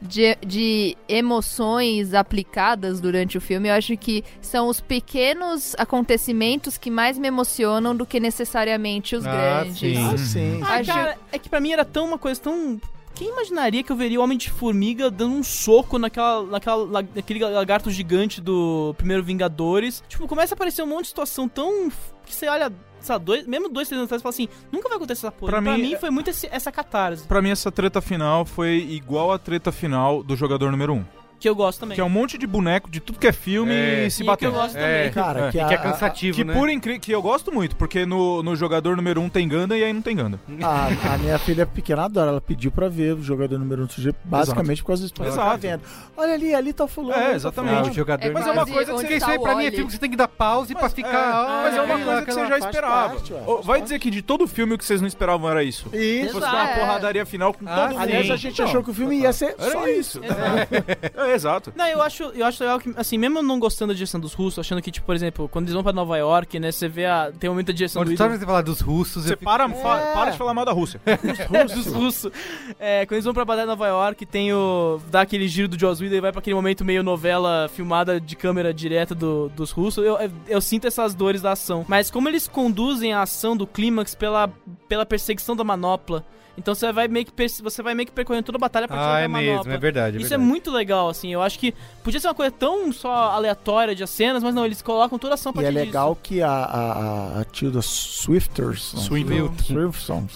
de, de emoções aplicadas durante o filme, eu acho que são os pequenos acontecimentos que mais me emocionam do que necessariamente os
Ah,
grandes.
É.
Uhum.
Ah,
Acho-
cara, é que pra mim era tão uma coisa tão. Quem imaginaria que eu veria o Homem de Formiga dando um soco naquela, naquela, la- naquele lagarto gigante do primeiro Vingadores? Tipo, começa a aparecer um monte de situação tão. f- que você olha, sabe, dois, mesmo dois, três anos atrás, e fala assim: nunca vai acontecer essa porra.
Pra
Pra,
mim- é-
mim, foi muito esse- essa catarse.
Pra mim, essa treta final foi igual à treta final do jogador número 1.
Que eu gosto também.
Que é um monte de boneco de tudo que é filme
É.
e se
E
batendo.
que eu gosto também. Cara, que
a- que é cansativo,
Que
né?
por incrível que eu gosto muito, porque no, no jogador número 1 tem Ganda e aí não tem Ganda.
A, a minha filha pequena adora, ela pediu pra ver o jogador número 1 um sujeito, basicamente por causa do spoiler. Ela tá
Exato.
vendo. Olha ali, ali tá fulano.
É,
ali tá
exatamente.
fulano.
Ah, o jogador É número- quase onde
Porque isso
tá
aí
o
pra mim é
Oli.
filme que você tem que dar pause pra ficar.
É, mas é
"Ai,
uma
lá,
coisa que você
aquela
já
faz
esperava.
parte, ué."
Ô, Vai dizer que de todo filme o que vocês não esperavam era isso.
Isso.
Você dá é uma
É.
É.
Exato.
porradaria final com
Ah,
todo mundo.
aliás, a gente achou que o filme ia ser
Era
só
isso.
isso.
É, exato.
Não, eu acho, eu acho legal que, assim, mesmo eu não gostando da direção dos russos, achando que, tipo, por exemplo, quando eles vão pra Nova York, né, você vê a. Tem um momento da direção
Quando
do
você
ídolo.
você falar dos russos,
Você
eu fico-
para, fa- para de
É.
falar mal da Rússia.
dos russos. É, quando eles vão pra Batalha de Nova York, tem o. dá aquele giro do Joss Whedon e vai pra aquele momento meio novela filmada de câmera direta do- dos russos. Eu, eu- eu sinto essas dores da ação. Mas como eles conduzem a ação do clímax pela, pela perseguição da manopla. Então você vai meio que perse- você vai meio que percorrendo toda a batalha a partir
Ah,
da
é mesmo,
manopla.
é verdade, é
Isso é
verdade.
muito legal, assim. Eu acho que podia ser uma coisa tão só aleatória de cenas, mas não, eles colocam toda a ação a
E é
partir
legal que a, a, a- a Tilda Swifters,
Swinton.
Swinton,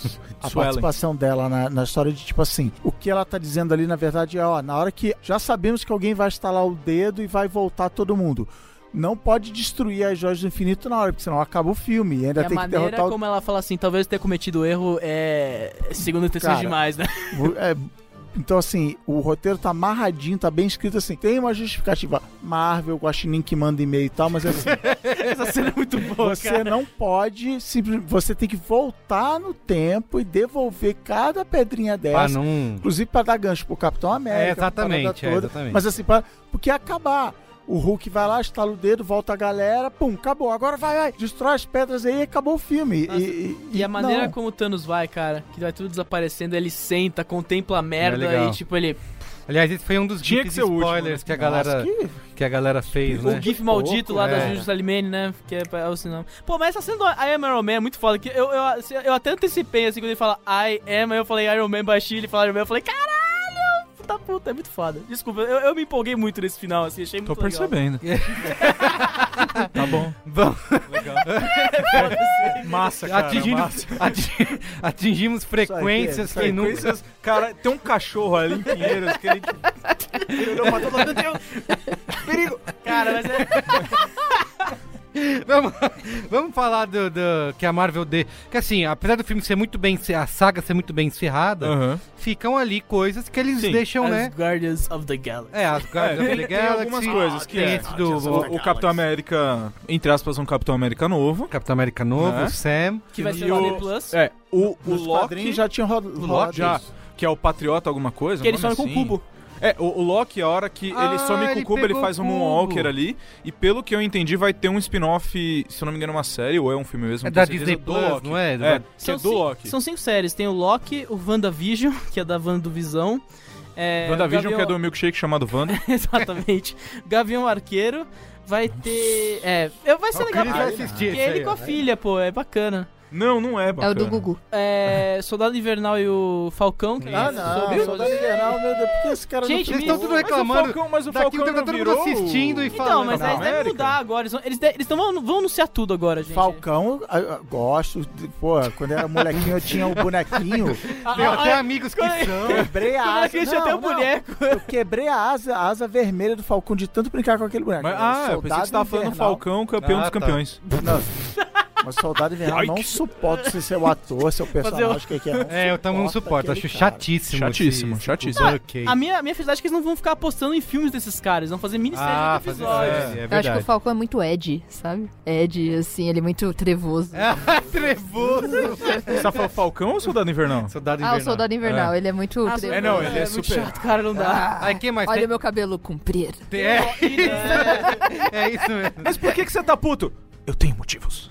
a
Swellen.
participação dela na, na história de tipo assim, o que ela tá dizendo ali na verdade é, ó, na hora que já sabemos que alguém vai estalar o dedo e vai voltar todo mundo. Não pode destruir as joias do infinito na hora, porque senão acaba o filme e ainda
E a
tem que
maneira
derrotar o
como ela fala assim, talvez ter cometido erro é segundo intenções
Cara,
demais, né?
Vo- é, então, assim, o roteiro tá amarradinho, tá bem escrito assim. Tem uma justificativa. Marvel, Guaxinim que manda e-mail e tal, mas é assim.
<laughs> Essa cena é muito boa,
Você
cara.
não pode. simplesmente- Você tem que voltar no tempo e devolver cada pedrinha dessa.
Ah, não-
Inclusive pra dar gancho pro Capitão América.
É,
pra
exatamente,
parada
é,
toda.
exatamente.
Mas assim, pra- porque ia acabar. O Hulk vai lá, estala o dedo, volta a galera, pum, acabou. Agora vai, vai, destrói as pedras aí e acabou o filme. E, e-
E a maneira
não.
como o Thanos vai, cara, que vai tudo desaparecendo, ele senta, contempla
É
a merda
legal.
e tipo ele.
Aliás, esse foi um dos
Tinha
GIFs
que ser o último,
spoilers
né?
que a galera
Nossa,
que... a galera fez, né?
Tipo O GIF maldito lá das
É.
Jujus Alimene, né? Que é, pra- é o sinal. Pô, mas essa cena do I Am Iron Man é muito foda. Que eu, eu, assim, eu até antecipei assim quando ele fala I Am, aí eu falei Iron Man baixinho, ele fala Iron Man, eu falei, caralho! Puta puta, é muito foda. Desculpa, eu, eu me empolguei muito nesse final, assim, achei muito
Tô percebendo.
tá bom.
Vamos.
Legal.
Massa, cara,
Atingindo-
massa.
ati- <laughs> atingimos frequências
Isso aí,
que nunca.
frequências- Cara, tem um cachorro ali em Pinheiros que ele, ele olhou pra todo lado.
um.
Meu Deus, perigo!
Cara, mas é.
<laughs> vamos, vamos falar do, do- que a Marvel dê. Que assim, apesar do filme ser muito bem. encer- A saga ser muito bem encerrada,
Aham.
ficam ali coisas que eles deixam,
As
né?
Guardians of the Galaxy.
É, as Guardians of the
tem, tem
Galaxy.
algumas coisas que
tem
é.
esse do-
o, o Capitão América, entre aspas, um Capitão América novo.
Capitão América novo, o Sam.
Que vai ser
E
o Disney Plus.
É, o, o
Nos
Loki
quadrinhos já tinha rolado.
O Loki já, que é o Patriota alguma coisa?
Que ele
um nome
some com
assim?
o cubo.
É, o, o Loki, a hora que
Ah,
ele some com
ele
o cubo, ele
pegou
faz um
o cubo.
Moonwalker ali. E pelo que eu entendi, vai ter um spin-off, se eu não me engano, uma série ou é um filme mesmo.
É
não
da
tenho certeza,
Disney
do
Plus,
Loki.
não é?
É,
Da-
que é do
cin-
Loki.
São cinco séries. Tem o Loki, o WandaVision, <laughs> que é da WandaVisão. É,
WandaVision,
Gavião-
que é do milkshake chamado Wanda.
<laughs> Exatamente. Gavião Arqueiro. Vai ter... É, eu- vai ser
O
legal.
Cris vai assistir
porque
isso
ele
aí,
com a
ó.
filha, pô. É bacana.
Não, não é bacana. <laughs>
É, Soldado Invernal e o Falcão. Que
Ah,
é
não,
sobre-
eu sou liberal, meu Deus, por que esse cara
Gente,
não
eles tão tudo
Mas o
reclamando.
Falcão-
mas o
Daqui
Falcão
tá
não
todo mundo
virou
assistindo e
Então,
falando.
mas eles
é
devem mudar agora. Eles, vão- eles, de- eles tão- vão, vão anunciar tudo agora, gente.
Falcão, ah, ah, gosto. de- Pô, quando eu era molequinho eu tinha o bonequinho.
Tem
Ah,
é
até
ah,
amigos que
quando-
são.
Quebrei a
Quando
asa.
era criança, eu tenho um boneco.
Eu quebrei a asa, a asa vermelha do Falcão de tanto brincar com aquele boneco.
Mas-
Era um
ah, eu pensei que
soldado
você tava falando
invernal.
Falcão, campeão
Ah,
dos
tá.
campeões.
Mas Soldado Invernal não suporta você ser o ator, seu personagem, o que que é.
É, eu também não suporto, acho chatíssimo.
Chatíssimo,
esse-
chatíssimo.
esse- ok.
Ah, A minha, a minha felicidade é que eles não vão ficar apostando em filmes desses caras, eles vão fazer minissérie
Ah,
de
fazer-
episódios.
é, é
Eu acho que o Falcão é muito Ed, sabe? Ed, assim, ele é muito trevoso.
<laughs> Ah, Trevoso!
Você tá falando Falcão ou Soldado Invernal?
Soldado
Ah, o Soldado Invernal, ele é muito
Ah,
trevoso.
É, não, ele é, super.
cara, não dá.
Aí, quem é mais
Olha
tem?
o meu cabelo comprido.
é
<laughs> É isso mesmo.
Mas por que, que você tá puto? Eu tenho motivos.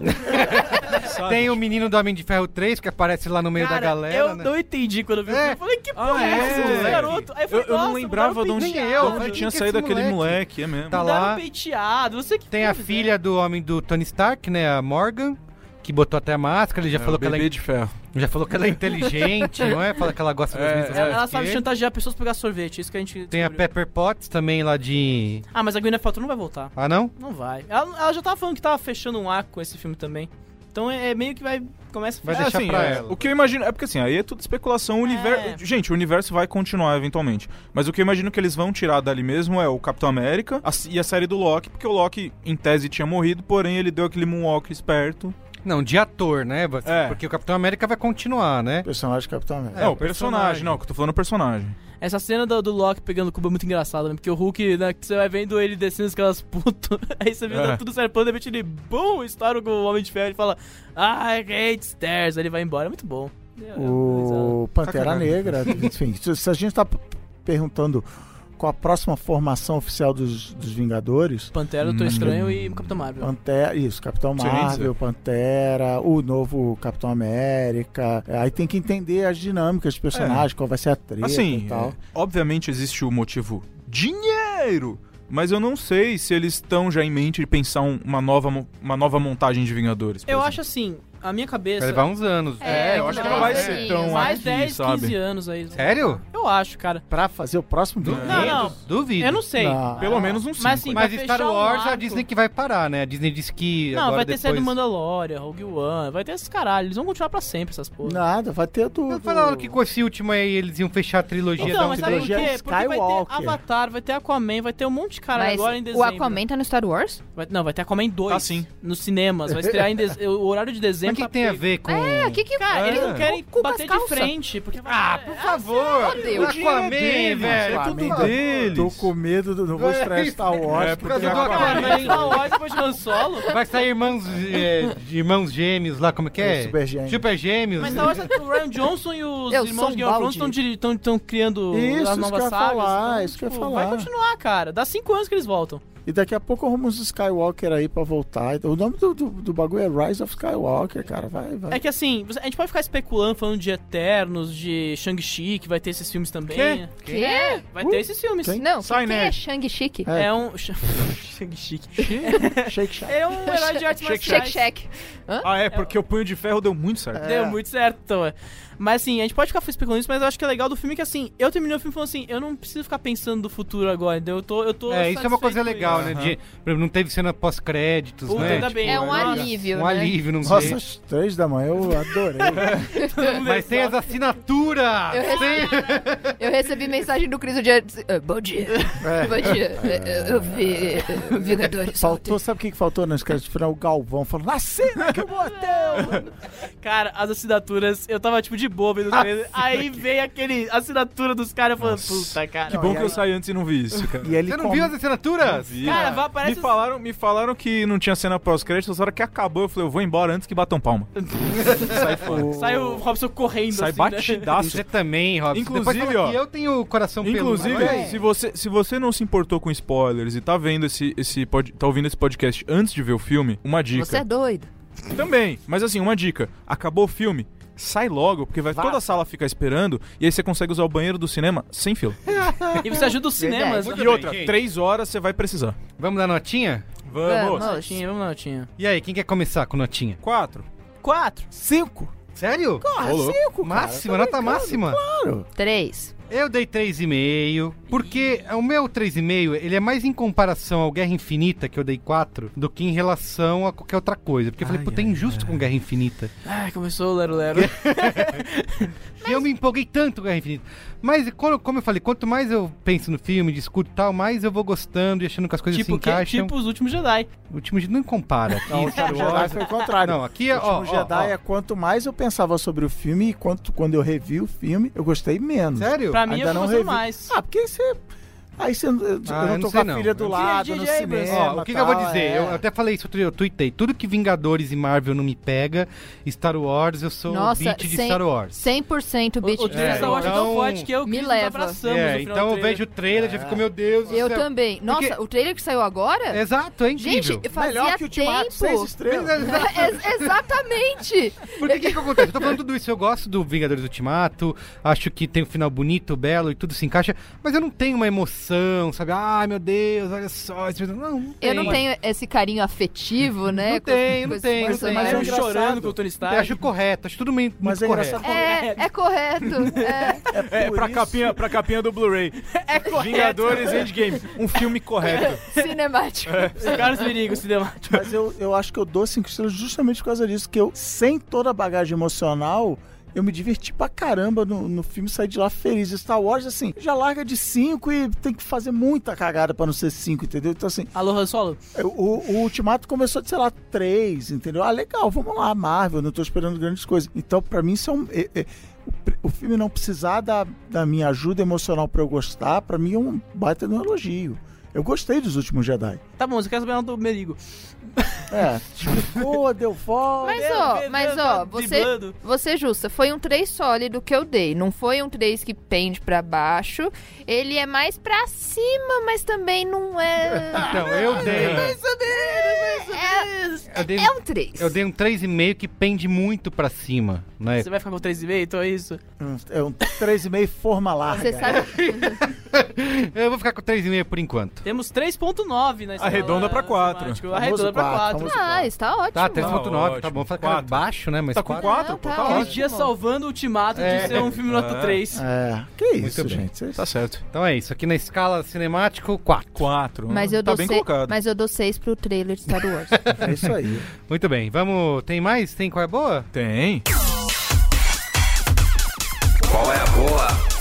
Tem o menino do Homem de Ferro 3 que aparece lá no meio
Cara,
da galera.
eu
né?
não entendi quando eu vi o filme. Eu falei, que porra
Ah,
é essa
é,
desse
moleque.
garoto? Aí eu
Eu,
falei,
eu não
nossa,
lembrava de
mudaram
onde,
o
de
penteado.
onde tinha saído aquele moleque, é mesmo.
Tá
Mudaram
um lá.
o penteado, você que né?
Tem a filha do homem do Tony Stark, né? A Morgan, que botou até a máscara. Ele já
É,
falou
o
que ela é.
bebê de ferro.
Já falou que ela é inteligente, não é? Fala que ela gosta das
É,
mesmas
Ela, ela
coisas que
sabe né?
ele.
chantagear pessoas pra pegar sorvete, isso que a gente.
Tem a Pepper Potts também lá de.
Ah, mas a Gwyneth Paltrow não vai voltar.
Ah, não?
Não vai. Ela, ela já tava falando que tava fechando um arco com esse filme também. Então é, é meio que vai. Começa a
Vai
fechar.
deixar
assim,
pra
é,
ela.
O que eu imagino. É porque assim, aí é tudo especulação. O
É.
universo. Gente, o universo vai continuar eventualmente. Mas o que eu imagino que eles vão tirar dali mesmo é o Capitão América a- e a série do Loki, porque o Loki, em tese, tinha morrido, porém ele deu aquele moonwalk esperto.
Não, de ator, né? Você- Porque o Capitão América vai continuar, né?
Personagem Capitão América.
É, o personagem, não, que eu tô falando personagem.
Essa cena do, do Loki pegando o cubo é muito engraçada, né? Porque o Hulk, né, que você vai vendo ele descendo os caras putos, <laughs> aí você vê
É.
tá tudo serpando, de repente ele, bum, estoura com o Homem de Ferro e fala, "Ah, I hate stairs, aí ele vai embora, é muito bom.
O Pantera
cagado.
Negra, enfim, se se a gente tá p- perguntando qual a próxima formação oficial dos, dos Vingadores.
Pantera,
Uhum.
Doutor Estranho e Capitão Marvel.
Pantera, isso, Capitão
Sim,
Marvel,
sim.
Pantera, o novo Capitão América. É, Aí tem que entender as dinâmicas dos personagens, qual vai ser a treta
Assim,
e tal.
é, obviamente existe o motivo dinheiro, mas eu não sei se eles estão já em mente de pensar um- uma, nova, mo- uma nova montagem de Vingadores.
Eu acho assim, a minha cabeça...
Vai um levar uns anos.
É, eu acho que não vai ser tão
Mais
aqui,
10,
sabe?
15 anos aí.
Sério?
Eu acho, cara.
Pra fazer o próximo Vingadores?
Não, não.
Duvido.
Eu não sei.
Não.
Pelo menos uns
Mas, assim,
cinco, né?
pra
Mas Star
fechar um
Wars, é a
arco-
Disney que vai parar, né? A Disney disse que
Não,
agora
vai ter
depois...
série do Mandalorian, Rogue One, vai ter esses caralho, eles vão continuar pra sempre essas porra.
Nada, vai ter tudo.
Falaram que com esse último aí eles iam fechar a trilogia
Então,
da
mas sabe por
trilogia.
quê? Porque vai ter Avatar, vai ter Aquaman, vai ter um monte de cara
Mas
agora em
o
dezembro.
Aquaman tá no Star Wars?
Vai- não, vai ter Aquaman 2
Tá
nos cinemas, vai estrear em dezembro. o horário de dezembro.
Mas o que tem a ver com- É, o que que-
Cara,
É.
eles não querem
Com- com
bater
as
de
calças.
frente, porque vai-
Ah, por favor!
é fodeu.
O Aquaman, velho! é
Aquaman,
tudo
tô-
deles.
Tô com medo do. Não vou estrear Star Wars.
É, por causa
porque
do
Aquaman-
Aquaman.
Star Wars depois de Han Solo.
Vai sair irmãos, é, de irmãos gêmeos lá, como é que é?
É, super gêmeos.
Super gêmeos.
Mas Star Wars, o Ryan Johnson e os
Eu sou
irmãos
um
Game of
balde.
Thrones estão criando
Isso,
as
isso
novas
que eu ia
sagas.
falar,
então,
isso que eu ia
tipo,
falar.
Vai continuar, cara. Dá 5 anos que eles voltam.
E daqui a pouco arrumamos o Skywalker aí pra voltar. O nome do, do, do bagulho é Rise of Skywalker, cara. Vai, vai.
É que assim, você- a gente pode ficar especulando falando de Eternos, de Shang-Chi, que vai ter esses filmes também.
Quê?
Que?
Quê?
Vai ter esses filmes.
Não, quem é Shang-Chi?
É, um. <laughs> Shang-Chi.
Shake Shack.
É um herói de artes
Shake
marciais.
Shack. Hã?
Ah, é, porque o punho de ferro deu muito certo.
Deu muito certo. então, é. Mas assim, a gente pode ficar especulando isso, mas eu acho que é legal do filme que assim, eu terminei o filme falando assim, eu não preciso ficar pensando do futuro agora, entendeu? Eu tô. Eu tô
É, isso é uma
satisfeito
coisa
com
legal,
isso.
né? De, por exemplo, não teve cena pós-créditos,
Puta,
né?
ainda bem. É um alívio,
Um
né?
alívio, não
Nossa,
sei.
às três da manhã eu
<laughs>
adorei.
Mas tem as assinaturas!
Eu recebi, <laughs> eu recebi mensagem do Cris o dia. "Ah, Bom dia. Bom dia. Eu vi eh, Vingadores.
Faltou, sabe o que que faltou nas créditos de final? O Galvão falando, na cena que eu botei!
Cara, as assinaturas, eu tava tipo de boa vendo o
Ah,
trailer. Aí veio aquele assinatura dos caras falando, puta, cara.
Que bom que eu saí antes e não
<laughs>
vi isso, cara.
E ele
Você não viu as
Não
assinaturas?
vi.
Cara, vai,
me,
aparece os-
falaram, me falaram que não tinha cena pós-crédito, na hora que acabou eu falei, eu vou embora antes que
<laughs>
batam palma. Sai fora.
Sai o Robson correndo
Sai
assim,
batidaço.
Você também, Robson.
Inclusive,
Depois fala
ó.
que eu tenho o coração
Inclusive,
peludo. Mas-
se, você, se você não se importou com spoilers e tá vendo esse, esse pod- tá ouvindo esse podcast antes de ver o filme, uma dica.
Você é doido.
Também, mas assim, uma dica. Acabou o filme, sai logo, porque vai toda a sala ficar esperando e aí você consegue usar o banheiro do cinema sem fila.
né? <laughs> E você ajuda os
Verdade.
cinemas.
Muito
e outra, três horas você vai precisar.
Vamos dar notinha?
Vamos.
Vamos.
Notinha, vamos notinha.
E aí, quem quer começar com notinha?
Quatro.
Quatro.
Cinco.
Sério?
Porra,
Ô, louco.
cinco, cara,
Máxima,
tá
nota
brincando,
máxima.
Claro.
Três.
Eu dei 3,5, porque o meu 3,5, ele é mais em comparação ao Guerra Infinita, que eu dei 4, do que em relação a qualquer outra coisa. Porque eu falei, puta, é injusto com Guerra Infinita.
Ah, começou o Lero Lero.
E eu me empolguei tanto com Guerra Infinita. Mas, quando- como eu falei, quanto mais eu penso no filme, discuto e tal, mais eu vou gostando e achando que as coisas
tipo,
se
que-
encaixam.
tipo os últimos Jedi.
O último Jedi não compara. Aqui,
Não, o
Star
Último
Wars-
Jedi foi o contrário.
Não, aqui é,
o Último
ó, ó,
Jedi
ó.
é quanto mais eu pensava sobre o filme e quanto quando eu revi o filme, eu gostei menos.
Sério?
Pra mim, eu tô gostando mais.
Ah, porque você... Aí você... Eu,
Ah,
eu não tô
sei
com a filha do lado, no cinema,
Ó, o que, que eu
tal,
vou dizer?
é.
Eu até falei isso, eu tuitei. Tudo que Vingadores e Marvel não me pega, Star Wars, eu sou o
Nossa,
beat de
100%,
Star Wars.
100% beat
O- o
de
trailer
Star
da
Wars.
Wars é tão forte que eu e o
Me
Cris nos
leva.
abraçamos no
É,
final
então
do
eu
trailer.
vejo o trailer, já fico, meu Deus do
Eu
céu.
também. Nossa,
é Porque-
o trailer que saiu agora?
Exato, é incrível.
Gente, fazia
Melhor que o Ultimato,
tempo.
seis
<laughs>
estrelas.
É, exatamente.
Porque o que, que acontece? Eu tô falando tudo isso, eu gosto do Vingadores Ultimato, acho que tem um final bonito, belo e tudo se encaixa, mas eu não tenho uma emoção, sabe? Ai meu Deus, olha só. esse- Não, não
Eu não tenho
tem.
esse carinho afetivo, né?
Não
com-
tem,
com
não
esse
tem. não tem.
personagem.
Mas é um engraçado. chorando com o Tony Stark.
Eu Acho correto, acho tudo meio
Mas
muito
é
correto.
engraçado
É, é correto. É.
<laughs>
É,
por
pra
isso-
capinha, pra capinha do Blu-ray.
É correto.
Vingadores Endgame. Um filme correto.
Cinemático.
É.
É. Carlos Mirigo, cinemático.
Mas eu, eu acho que eu dou cinco estrelas justamente por causa disso, que eu, sem toda a bagagem emocional, eu me diverti pra caramba no, no filme, saí de lá feliz. Star Wars, assim, já larga de cinco e tem que fazer muita cagada pra não ser cinco, entendeu? Então, assim,
Alô, Han Solo?
o, o Ultimato começou de, sei lá, três, entendeu? Ah, legal, vamos lá, Marvel, não tô esperando grandes coisas. Então, pra mim, isso é um... é- é- o pr- o filme não precisar da, da minha ajuda emocional pra eu gostar, pra mim é um baita de um elogio. Eu gostei dos últimos Jedi.
Tá bom, você quer saber a nota do Merigo.
É, explicou, deu volta.
Mas ó, mas ó,
tá
você,
driblando.
você justa, foi um 3 sólido que eu dei, não foi um 3 que pende pra baixo. Ele é mais pra cima, mas também não é.
Então, eu dei.
É,
Eu dei,
é um 3.
eu dei um 3,5 que pende muito pra cima, né?
Você vai ficar com 3,5, então é isso?
É um 3,5 forma larga.
Você sabe.
Eu vou ficar com 3,5 por enquanto.
Temos 3,9 na escala
Arredonda pra quatro.
cinemática.
Famoso
Arredonda pra
quatro,
4.
famoso
Ah, está ótimo.
Tá, 3,9, tá
ótimo.
bom. Fala, cara,
Quatro.
baixo, né? Mas
Tá com
quatro-
quatro?
Não,
pô,
tá
tá
Aquele
ótimo.
ótimo.
dia salvando o ultimato de
É.
ser um filme nota
É.
3.
É, que isso,
Muito bem.
gente. Vocês-
Tá certo.
Então é isso, aqui na escala cinemático, 4.
Quatro.
Mas eu,
tá
dou
bem
se-
colocado.
mas eu dou 6 pro trailer de
<laughs>
Star Wars.
É isso aí.
Muito bem, vamos. Tem mais? Tem qual é a boa?
Tem.
Qual é a boa?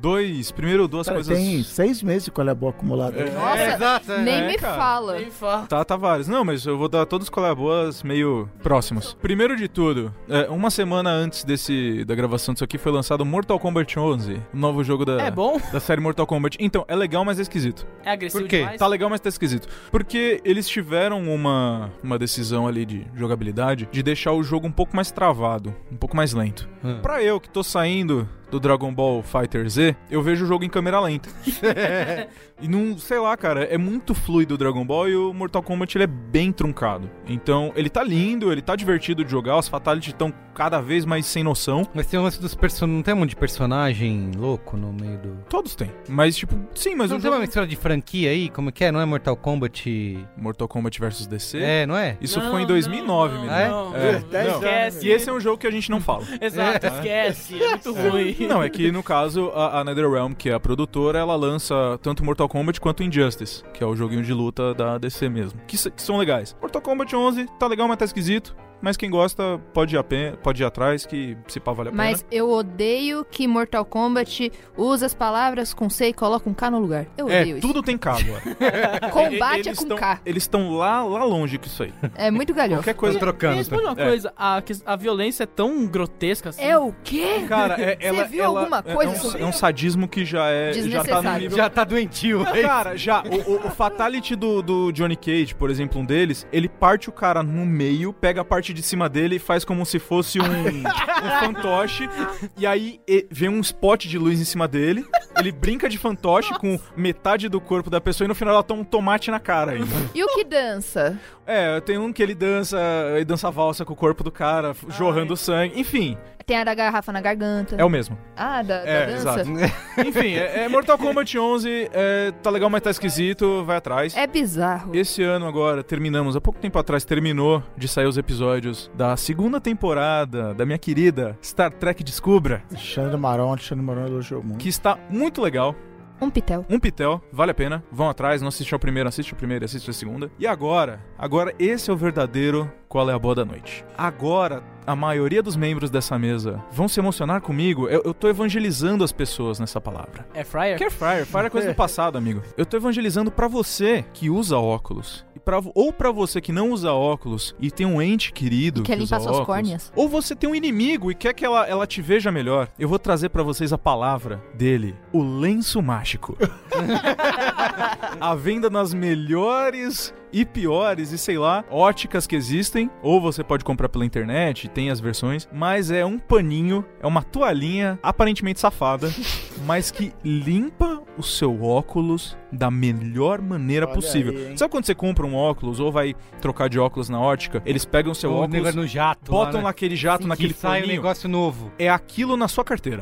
Dois. Primeiro, duas
Cara,
coisas.
tem seis meses de qual é a boa acumulada.
Nossa,
exato, é,
nem
é,
me
cara.
fala.
Nem fala.
Tá, tá vários. Não, mas eu vou dar todos os colaboras meio próximos. Primeiro de tudo, é, uma semana antes desse da gravação disso aqui foi lançado Mortal Kombat 11, o novo jogo da,
É bom?
da série Mortal Kombat. Então, é legal, mas é esquisito.
É agressivo
Por quê?
demais?
Tá legal, mas tá esquisito. Porque eles tiveram uma, uma decisão ali de jogabilidade de deixar o jogo um pouco mais travado, um pouco mais lento.
Hum.
Pra eu que tô saindo do Dragon Ball Fighter Z, eu vejo o jogo em câmera lenta. e não, sei lá, cara, é muito fluido o Dragon Ball e o Mortal Kombat ele é bem truncado. Então, ele tá lindo, ele tá divertido de jogar, os fatalities estão cada vez mais sem noção.
Mas tem um lance dos personagens. Não tem um monte de personagem louco no meio do.
Todos têm. Mas, tipo, sim, mas
não
o
tem
jogo...
uma mistura de franquia aí? Como que é? Não é Mortal Kombat?
Mortal Kombat vs DC.
É, não é?
Isso
Não,
foi em 2009,
não,
menino.
não,
É?
não,
É.
não.
E esse é um jogo que a gente não fala.
Exato, esquece. É muito ruim.
Não, é que no caso a, a NetherRealm, que é a produtora, ela lança tanto Mortal Kombat quanto Injustice, que é o joguinho de luta da DC mesmo, que, s- que são legais. Mortal Kombat 11 tá legal, mas tá esquisito. Mas quem gosta pode ir, a pe- pode ir atrás, que se pá vale a pena.
Mas eu odeio que Mortal Kombat usa as palavras com C e coloca um K no lugar. Eu
é,
odeio <laughs>
tudo tem cabo. agora.
isso. Combate é
Eles
com
tão-
K.
Eles estão lá, lá longe com isso aí.
É muito galhofa.
Qualquer coisa.
Me
trocando.
responde uma
É.
coisa, a, que- a violência é tão grotesca assim.
É o quê?
Cara, é, ela,
viu
ela-
alguma
é-
coisa
É um,
sobre
é um sadismo que já é. Já tá no
Desnecessário.
nível.
Já tá doentio, é isso?
Cara, já, o, o- o Fatality do, do Johnny Cage, por exemplo, um deles, ele parte o cara no meio, pega a parte de cima dele e faz como se fosse um, um fantoche. E aí e- vem um spot de luz em cima dele, ele brinca de fantoche com metade do corpo da pessoa e no final ela toma um tomate na cara ainda.
E o que dança?
É, tem um que ele dança, ele dança valsa com o corpo do cara, f- jorrando sangue, enfim.
tem a da garrafa na garganta.
É o mesmo.
Ah, da, da
é,
dança?
exato. Enfim, é, é Mortal Kombat 11, é, tá legal, mas tá esquisito, vai atrás.
É bizarro.
Esse ano agora, terminamos, há pouco tempo atrás, terminou de sair os episódios da segunda temporada da minha querida Star Trek Descubra.
Alexandre Maron, Alexandre Maron elogiou muito.
Que está muito legal.
Um pitel.
Um pitel, vale a pena. Vão atrás, não assiste ao primeiro, assiste ao primeiro, assiste a segunda. E agora, agora esse é o verdadeiro Qual é a Boa da Noite. Agora, a maioria dos membros dessa mesa vão se emocionar comigo. Eu, eu tô evangelizando as pessoas nessa palavra.
É Fryer?
Que é Fryer? Fryer é coisa do passado, amigo. Eu tô evangelizando pra você que usa óculos. E pra, ou pra você que não usa óculos e tem um ente querido
E quer
que usa
limpar suas
óculos,
córneas.
Ou você tem um inimigo e quer que ela, ela te veja melhor. Eu vou trazer pra vocês a palavra dele. O
<laughs>
lenço mágico. a venda nas melhores e piores e sei lá, óticas que existem, ou você pode comprar pela internet, tem as versões, mas é um paninho, é uma toalhinha aparentemente safada,
<laughs>
mas que limpa o seu óculos da melhor maneira
Olha
possível.
aí, hein?
Sabe quando você compra um óculos ou vai trocar de óculos na ótica, eles pegam o seu
<laughs> O
óculos
negócio no jato lá,
botam
né?
naquele jato,
Sim,
naquele
que sai um
paninho.
negócio novo.
É aquilo na sua carteira.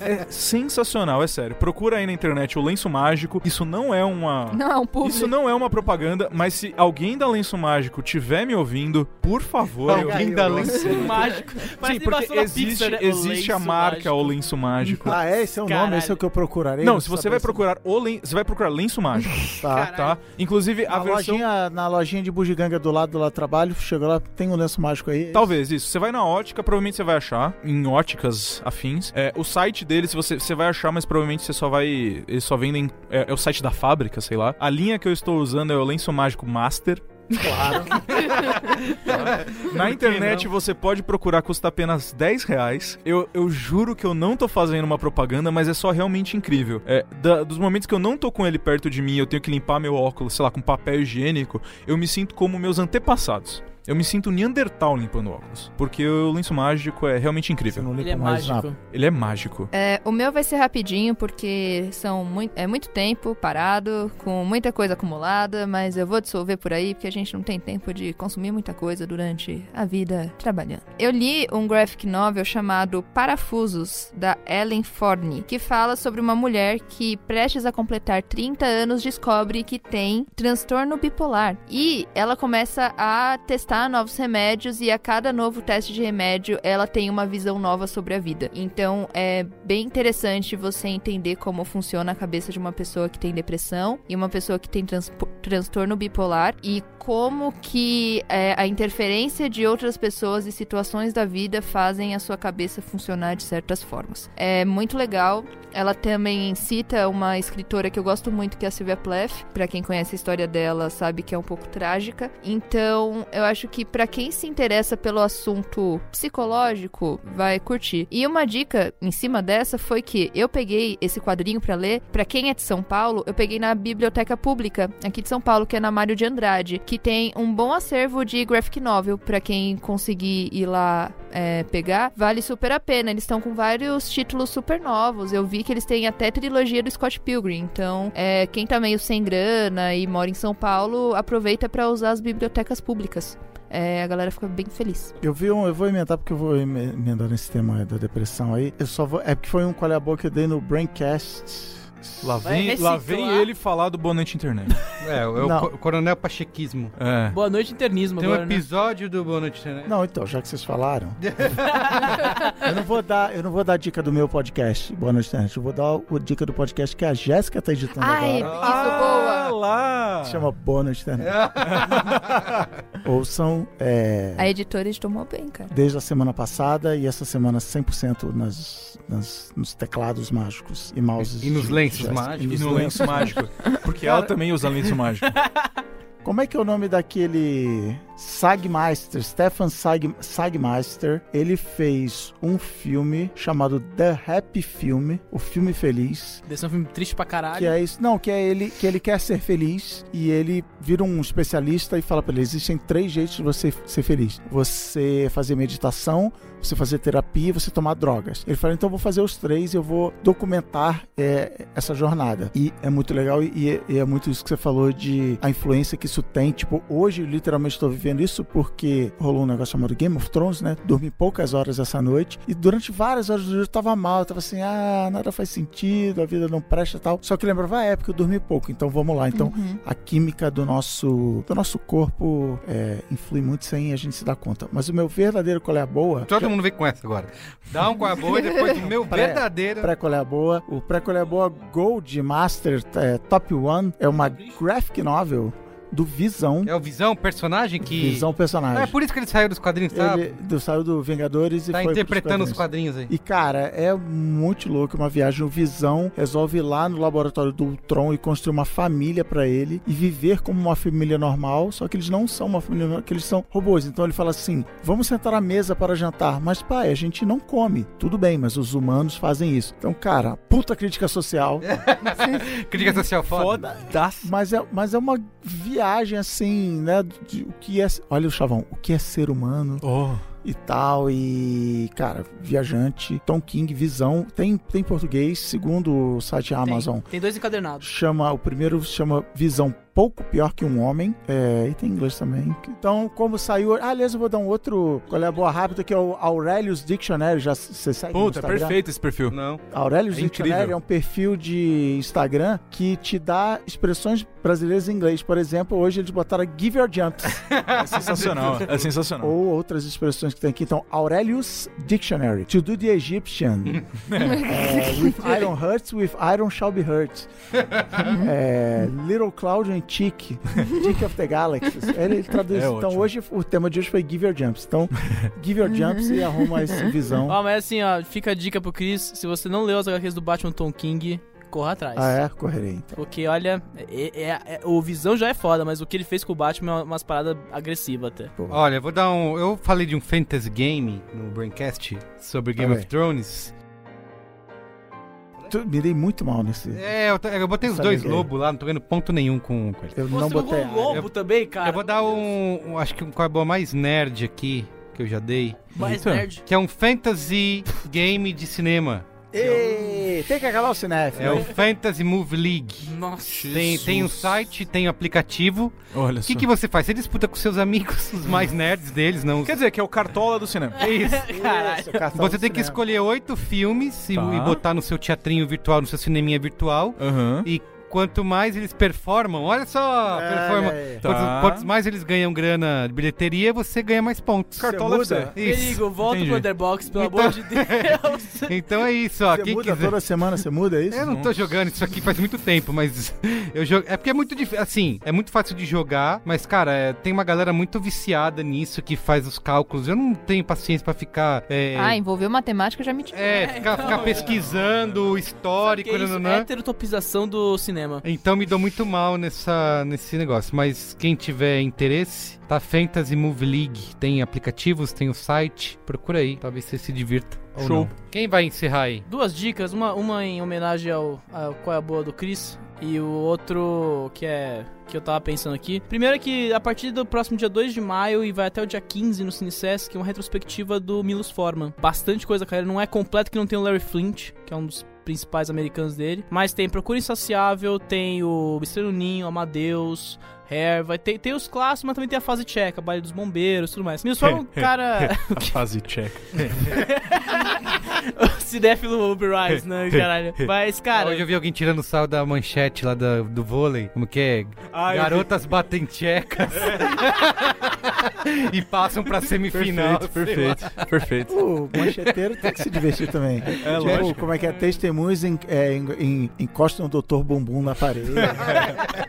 é sensacional, é sério. Procura aí na internet o lenço mágico. Isso não é uma
Não, é um publi.
isso não é uma propaganda, mas se alguém da Lenço Mágico tiver me ouvindo, por favor,
Alguém da
Lenço Mágico. Mas
Sim,
ele
porque
passou na
existe,
pizza, né? O
existe a
lenço
marca
mágico.
o Lenço Mágico.
Ah, é? Esse é o nome? Esse é o que eu procurarei?
Não, se você vai
Saber
procurar o len... você vai procurar Lenço Mágico,
Tá.
tá? Inclusive a
na,
versão
lojinha, na lojinha de bugiganga do lado do lá do trabalho, chegou lá, tem um lenço mágico aí.
Talvez, isso. Você vai na ótica, provavelmente você vai achar, em óticas afins. É, o site deles você, você vai achar, mas provavelmente você só vai. Eles só vendem. É, é o site da fábrica, sei lá. A linha que eu estou usando é o lenço mágico Master. Claro. <laughs> Na internet você pode procurar, custa apenas 10 reais. Eu, eu juro que eu não tô fazendo uma propaganda, mas é só realmente incrível. É, da- dos momentos que eu não tô com ele perto de mim, eu tenho que limpar meu óculos, sei lá, com papel higiênico, eu me sinto como meus antepassados. Eu me sinto Neandertal limpando óculos. Porque o lenço mágico é realmente incrível.
Ele é mágico.
Ele é mágico.
É, o meu vai ser rapidinho, porque são muito, é muito tempo parado, com muita coisa acumulada, mas eu vou dissolver por aí, porque a gente não tem tempo de consumir muita coisa durante a vida trabalhando. Eu li um graphic novel chamado Parafusos, da Ellen Forney, que fala sobre uma mulher que, prestes a completar 30 anos, descobre que tem transtorno bipolar. E ela começa a testar novos remédios, e a cada novo teste de remédio, ela tem uma visão nova sobre a vida. Então é bem interessante você entender como funciona a cabeça de uma pessoa que tem depressão e uma pessoa que tem transpo- transtorno bipolar e como que é, a interferência de outras pessoas e situações da vida fazem a sua cabeça funcionar de certas formas. É muito legal. Ela também cita uma escritora que eu gosto muito, que é a Sylvia Plath. Pra quem conhece a história dela, sabe que é um pouco trágica. Então, eu acho que pra quem se interessa pelo assunto psicológico, vai curtir. E uma dica em cima dessa foi que eu peguei esse quadrinho pra ler. Pra quem é de São Paulo, eu peguei na Biblioteca Pública aqui de São Paulo, que é na Mário de Andrade, que tem um bom acervo de graphic novel pra quem conseguir ir lá é, pegar. Vale super a pena. Eles estão com vários títulos super novos. Eu vi que eles têm até trilogia do Scott Pilgrim. Então, é, quem tá meio sem grana e mora em São Paulo, aproveita pra usar as bibliotecas públicas. É, a galera fica bem feliz.
Eu vi um, eu vou emendar porque eu vou eme- emendar nesse tema da depressão aí. Eu só vou, é porque foi um qual é a boa que eu dei no Braincast.
Lá
Vai
vem, lá
reciclar.
vem ele falar do Boa Noite Internet.
É, o- é o
Não.
co- o Coronel Pachequismo.
É.
Boa noite, internismo
Tem um
agora, né?
episódio do Boa Noite né? Internet.
Não, então, já que vocês falaram. eu não vou dar, eu não vou dar dica do meu podcast. Boa noite, internet. Eu vou dar o dica do podcast que a Jéssica tá editando
Ai,
agora.
isso boa!
lá!
Chama Boa noite,
<laughs>
internet. Ouçam é,
A editora editou mó bem, cara.
desde a semana passada e essa semana 100% nas, nas, nos teclados mágicos e mouses.
E nos
de
lenços
Jéssica.
mágicos.
E
nos
no lenço mágico. Porque ela também usa lenço
<laughs>
mágico.
Como é que é o nome daquele Sagmeister, Stefan Sag, Sagmeister? Ele fez um filme chamado The Happy Film, o filme feliz.
Deve ser um filme triste pra caralho.
Que é isso, não, que é ele que ele quer ser feliz e ele vira um especialista e fala pra ele: existem três jeitos de você ser feliz: você fazer meditação, você fazer terapia e você tomar drogas. Ele fala: então eu vou fazer os três e eu vou documentar é, essa jornada. E é muito legal e, e é- e é muito isso que você falou de a influência que isso tem. Tipo, hoje literalmente estou vivendo vendo isso porque rolou um negócio chamado Game of Thrones, né? Dormi poucas horas essa noite e durante várias horas do dia eu tava mal, eu tava assim, ah, nada faz sentido, a vida não presta e tal. Só que lembrava, ah, é porque eu dormi pouco, então vamos lá. Então
Uhum.
a química do nosso, do nosso corpo é, influi muito sem a gente se dar conta. Mas o meu verdadeiro colé à boa.
<laughs> Todo mundo vem com essa agora. Dá um com a boa e depois o meu
Pré-
verdadeiro.
Pré-colher boa. O pré-colher boa Gold Master é, Top One é uma graphic novel do Visão.
É o Visão, personagem que.
Visão personagem.
Ah, é por isso que ele saiu dos quadrinhos, tá?
Ele do, saiu do Vingadores e
Tá
foi pros
interpretando os quadrinhos aí.
E cara, é muito louco uma viagem. O Visão resolve ir lá no laboratório do Ultron e construir uma família pra ele e viver como uma família normal, só que eles não são uma família normal, que eles são robôs. Então ele fala assim: "Vamos sentar à mesa para jantar". Mas pai, a gente não come. Tudo bem, mas os humanos fazem isso. Então, cara, puta crítica social.
Crítica social foda.
Mas é, mas é uma viagem assim, né? De, o que é. Olha o chavão, o que é ser humano. E tal, e cara, viajante, Tom King, visão. Tem, tem em português, segundo o site Amazon.
Tem dois encadernados.
Chama, o primeiro chama Visão Pouco Pior que um Homem. É, e tem em inglês também. Então, como saiu. Ah, aliás, eu vou dar um outro. Qual é a boa rápida? Que é o Aurelius Dictionary. Já você segue no
Puta, é
Instagram?
perfeito esse perfil.
Não.
Aurélio
É
Dictionary
incrível.
é um perfil de Instagram que te dá expressões brasileiras em inglês. Por exemplo, hoje eles botaram give your jumps.
É sensacional, é sensacional.
Ou outras expressões que tem aqui. Então, Aurelius Dictionary. To do the
<laughs>
Egyptian. É, with iron hurts, with iron shall
<laughs>
be hurt. É, Little Cloud and Chick. Dick of the Galaxies. Ele, traduz.
É
então,
ótimo.
hoje, o tema de hoje foi give your jumps. Então, give your jumps e arruma essa visão.
Ó, mas assim, ó, fica a dica pro Chris: se você não leu as HQs do Batman Tom King, corra atrás.
Ah, é? Correrei. então.
Porque, olha, é- é- é- o Visão já é foda, mas o que ele fez com o Batman é umas paradas agressivas até.
Olha, eu vou dar um. Eu falei de um fantasy game no Braincast sobre Game
Falei.
of Thrones.
Tu- Me dei muito mal nesse.
É, eu, t- eu botei os
Sabe
dois
que-
lobos lá, não tô ganhando ponto nenhum com, com ele.
Eu
Pô,
não
você jogou
botei.
um lobo também, cara.
Eu vou dar um, um- Acho que um cabo mais nerd aqui, que eu já dei.
Mais Eita. nerd.
Que é um fantasy game de cinema.
Ei, tem que acabar o né?
<laughs>
cinéfilo.
É o Fantasy Movie League.
Nossa.
Tem, tem um site, tem um aplicativo.
Olha
O que, que você faz? Você disputa com seus amigos, os mais nerds deles, não os...
Quer dizer, que é o cartola do cinema.
É isso.
Caralho.
Você tem que escolher oito filmes e,
Tá.
e botar no seu teatrinho virtual, no seu cineminha virtual. E quanto mais eles performam, olha só,
Olha
performa-
aí.
Quantos,
É, Tá.
quantos mais eles ganham grana de bilheteria, você ganha mais pontos.
Cartola Você muda. FC.
Isso.
Perigo, volta
Entendi.
pro Underbox, pelo
Então- <laughs>
amor de Deus.
Então é isso, ó.
Você
quem
muda
quiser-
toda semana, você muda é isso?
Eu não tô jogando isso aqui faz muito tempo, mas <laughs> eu jogo. É porque é muito difícil. Assim, é muito fácil de jogar, mas, cara, é, tem uma galera muito viciada nisso que faz os cálculos. Eu não tenho paciência pra ficar. é,
Ah, envolveu matemática, já me tirou.
é, ficar,
<laughs>
ficar pesquisando o histórico,
Que é isso,
nananã.
heterotopização do cinema.
Então me dou muito mal nessa, nesse negócio. Mas quem tiver interesse, tá Fantasy Movie League. Tem aplicativos, tem o site. Procura aí, talvez você se divirta. ou
Show.
não. Quem vai encerrar aí?
Duas dicas, uma, uma em homenagem ao, ao Qual é a Boa do Chris e o outro que é que eu tava pensando aqui. Primeiro é que a partir do próximo dia 2 de maio e vai até o dia 15 no CineSesc, uma retrospectiva do Milos Forman. Bastante coisa, cara, não é completo que não tem o Larry Flint, que é um dos principais americanos dele, mas tem Procura Insaciável, tem o Estrela Ninho, Amadeus, Hair, vai ter, tem os clássicos, mas também tem a fase tcheca, Baile dos Bombeiros, tudo mais. Milos Forman, um cara,
A fase check.
<laughs> o cinéfilo Rise, né, caralho. Mas, cara,
Hoje eu vi alguém tirando sal da manchete lá da- do vôlei. Como que é?
Ah, eu vi.
Garotas batem tchecas.
<laughs>
e passam pra semifinal. sei lá.
Perfeito, perfeito, perfeito.
O mancheteiro tem que se divertir também.
É, lógico.
como é que é? Testemunhos em, é, em, em, encostam o Dr. Bumbum na parede.
<laughs>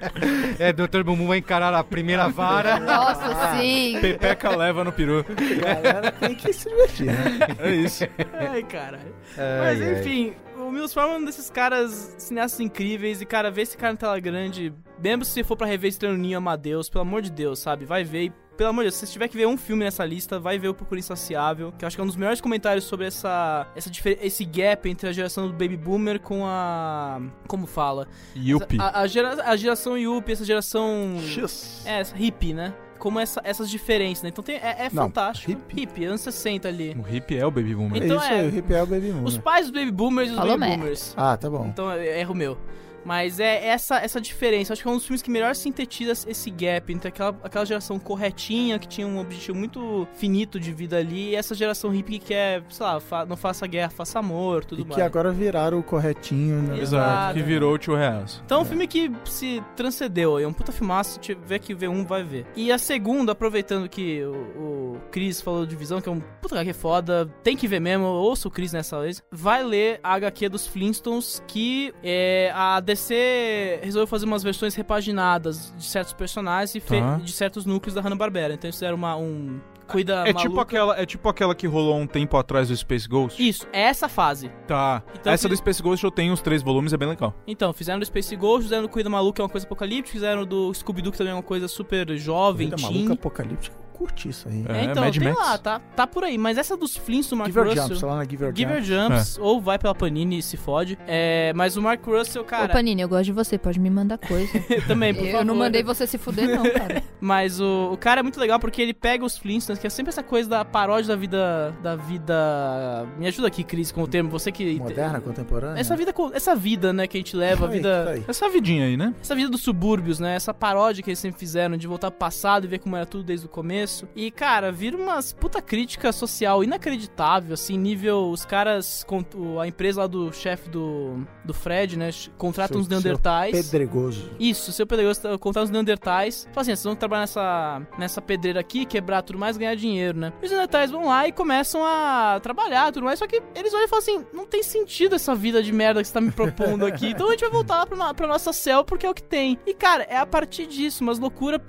É, Dr. Bumbum vai encarar a primeira vara.
Ah.
Nossa, sim.
Pepeca leva no peru.
Galera, tem que se divertir, né?
É isso.
Ai, caralho.
Ai,
Mas
ai.
enfim, o Milos Forman é um desses caras cineastas incríveis. E, cara, vê esse cara na tela grande. Mesmo se você for pra rever Estranho Ninho Amadeus, pelo amor de Deus, sabe? Vai ver. E, pelo amor de Deus, se você tiver que ver um filme nessa lista, vai ver o Procura Insaciável. Que eu acho que é um dos melhores comentários sobre essa, essa difer- esse gap entre a geração do Baby Boomer com a. Como fala?
Yuppie.
A, a gera- a geração Yuppie, essa geração.
X.
É, essa hippie, né? Como essa- essas diferenças, né? Então tem, é, é
Não,
fantástico. Hippie. anos 60 ali.
O hippie é o baby boomer.
Então
é isso
é.
aí, o hippie é o baby moon.
Os pais dos baby boomers e os
Alô,
baby
Mac.
boomers.
Ah, tá bom.
Então, é- erro meu. Mas é essa essa diferença. Acho que é um dos filmes que melhor sintetiza esse gap entre aquela, aquela geração corretinha, que tinha um objetivo muito finito de vida ali, e essa geração hippie que é, sei lá, fa- não faça guerra, faça amor, tudo
E
mais.
que agora viraram o corretinho, né?
Exato, que
virou o Tio Reas.
Então, é um filme que se transcendeu aí. É um puta filmaço. Se tiver que ver um, vai ver. E a segunda, aproveitando que o, o Chris falou de visão, que é um puta HQ foda, tem que ver mesmo. Ouça o Chris nessa vez. Vai ler a HQ dos Flintstones, Então, que é, a DC resolveu fazer umas versões repaginadas de certos personagens e fe-
Tá.
de certos núcleos da Hanna-Barbera. Então, eles fizeram uma, um. Cuida
É tipo,
maluca.
aquela, é tipo aquela que rolou um tempo atrás do Space Ghost.
Isso, é essa fase.
Tá.
Então,
Essa
se-
do Space Ghost eu tenho os três volumes, é bem legal.
Então, fizeram do Space Ghost, fizeram do Cuida Maluco, que é uma coisa apocalíptica, fizeram do Scooby-Doo, que também é uma coisa super jovem,
Vida
teen.
maluca apocalíptica, eu curti isso aí.
É, então, tem lá, tá, tá por aí. Mas essa dos Flints do Mark
Give her
Russell...
jumps, tá lá na Give her
Give
jumps.
É.
jumps, ou vai pela Panini e se fode. É, mas o Mark Russell, cara...
Ô, Panini, eu gosto de você, pode me mandar coisa.
<laughs> também, por
eu
favor.
não mandei você se fuder, não, cara.
Mas o, o cara é muito legal porque ele pega os Flintstones, que é sempre essa coisa da paródia da vida... Da vida... Me ajuda aqui, Cris, com o termo. Você que...
Moderna, contemporânea.
Essa vida, co- essa vida, né, que a gente leva, a
Aí,
vida...
aí.
Essa vidinha aí, né?
Essa vida dos subúrbios, né? Essa paródia que eles sempre fizeram de voltar pro passado e ver como era tudo desde o começo. E, cara, vira umas puta crítica social inacreditável, assim, nível. Os caras. con- o- A empresa lá do chefe do, do Fred, né? ch- Contrata
Seu-
uns Neandertais.
seu Pedregoso.
Isso, seu pedregoso tá- contrata os Neandertais. Fala assim, vocês vão trabalhar nessa, nessa pedreira aqui, quebrar tudo mais, ganhar dinheiro, né? E os Neandertais vão lá e começam a trabalhar tudo mais, só que eles olham e falam assim, não tem sentido essa vida de merda que você tá me propondo aqui, então a gente vai voltar lá pra, no- pra nossa céu porque é o que tem. E cara, é a partir disso, umas loucuras,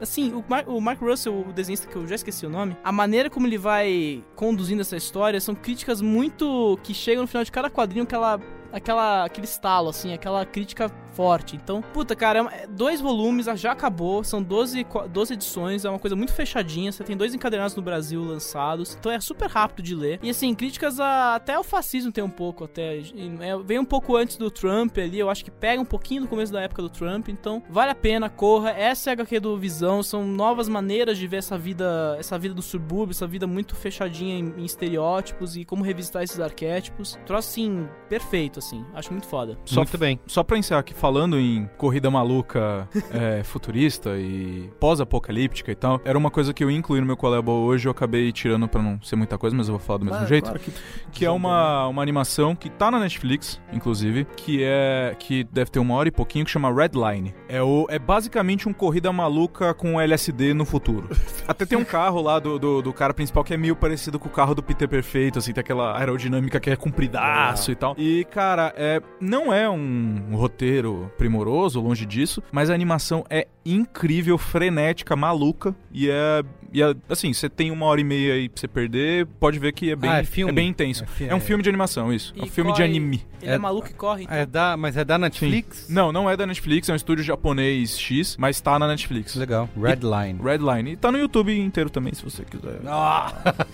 assim, o Mar- o Mark Russell, o desenhista que eu já esqueci o nome, a maneira como ele vai conduzindo essa história são críticas muito que chegam no final de cada quadrinho, aquela aquela, aquele estalo, assim, aquela crítica forte. Então, puta, cara, é uma- é dois volumes, já acabou, são 12, co- 12 edições, é uma coisa muito fechadinha, você tem dois encadernados no Brasil lançados, então é super rápido de ler. E assim, críticas a, até o fascismo tem um pouco, até e, é, vem um pouco antes do Trump ali, eu acho que pega um pouquinho no começo da época do Trump, então vale a pena, corra, essa é a HQ do Visão, são novas maneiras de ver essa vida, essa vida do subúrbio, essa vida muito fechadinha em, em estereótipos e como revisitar esses arquétipos. Troço, assim, perfeito, assim. Acho muito foda.
Muito bem. Só pra encerrar aqui, falando em corrida maluca <laughs> é, futurista e pós-apocalíptica e tal, era uma coisa que eu ia incluir no meu collab hoje, eu acabei tirando pra não ser muita coisa, mas eu vou falar do mesmo
Claro,
jeito.
claro que-
que é uma, uma animação que tá na Netflix, inclusive, que é que deve ter uma hora e pouquinho, que chama Redline. É, o, é basicamente um corrida maluca com LSD no
<laughs>
futuro. Até tem um carro lá do, do, do cara principal que é meio parecido com o carro do Peter Perfeito, assim, tem aquela aerodinâmica que é compridaço e tal. E, cara, é, não é um roteiro primoroso, longe disso, mas a animação é incrível, frenética, maluca, e é... E é, assim, você tem uma hora e meia aí pra você perder, pode ver que é bem,
Ah, é filme?
bem intenso.
É
É,
fi-
um
é-
filme de animação, isso. É um filme de
corre-
anime.
Ele é, maluco e corre. então.
É da, mas é da Netflix?
Não, não é da Netflix, é um estúdio japonês X, mas tá na Netflix.
Legal. Redline.
Redline. E tá no YouTube inteiro também, se você quiser.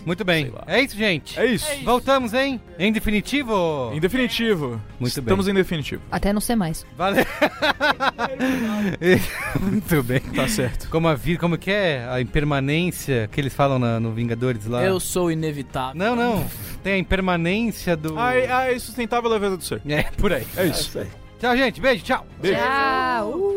Muito bem. É isso, gente.
É isso.
Voltamos, hein? Em definitivo.
Em definitivo.
Muito bem.
Estamos em definitivo.
Até não ser mais.
<laughs>
Valeu. <laughs> Muito bem.
Tá certo.
Como, a, vi- como que é a impermanência que eles falam na- no Vingadores lá?
Eu sou inevitável.
Não, não. Tem a impermanência do...
Ai, ai, sustentável leveza do ser.
É, por aí.
É isso.
Tchau, gente. Beijo, tchau.
Tchau.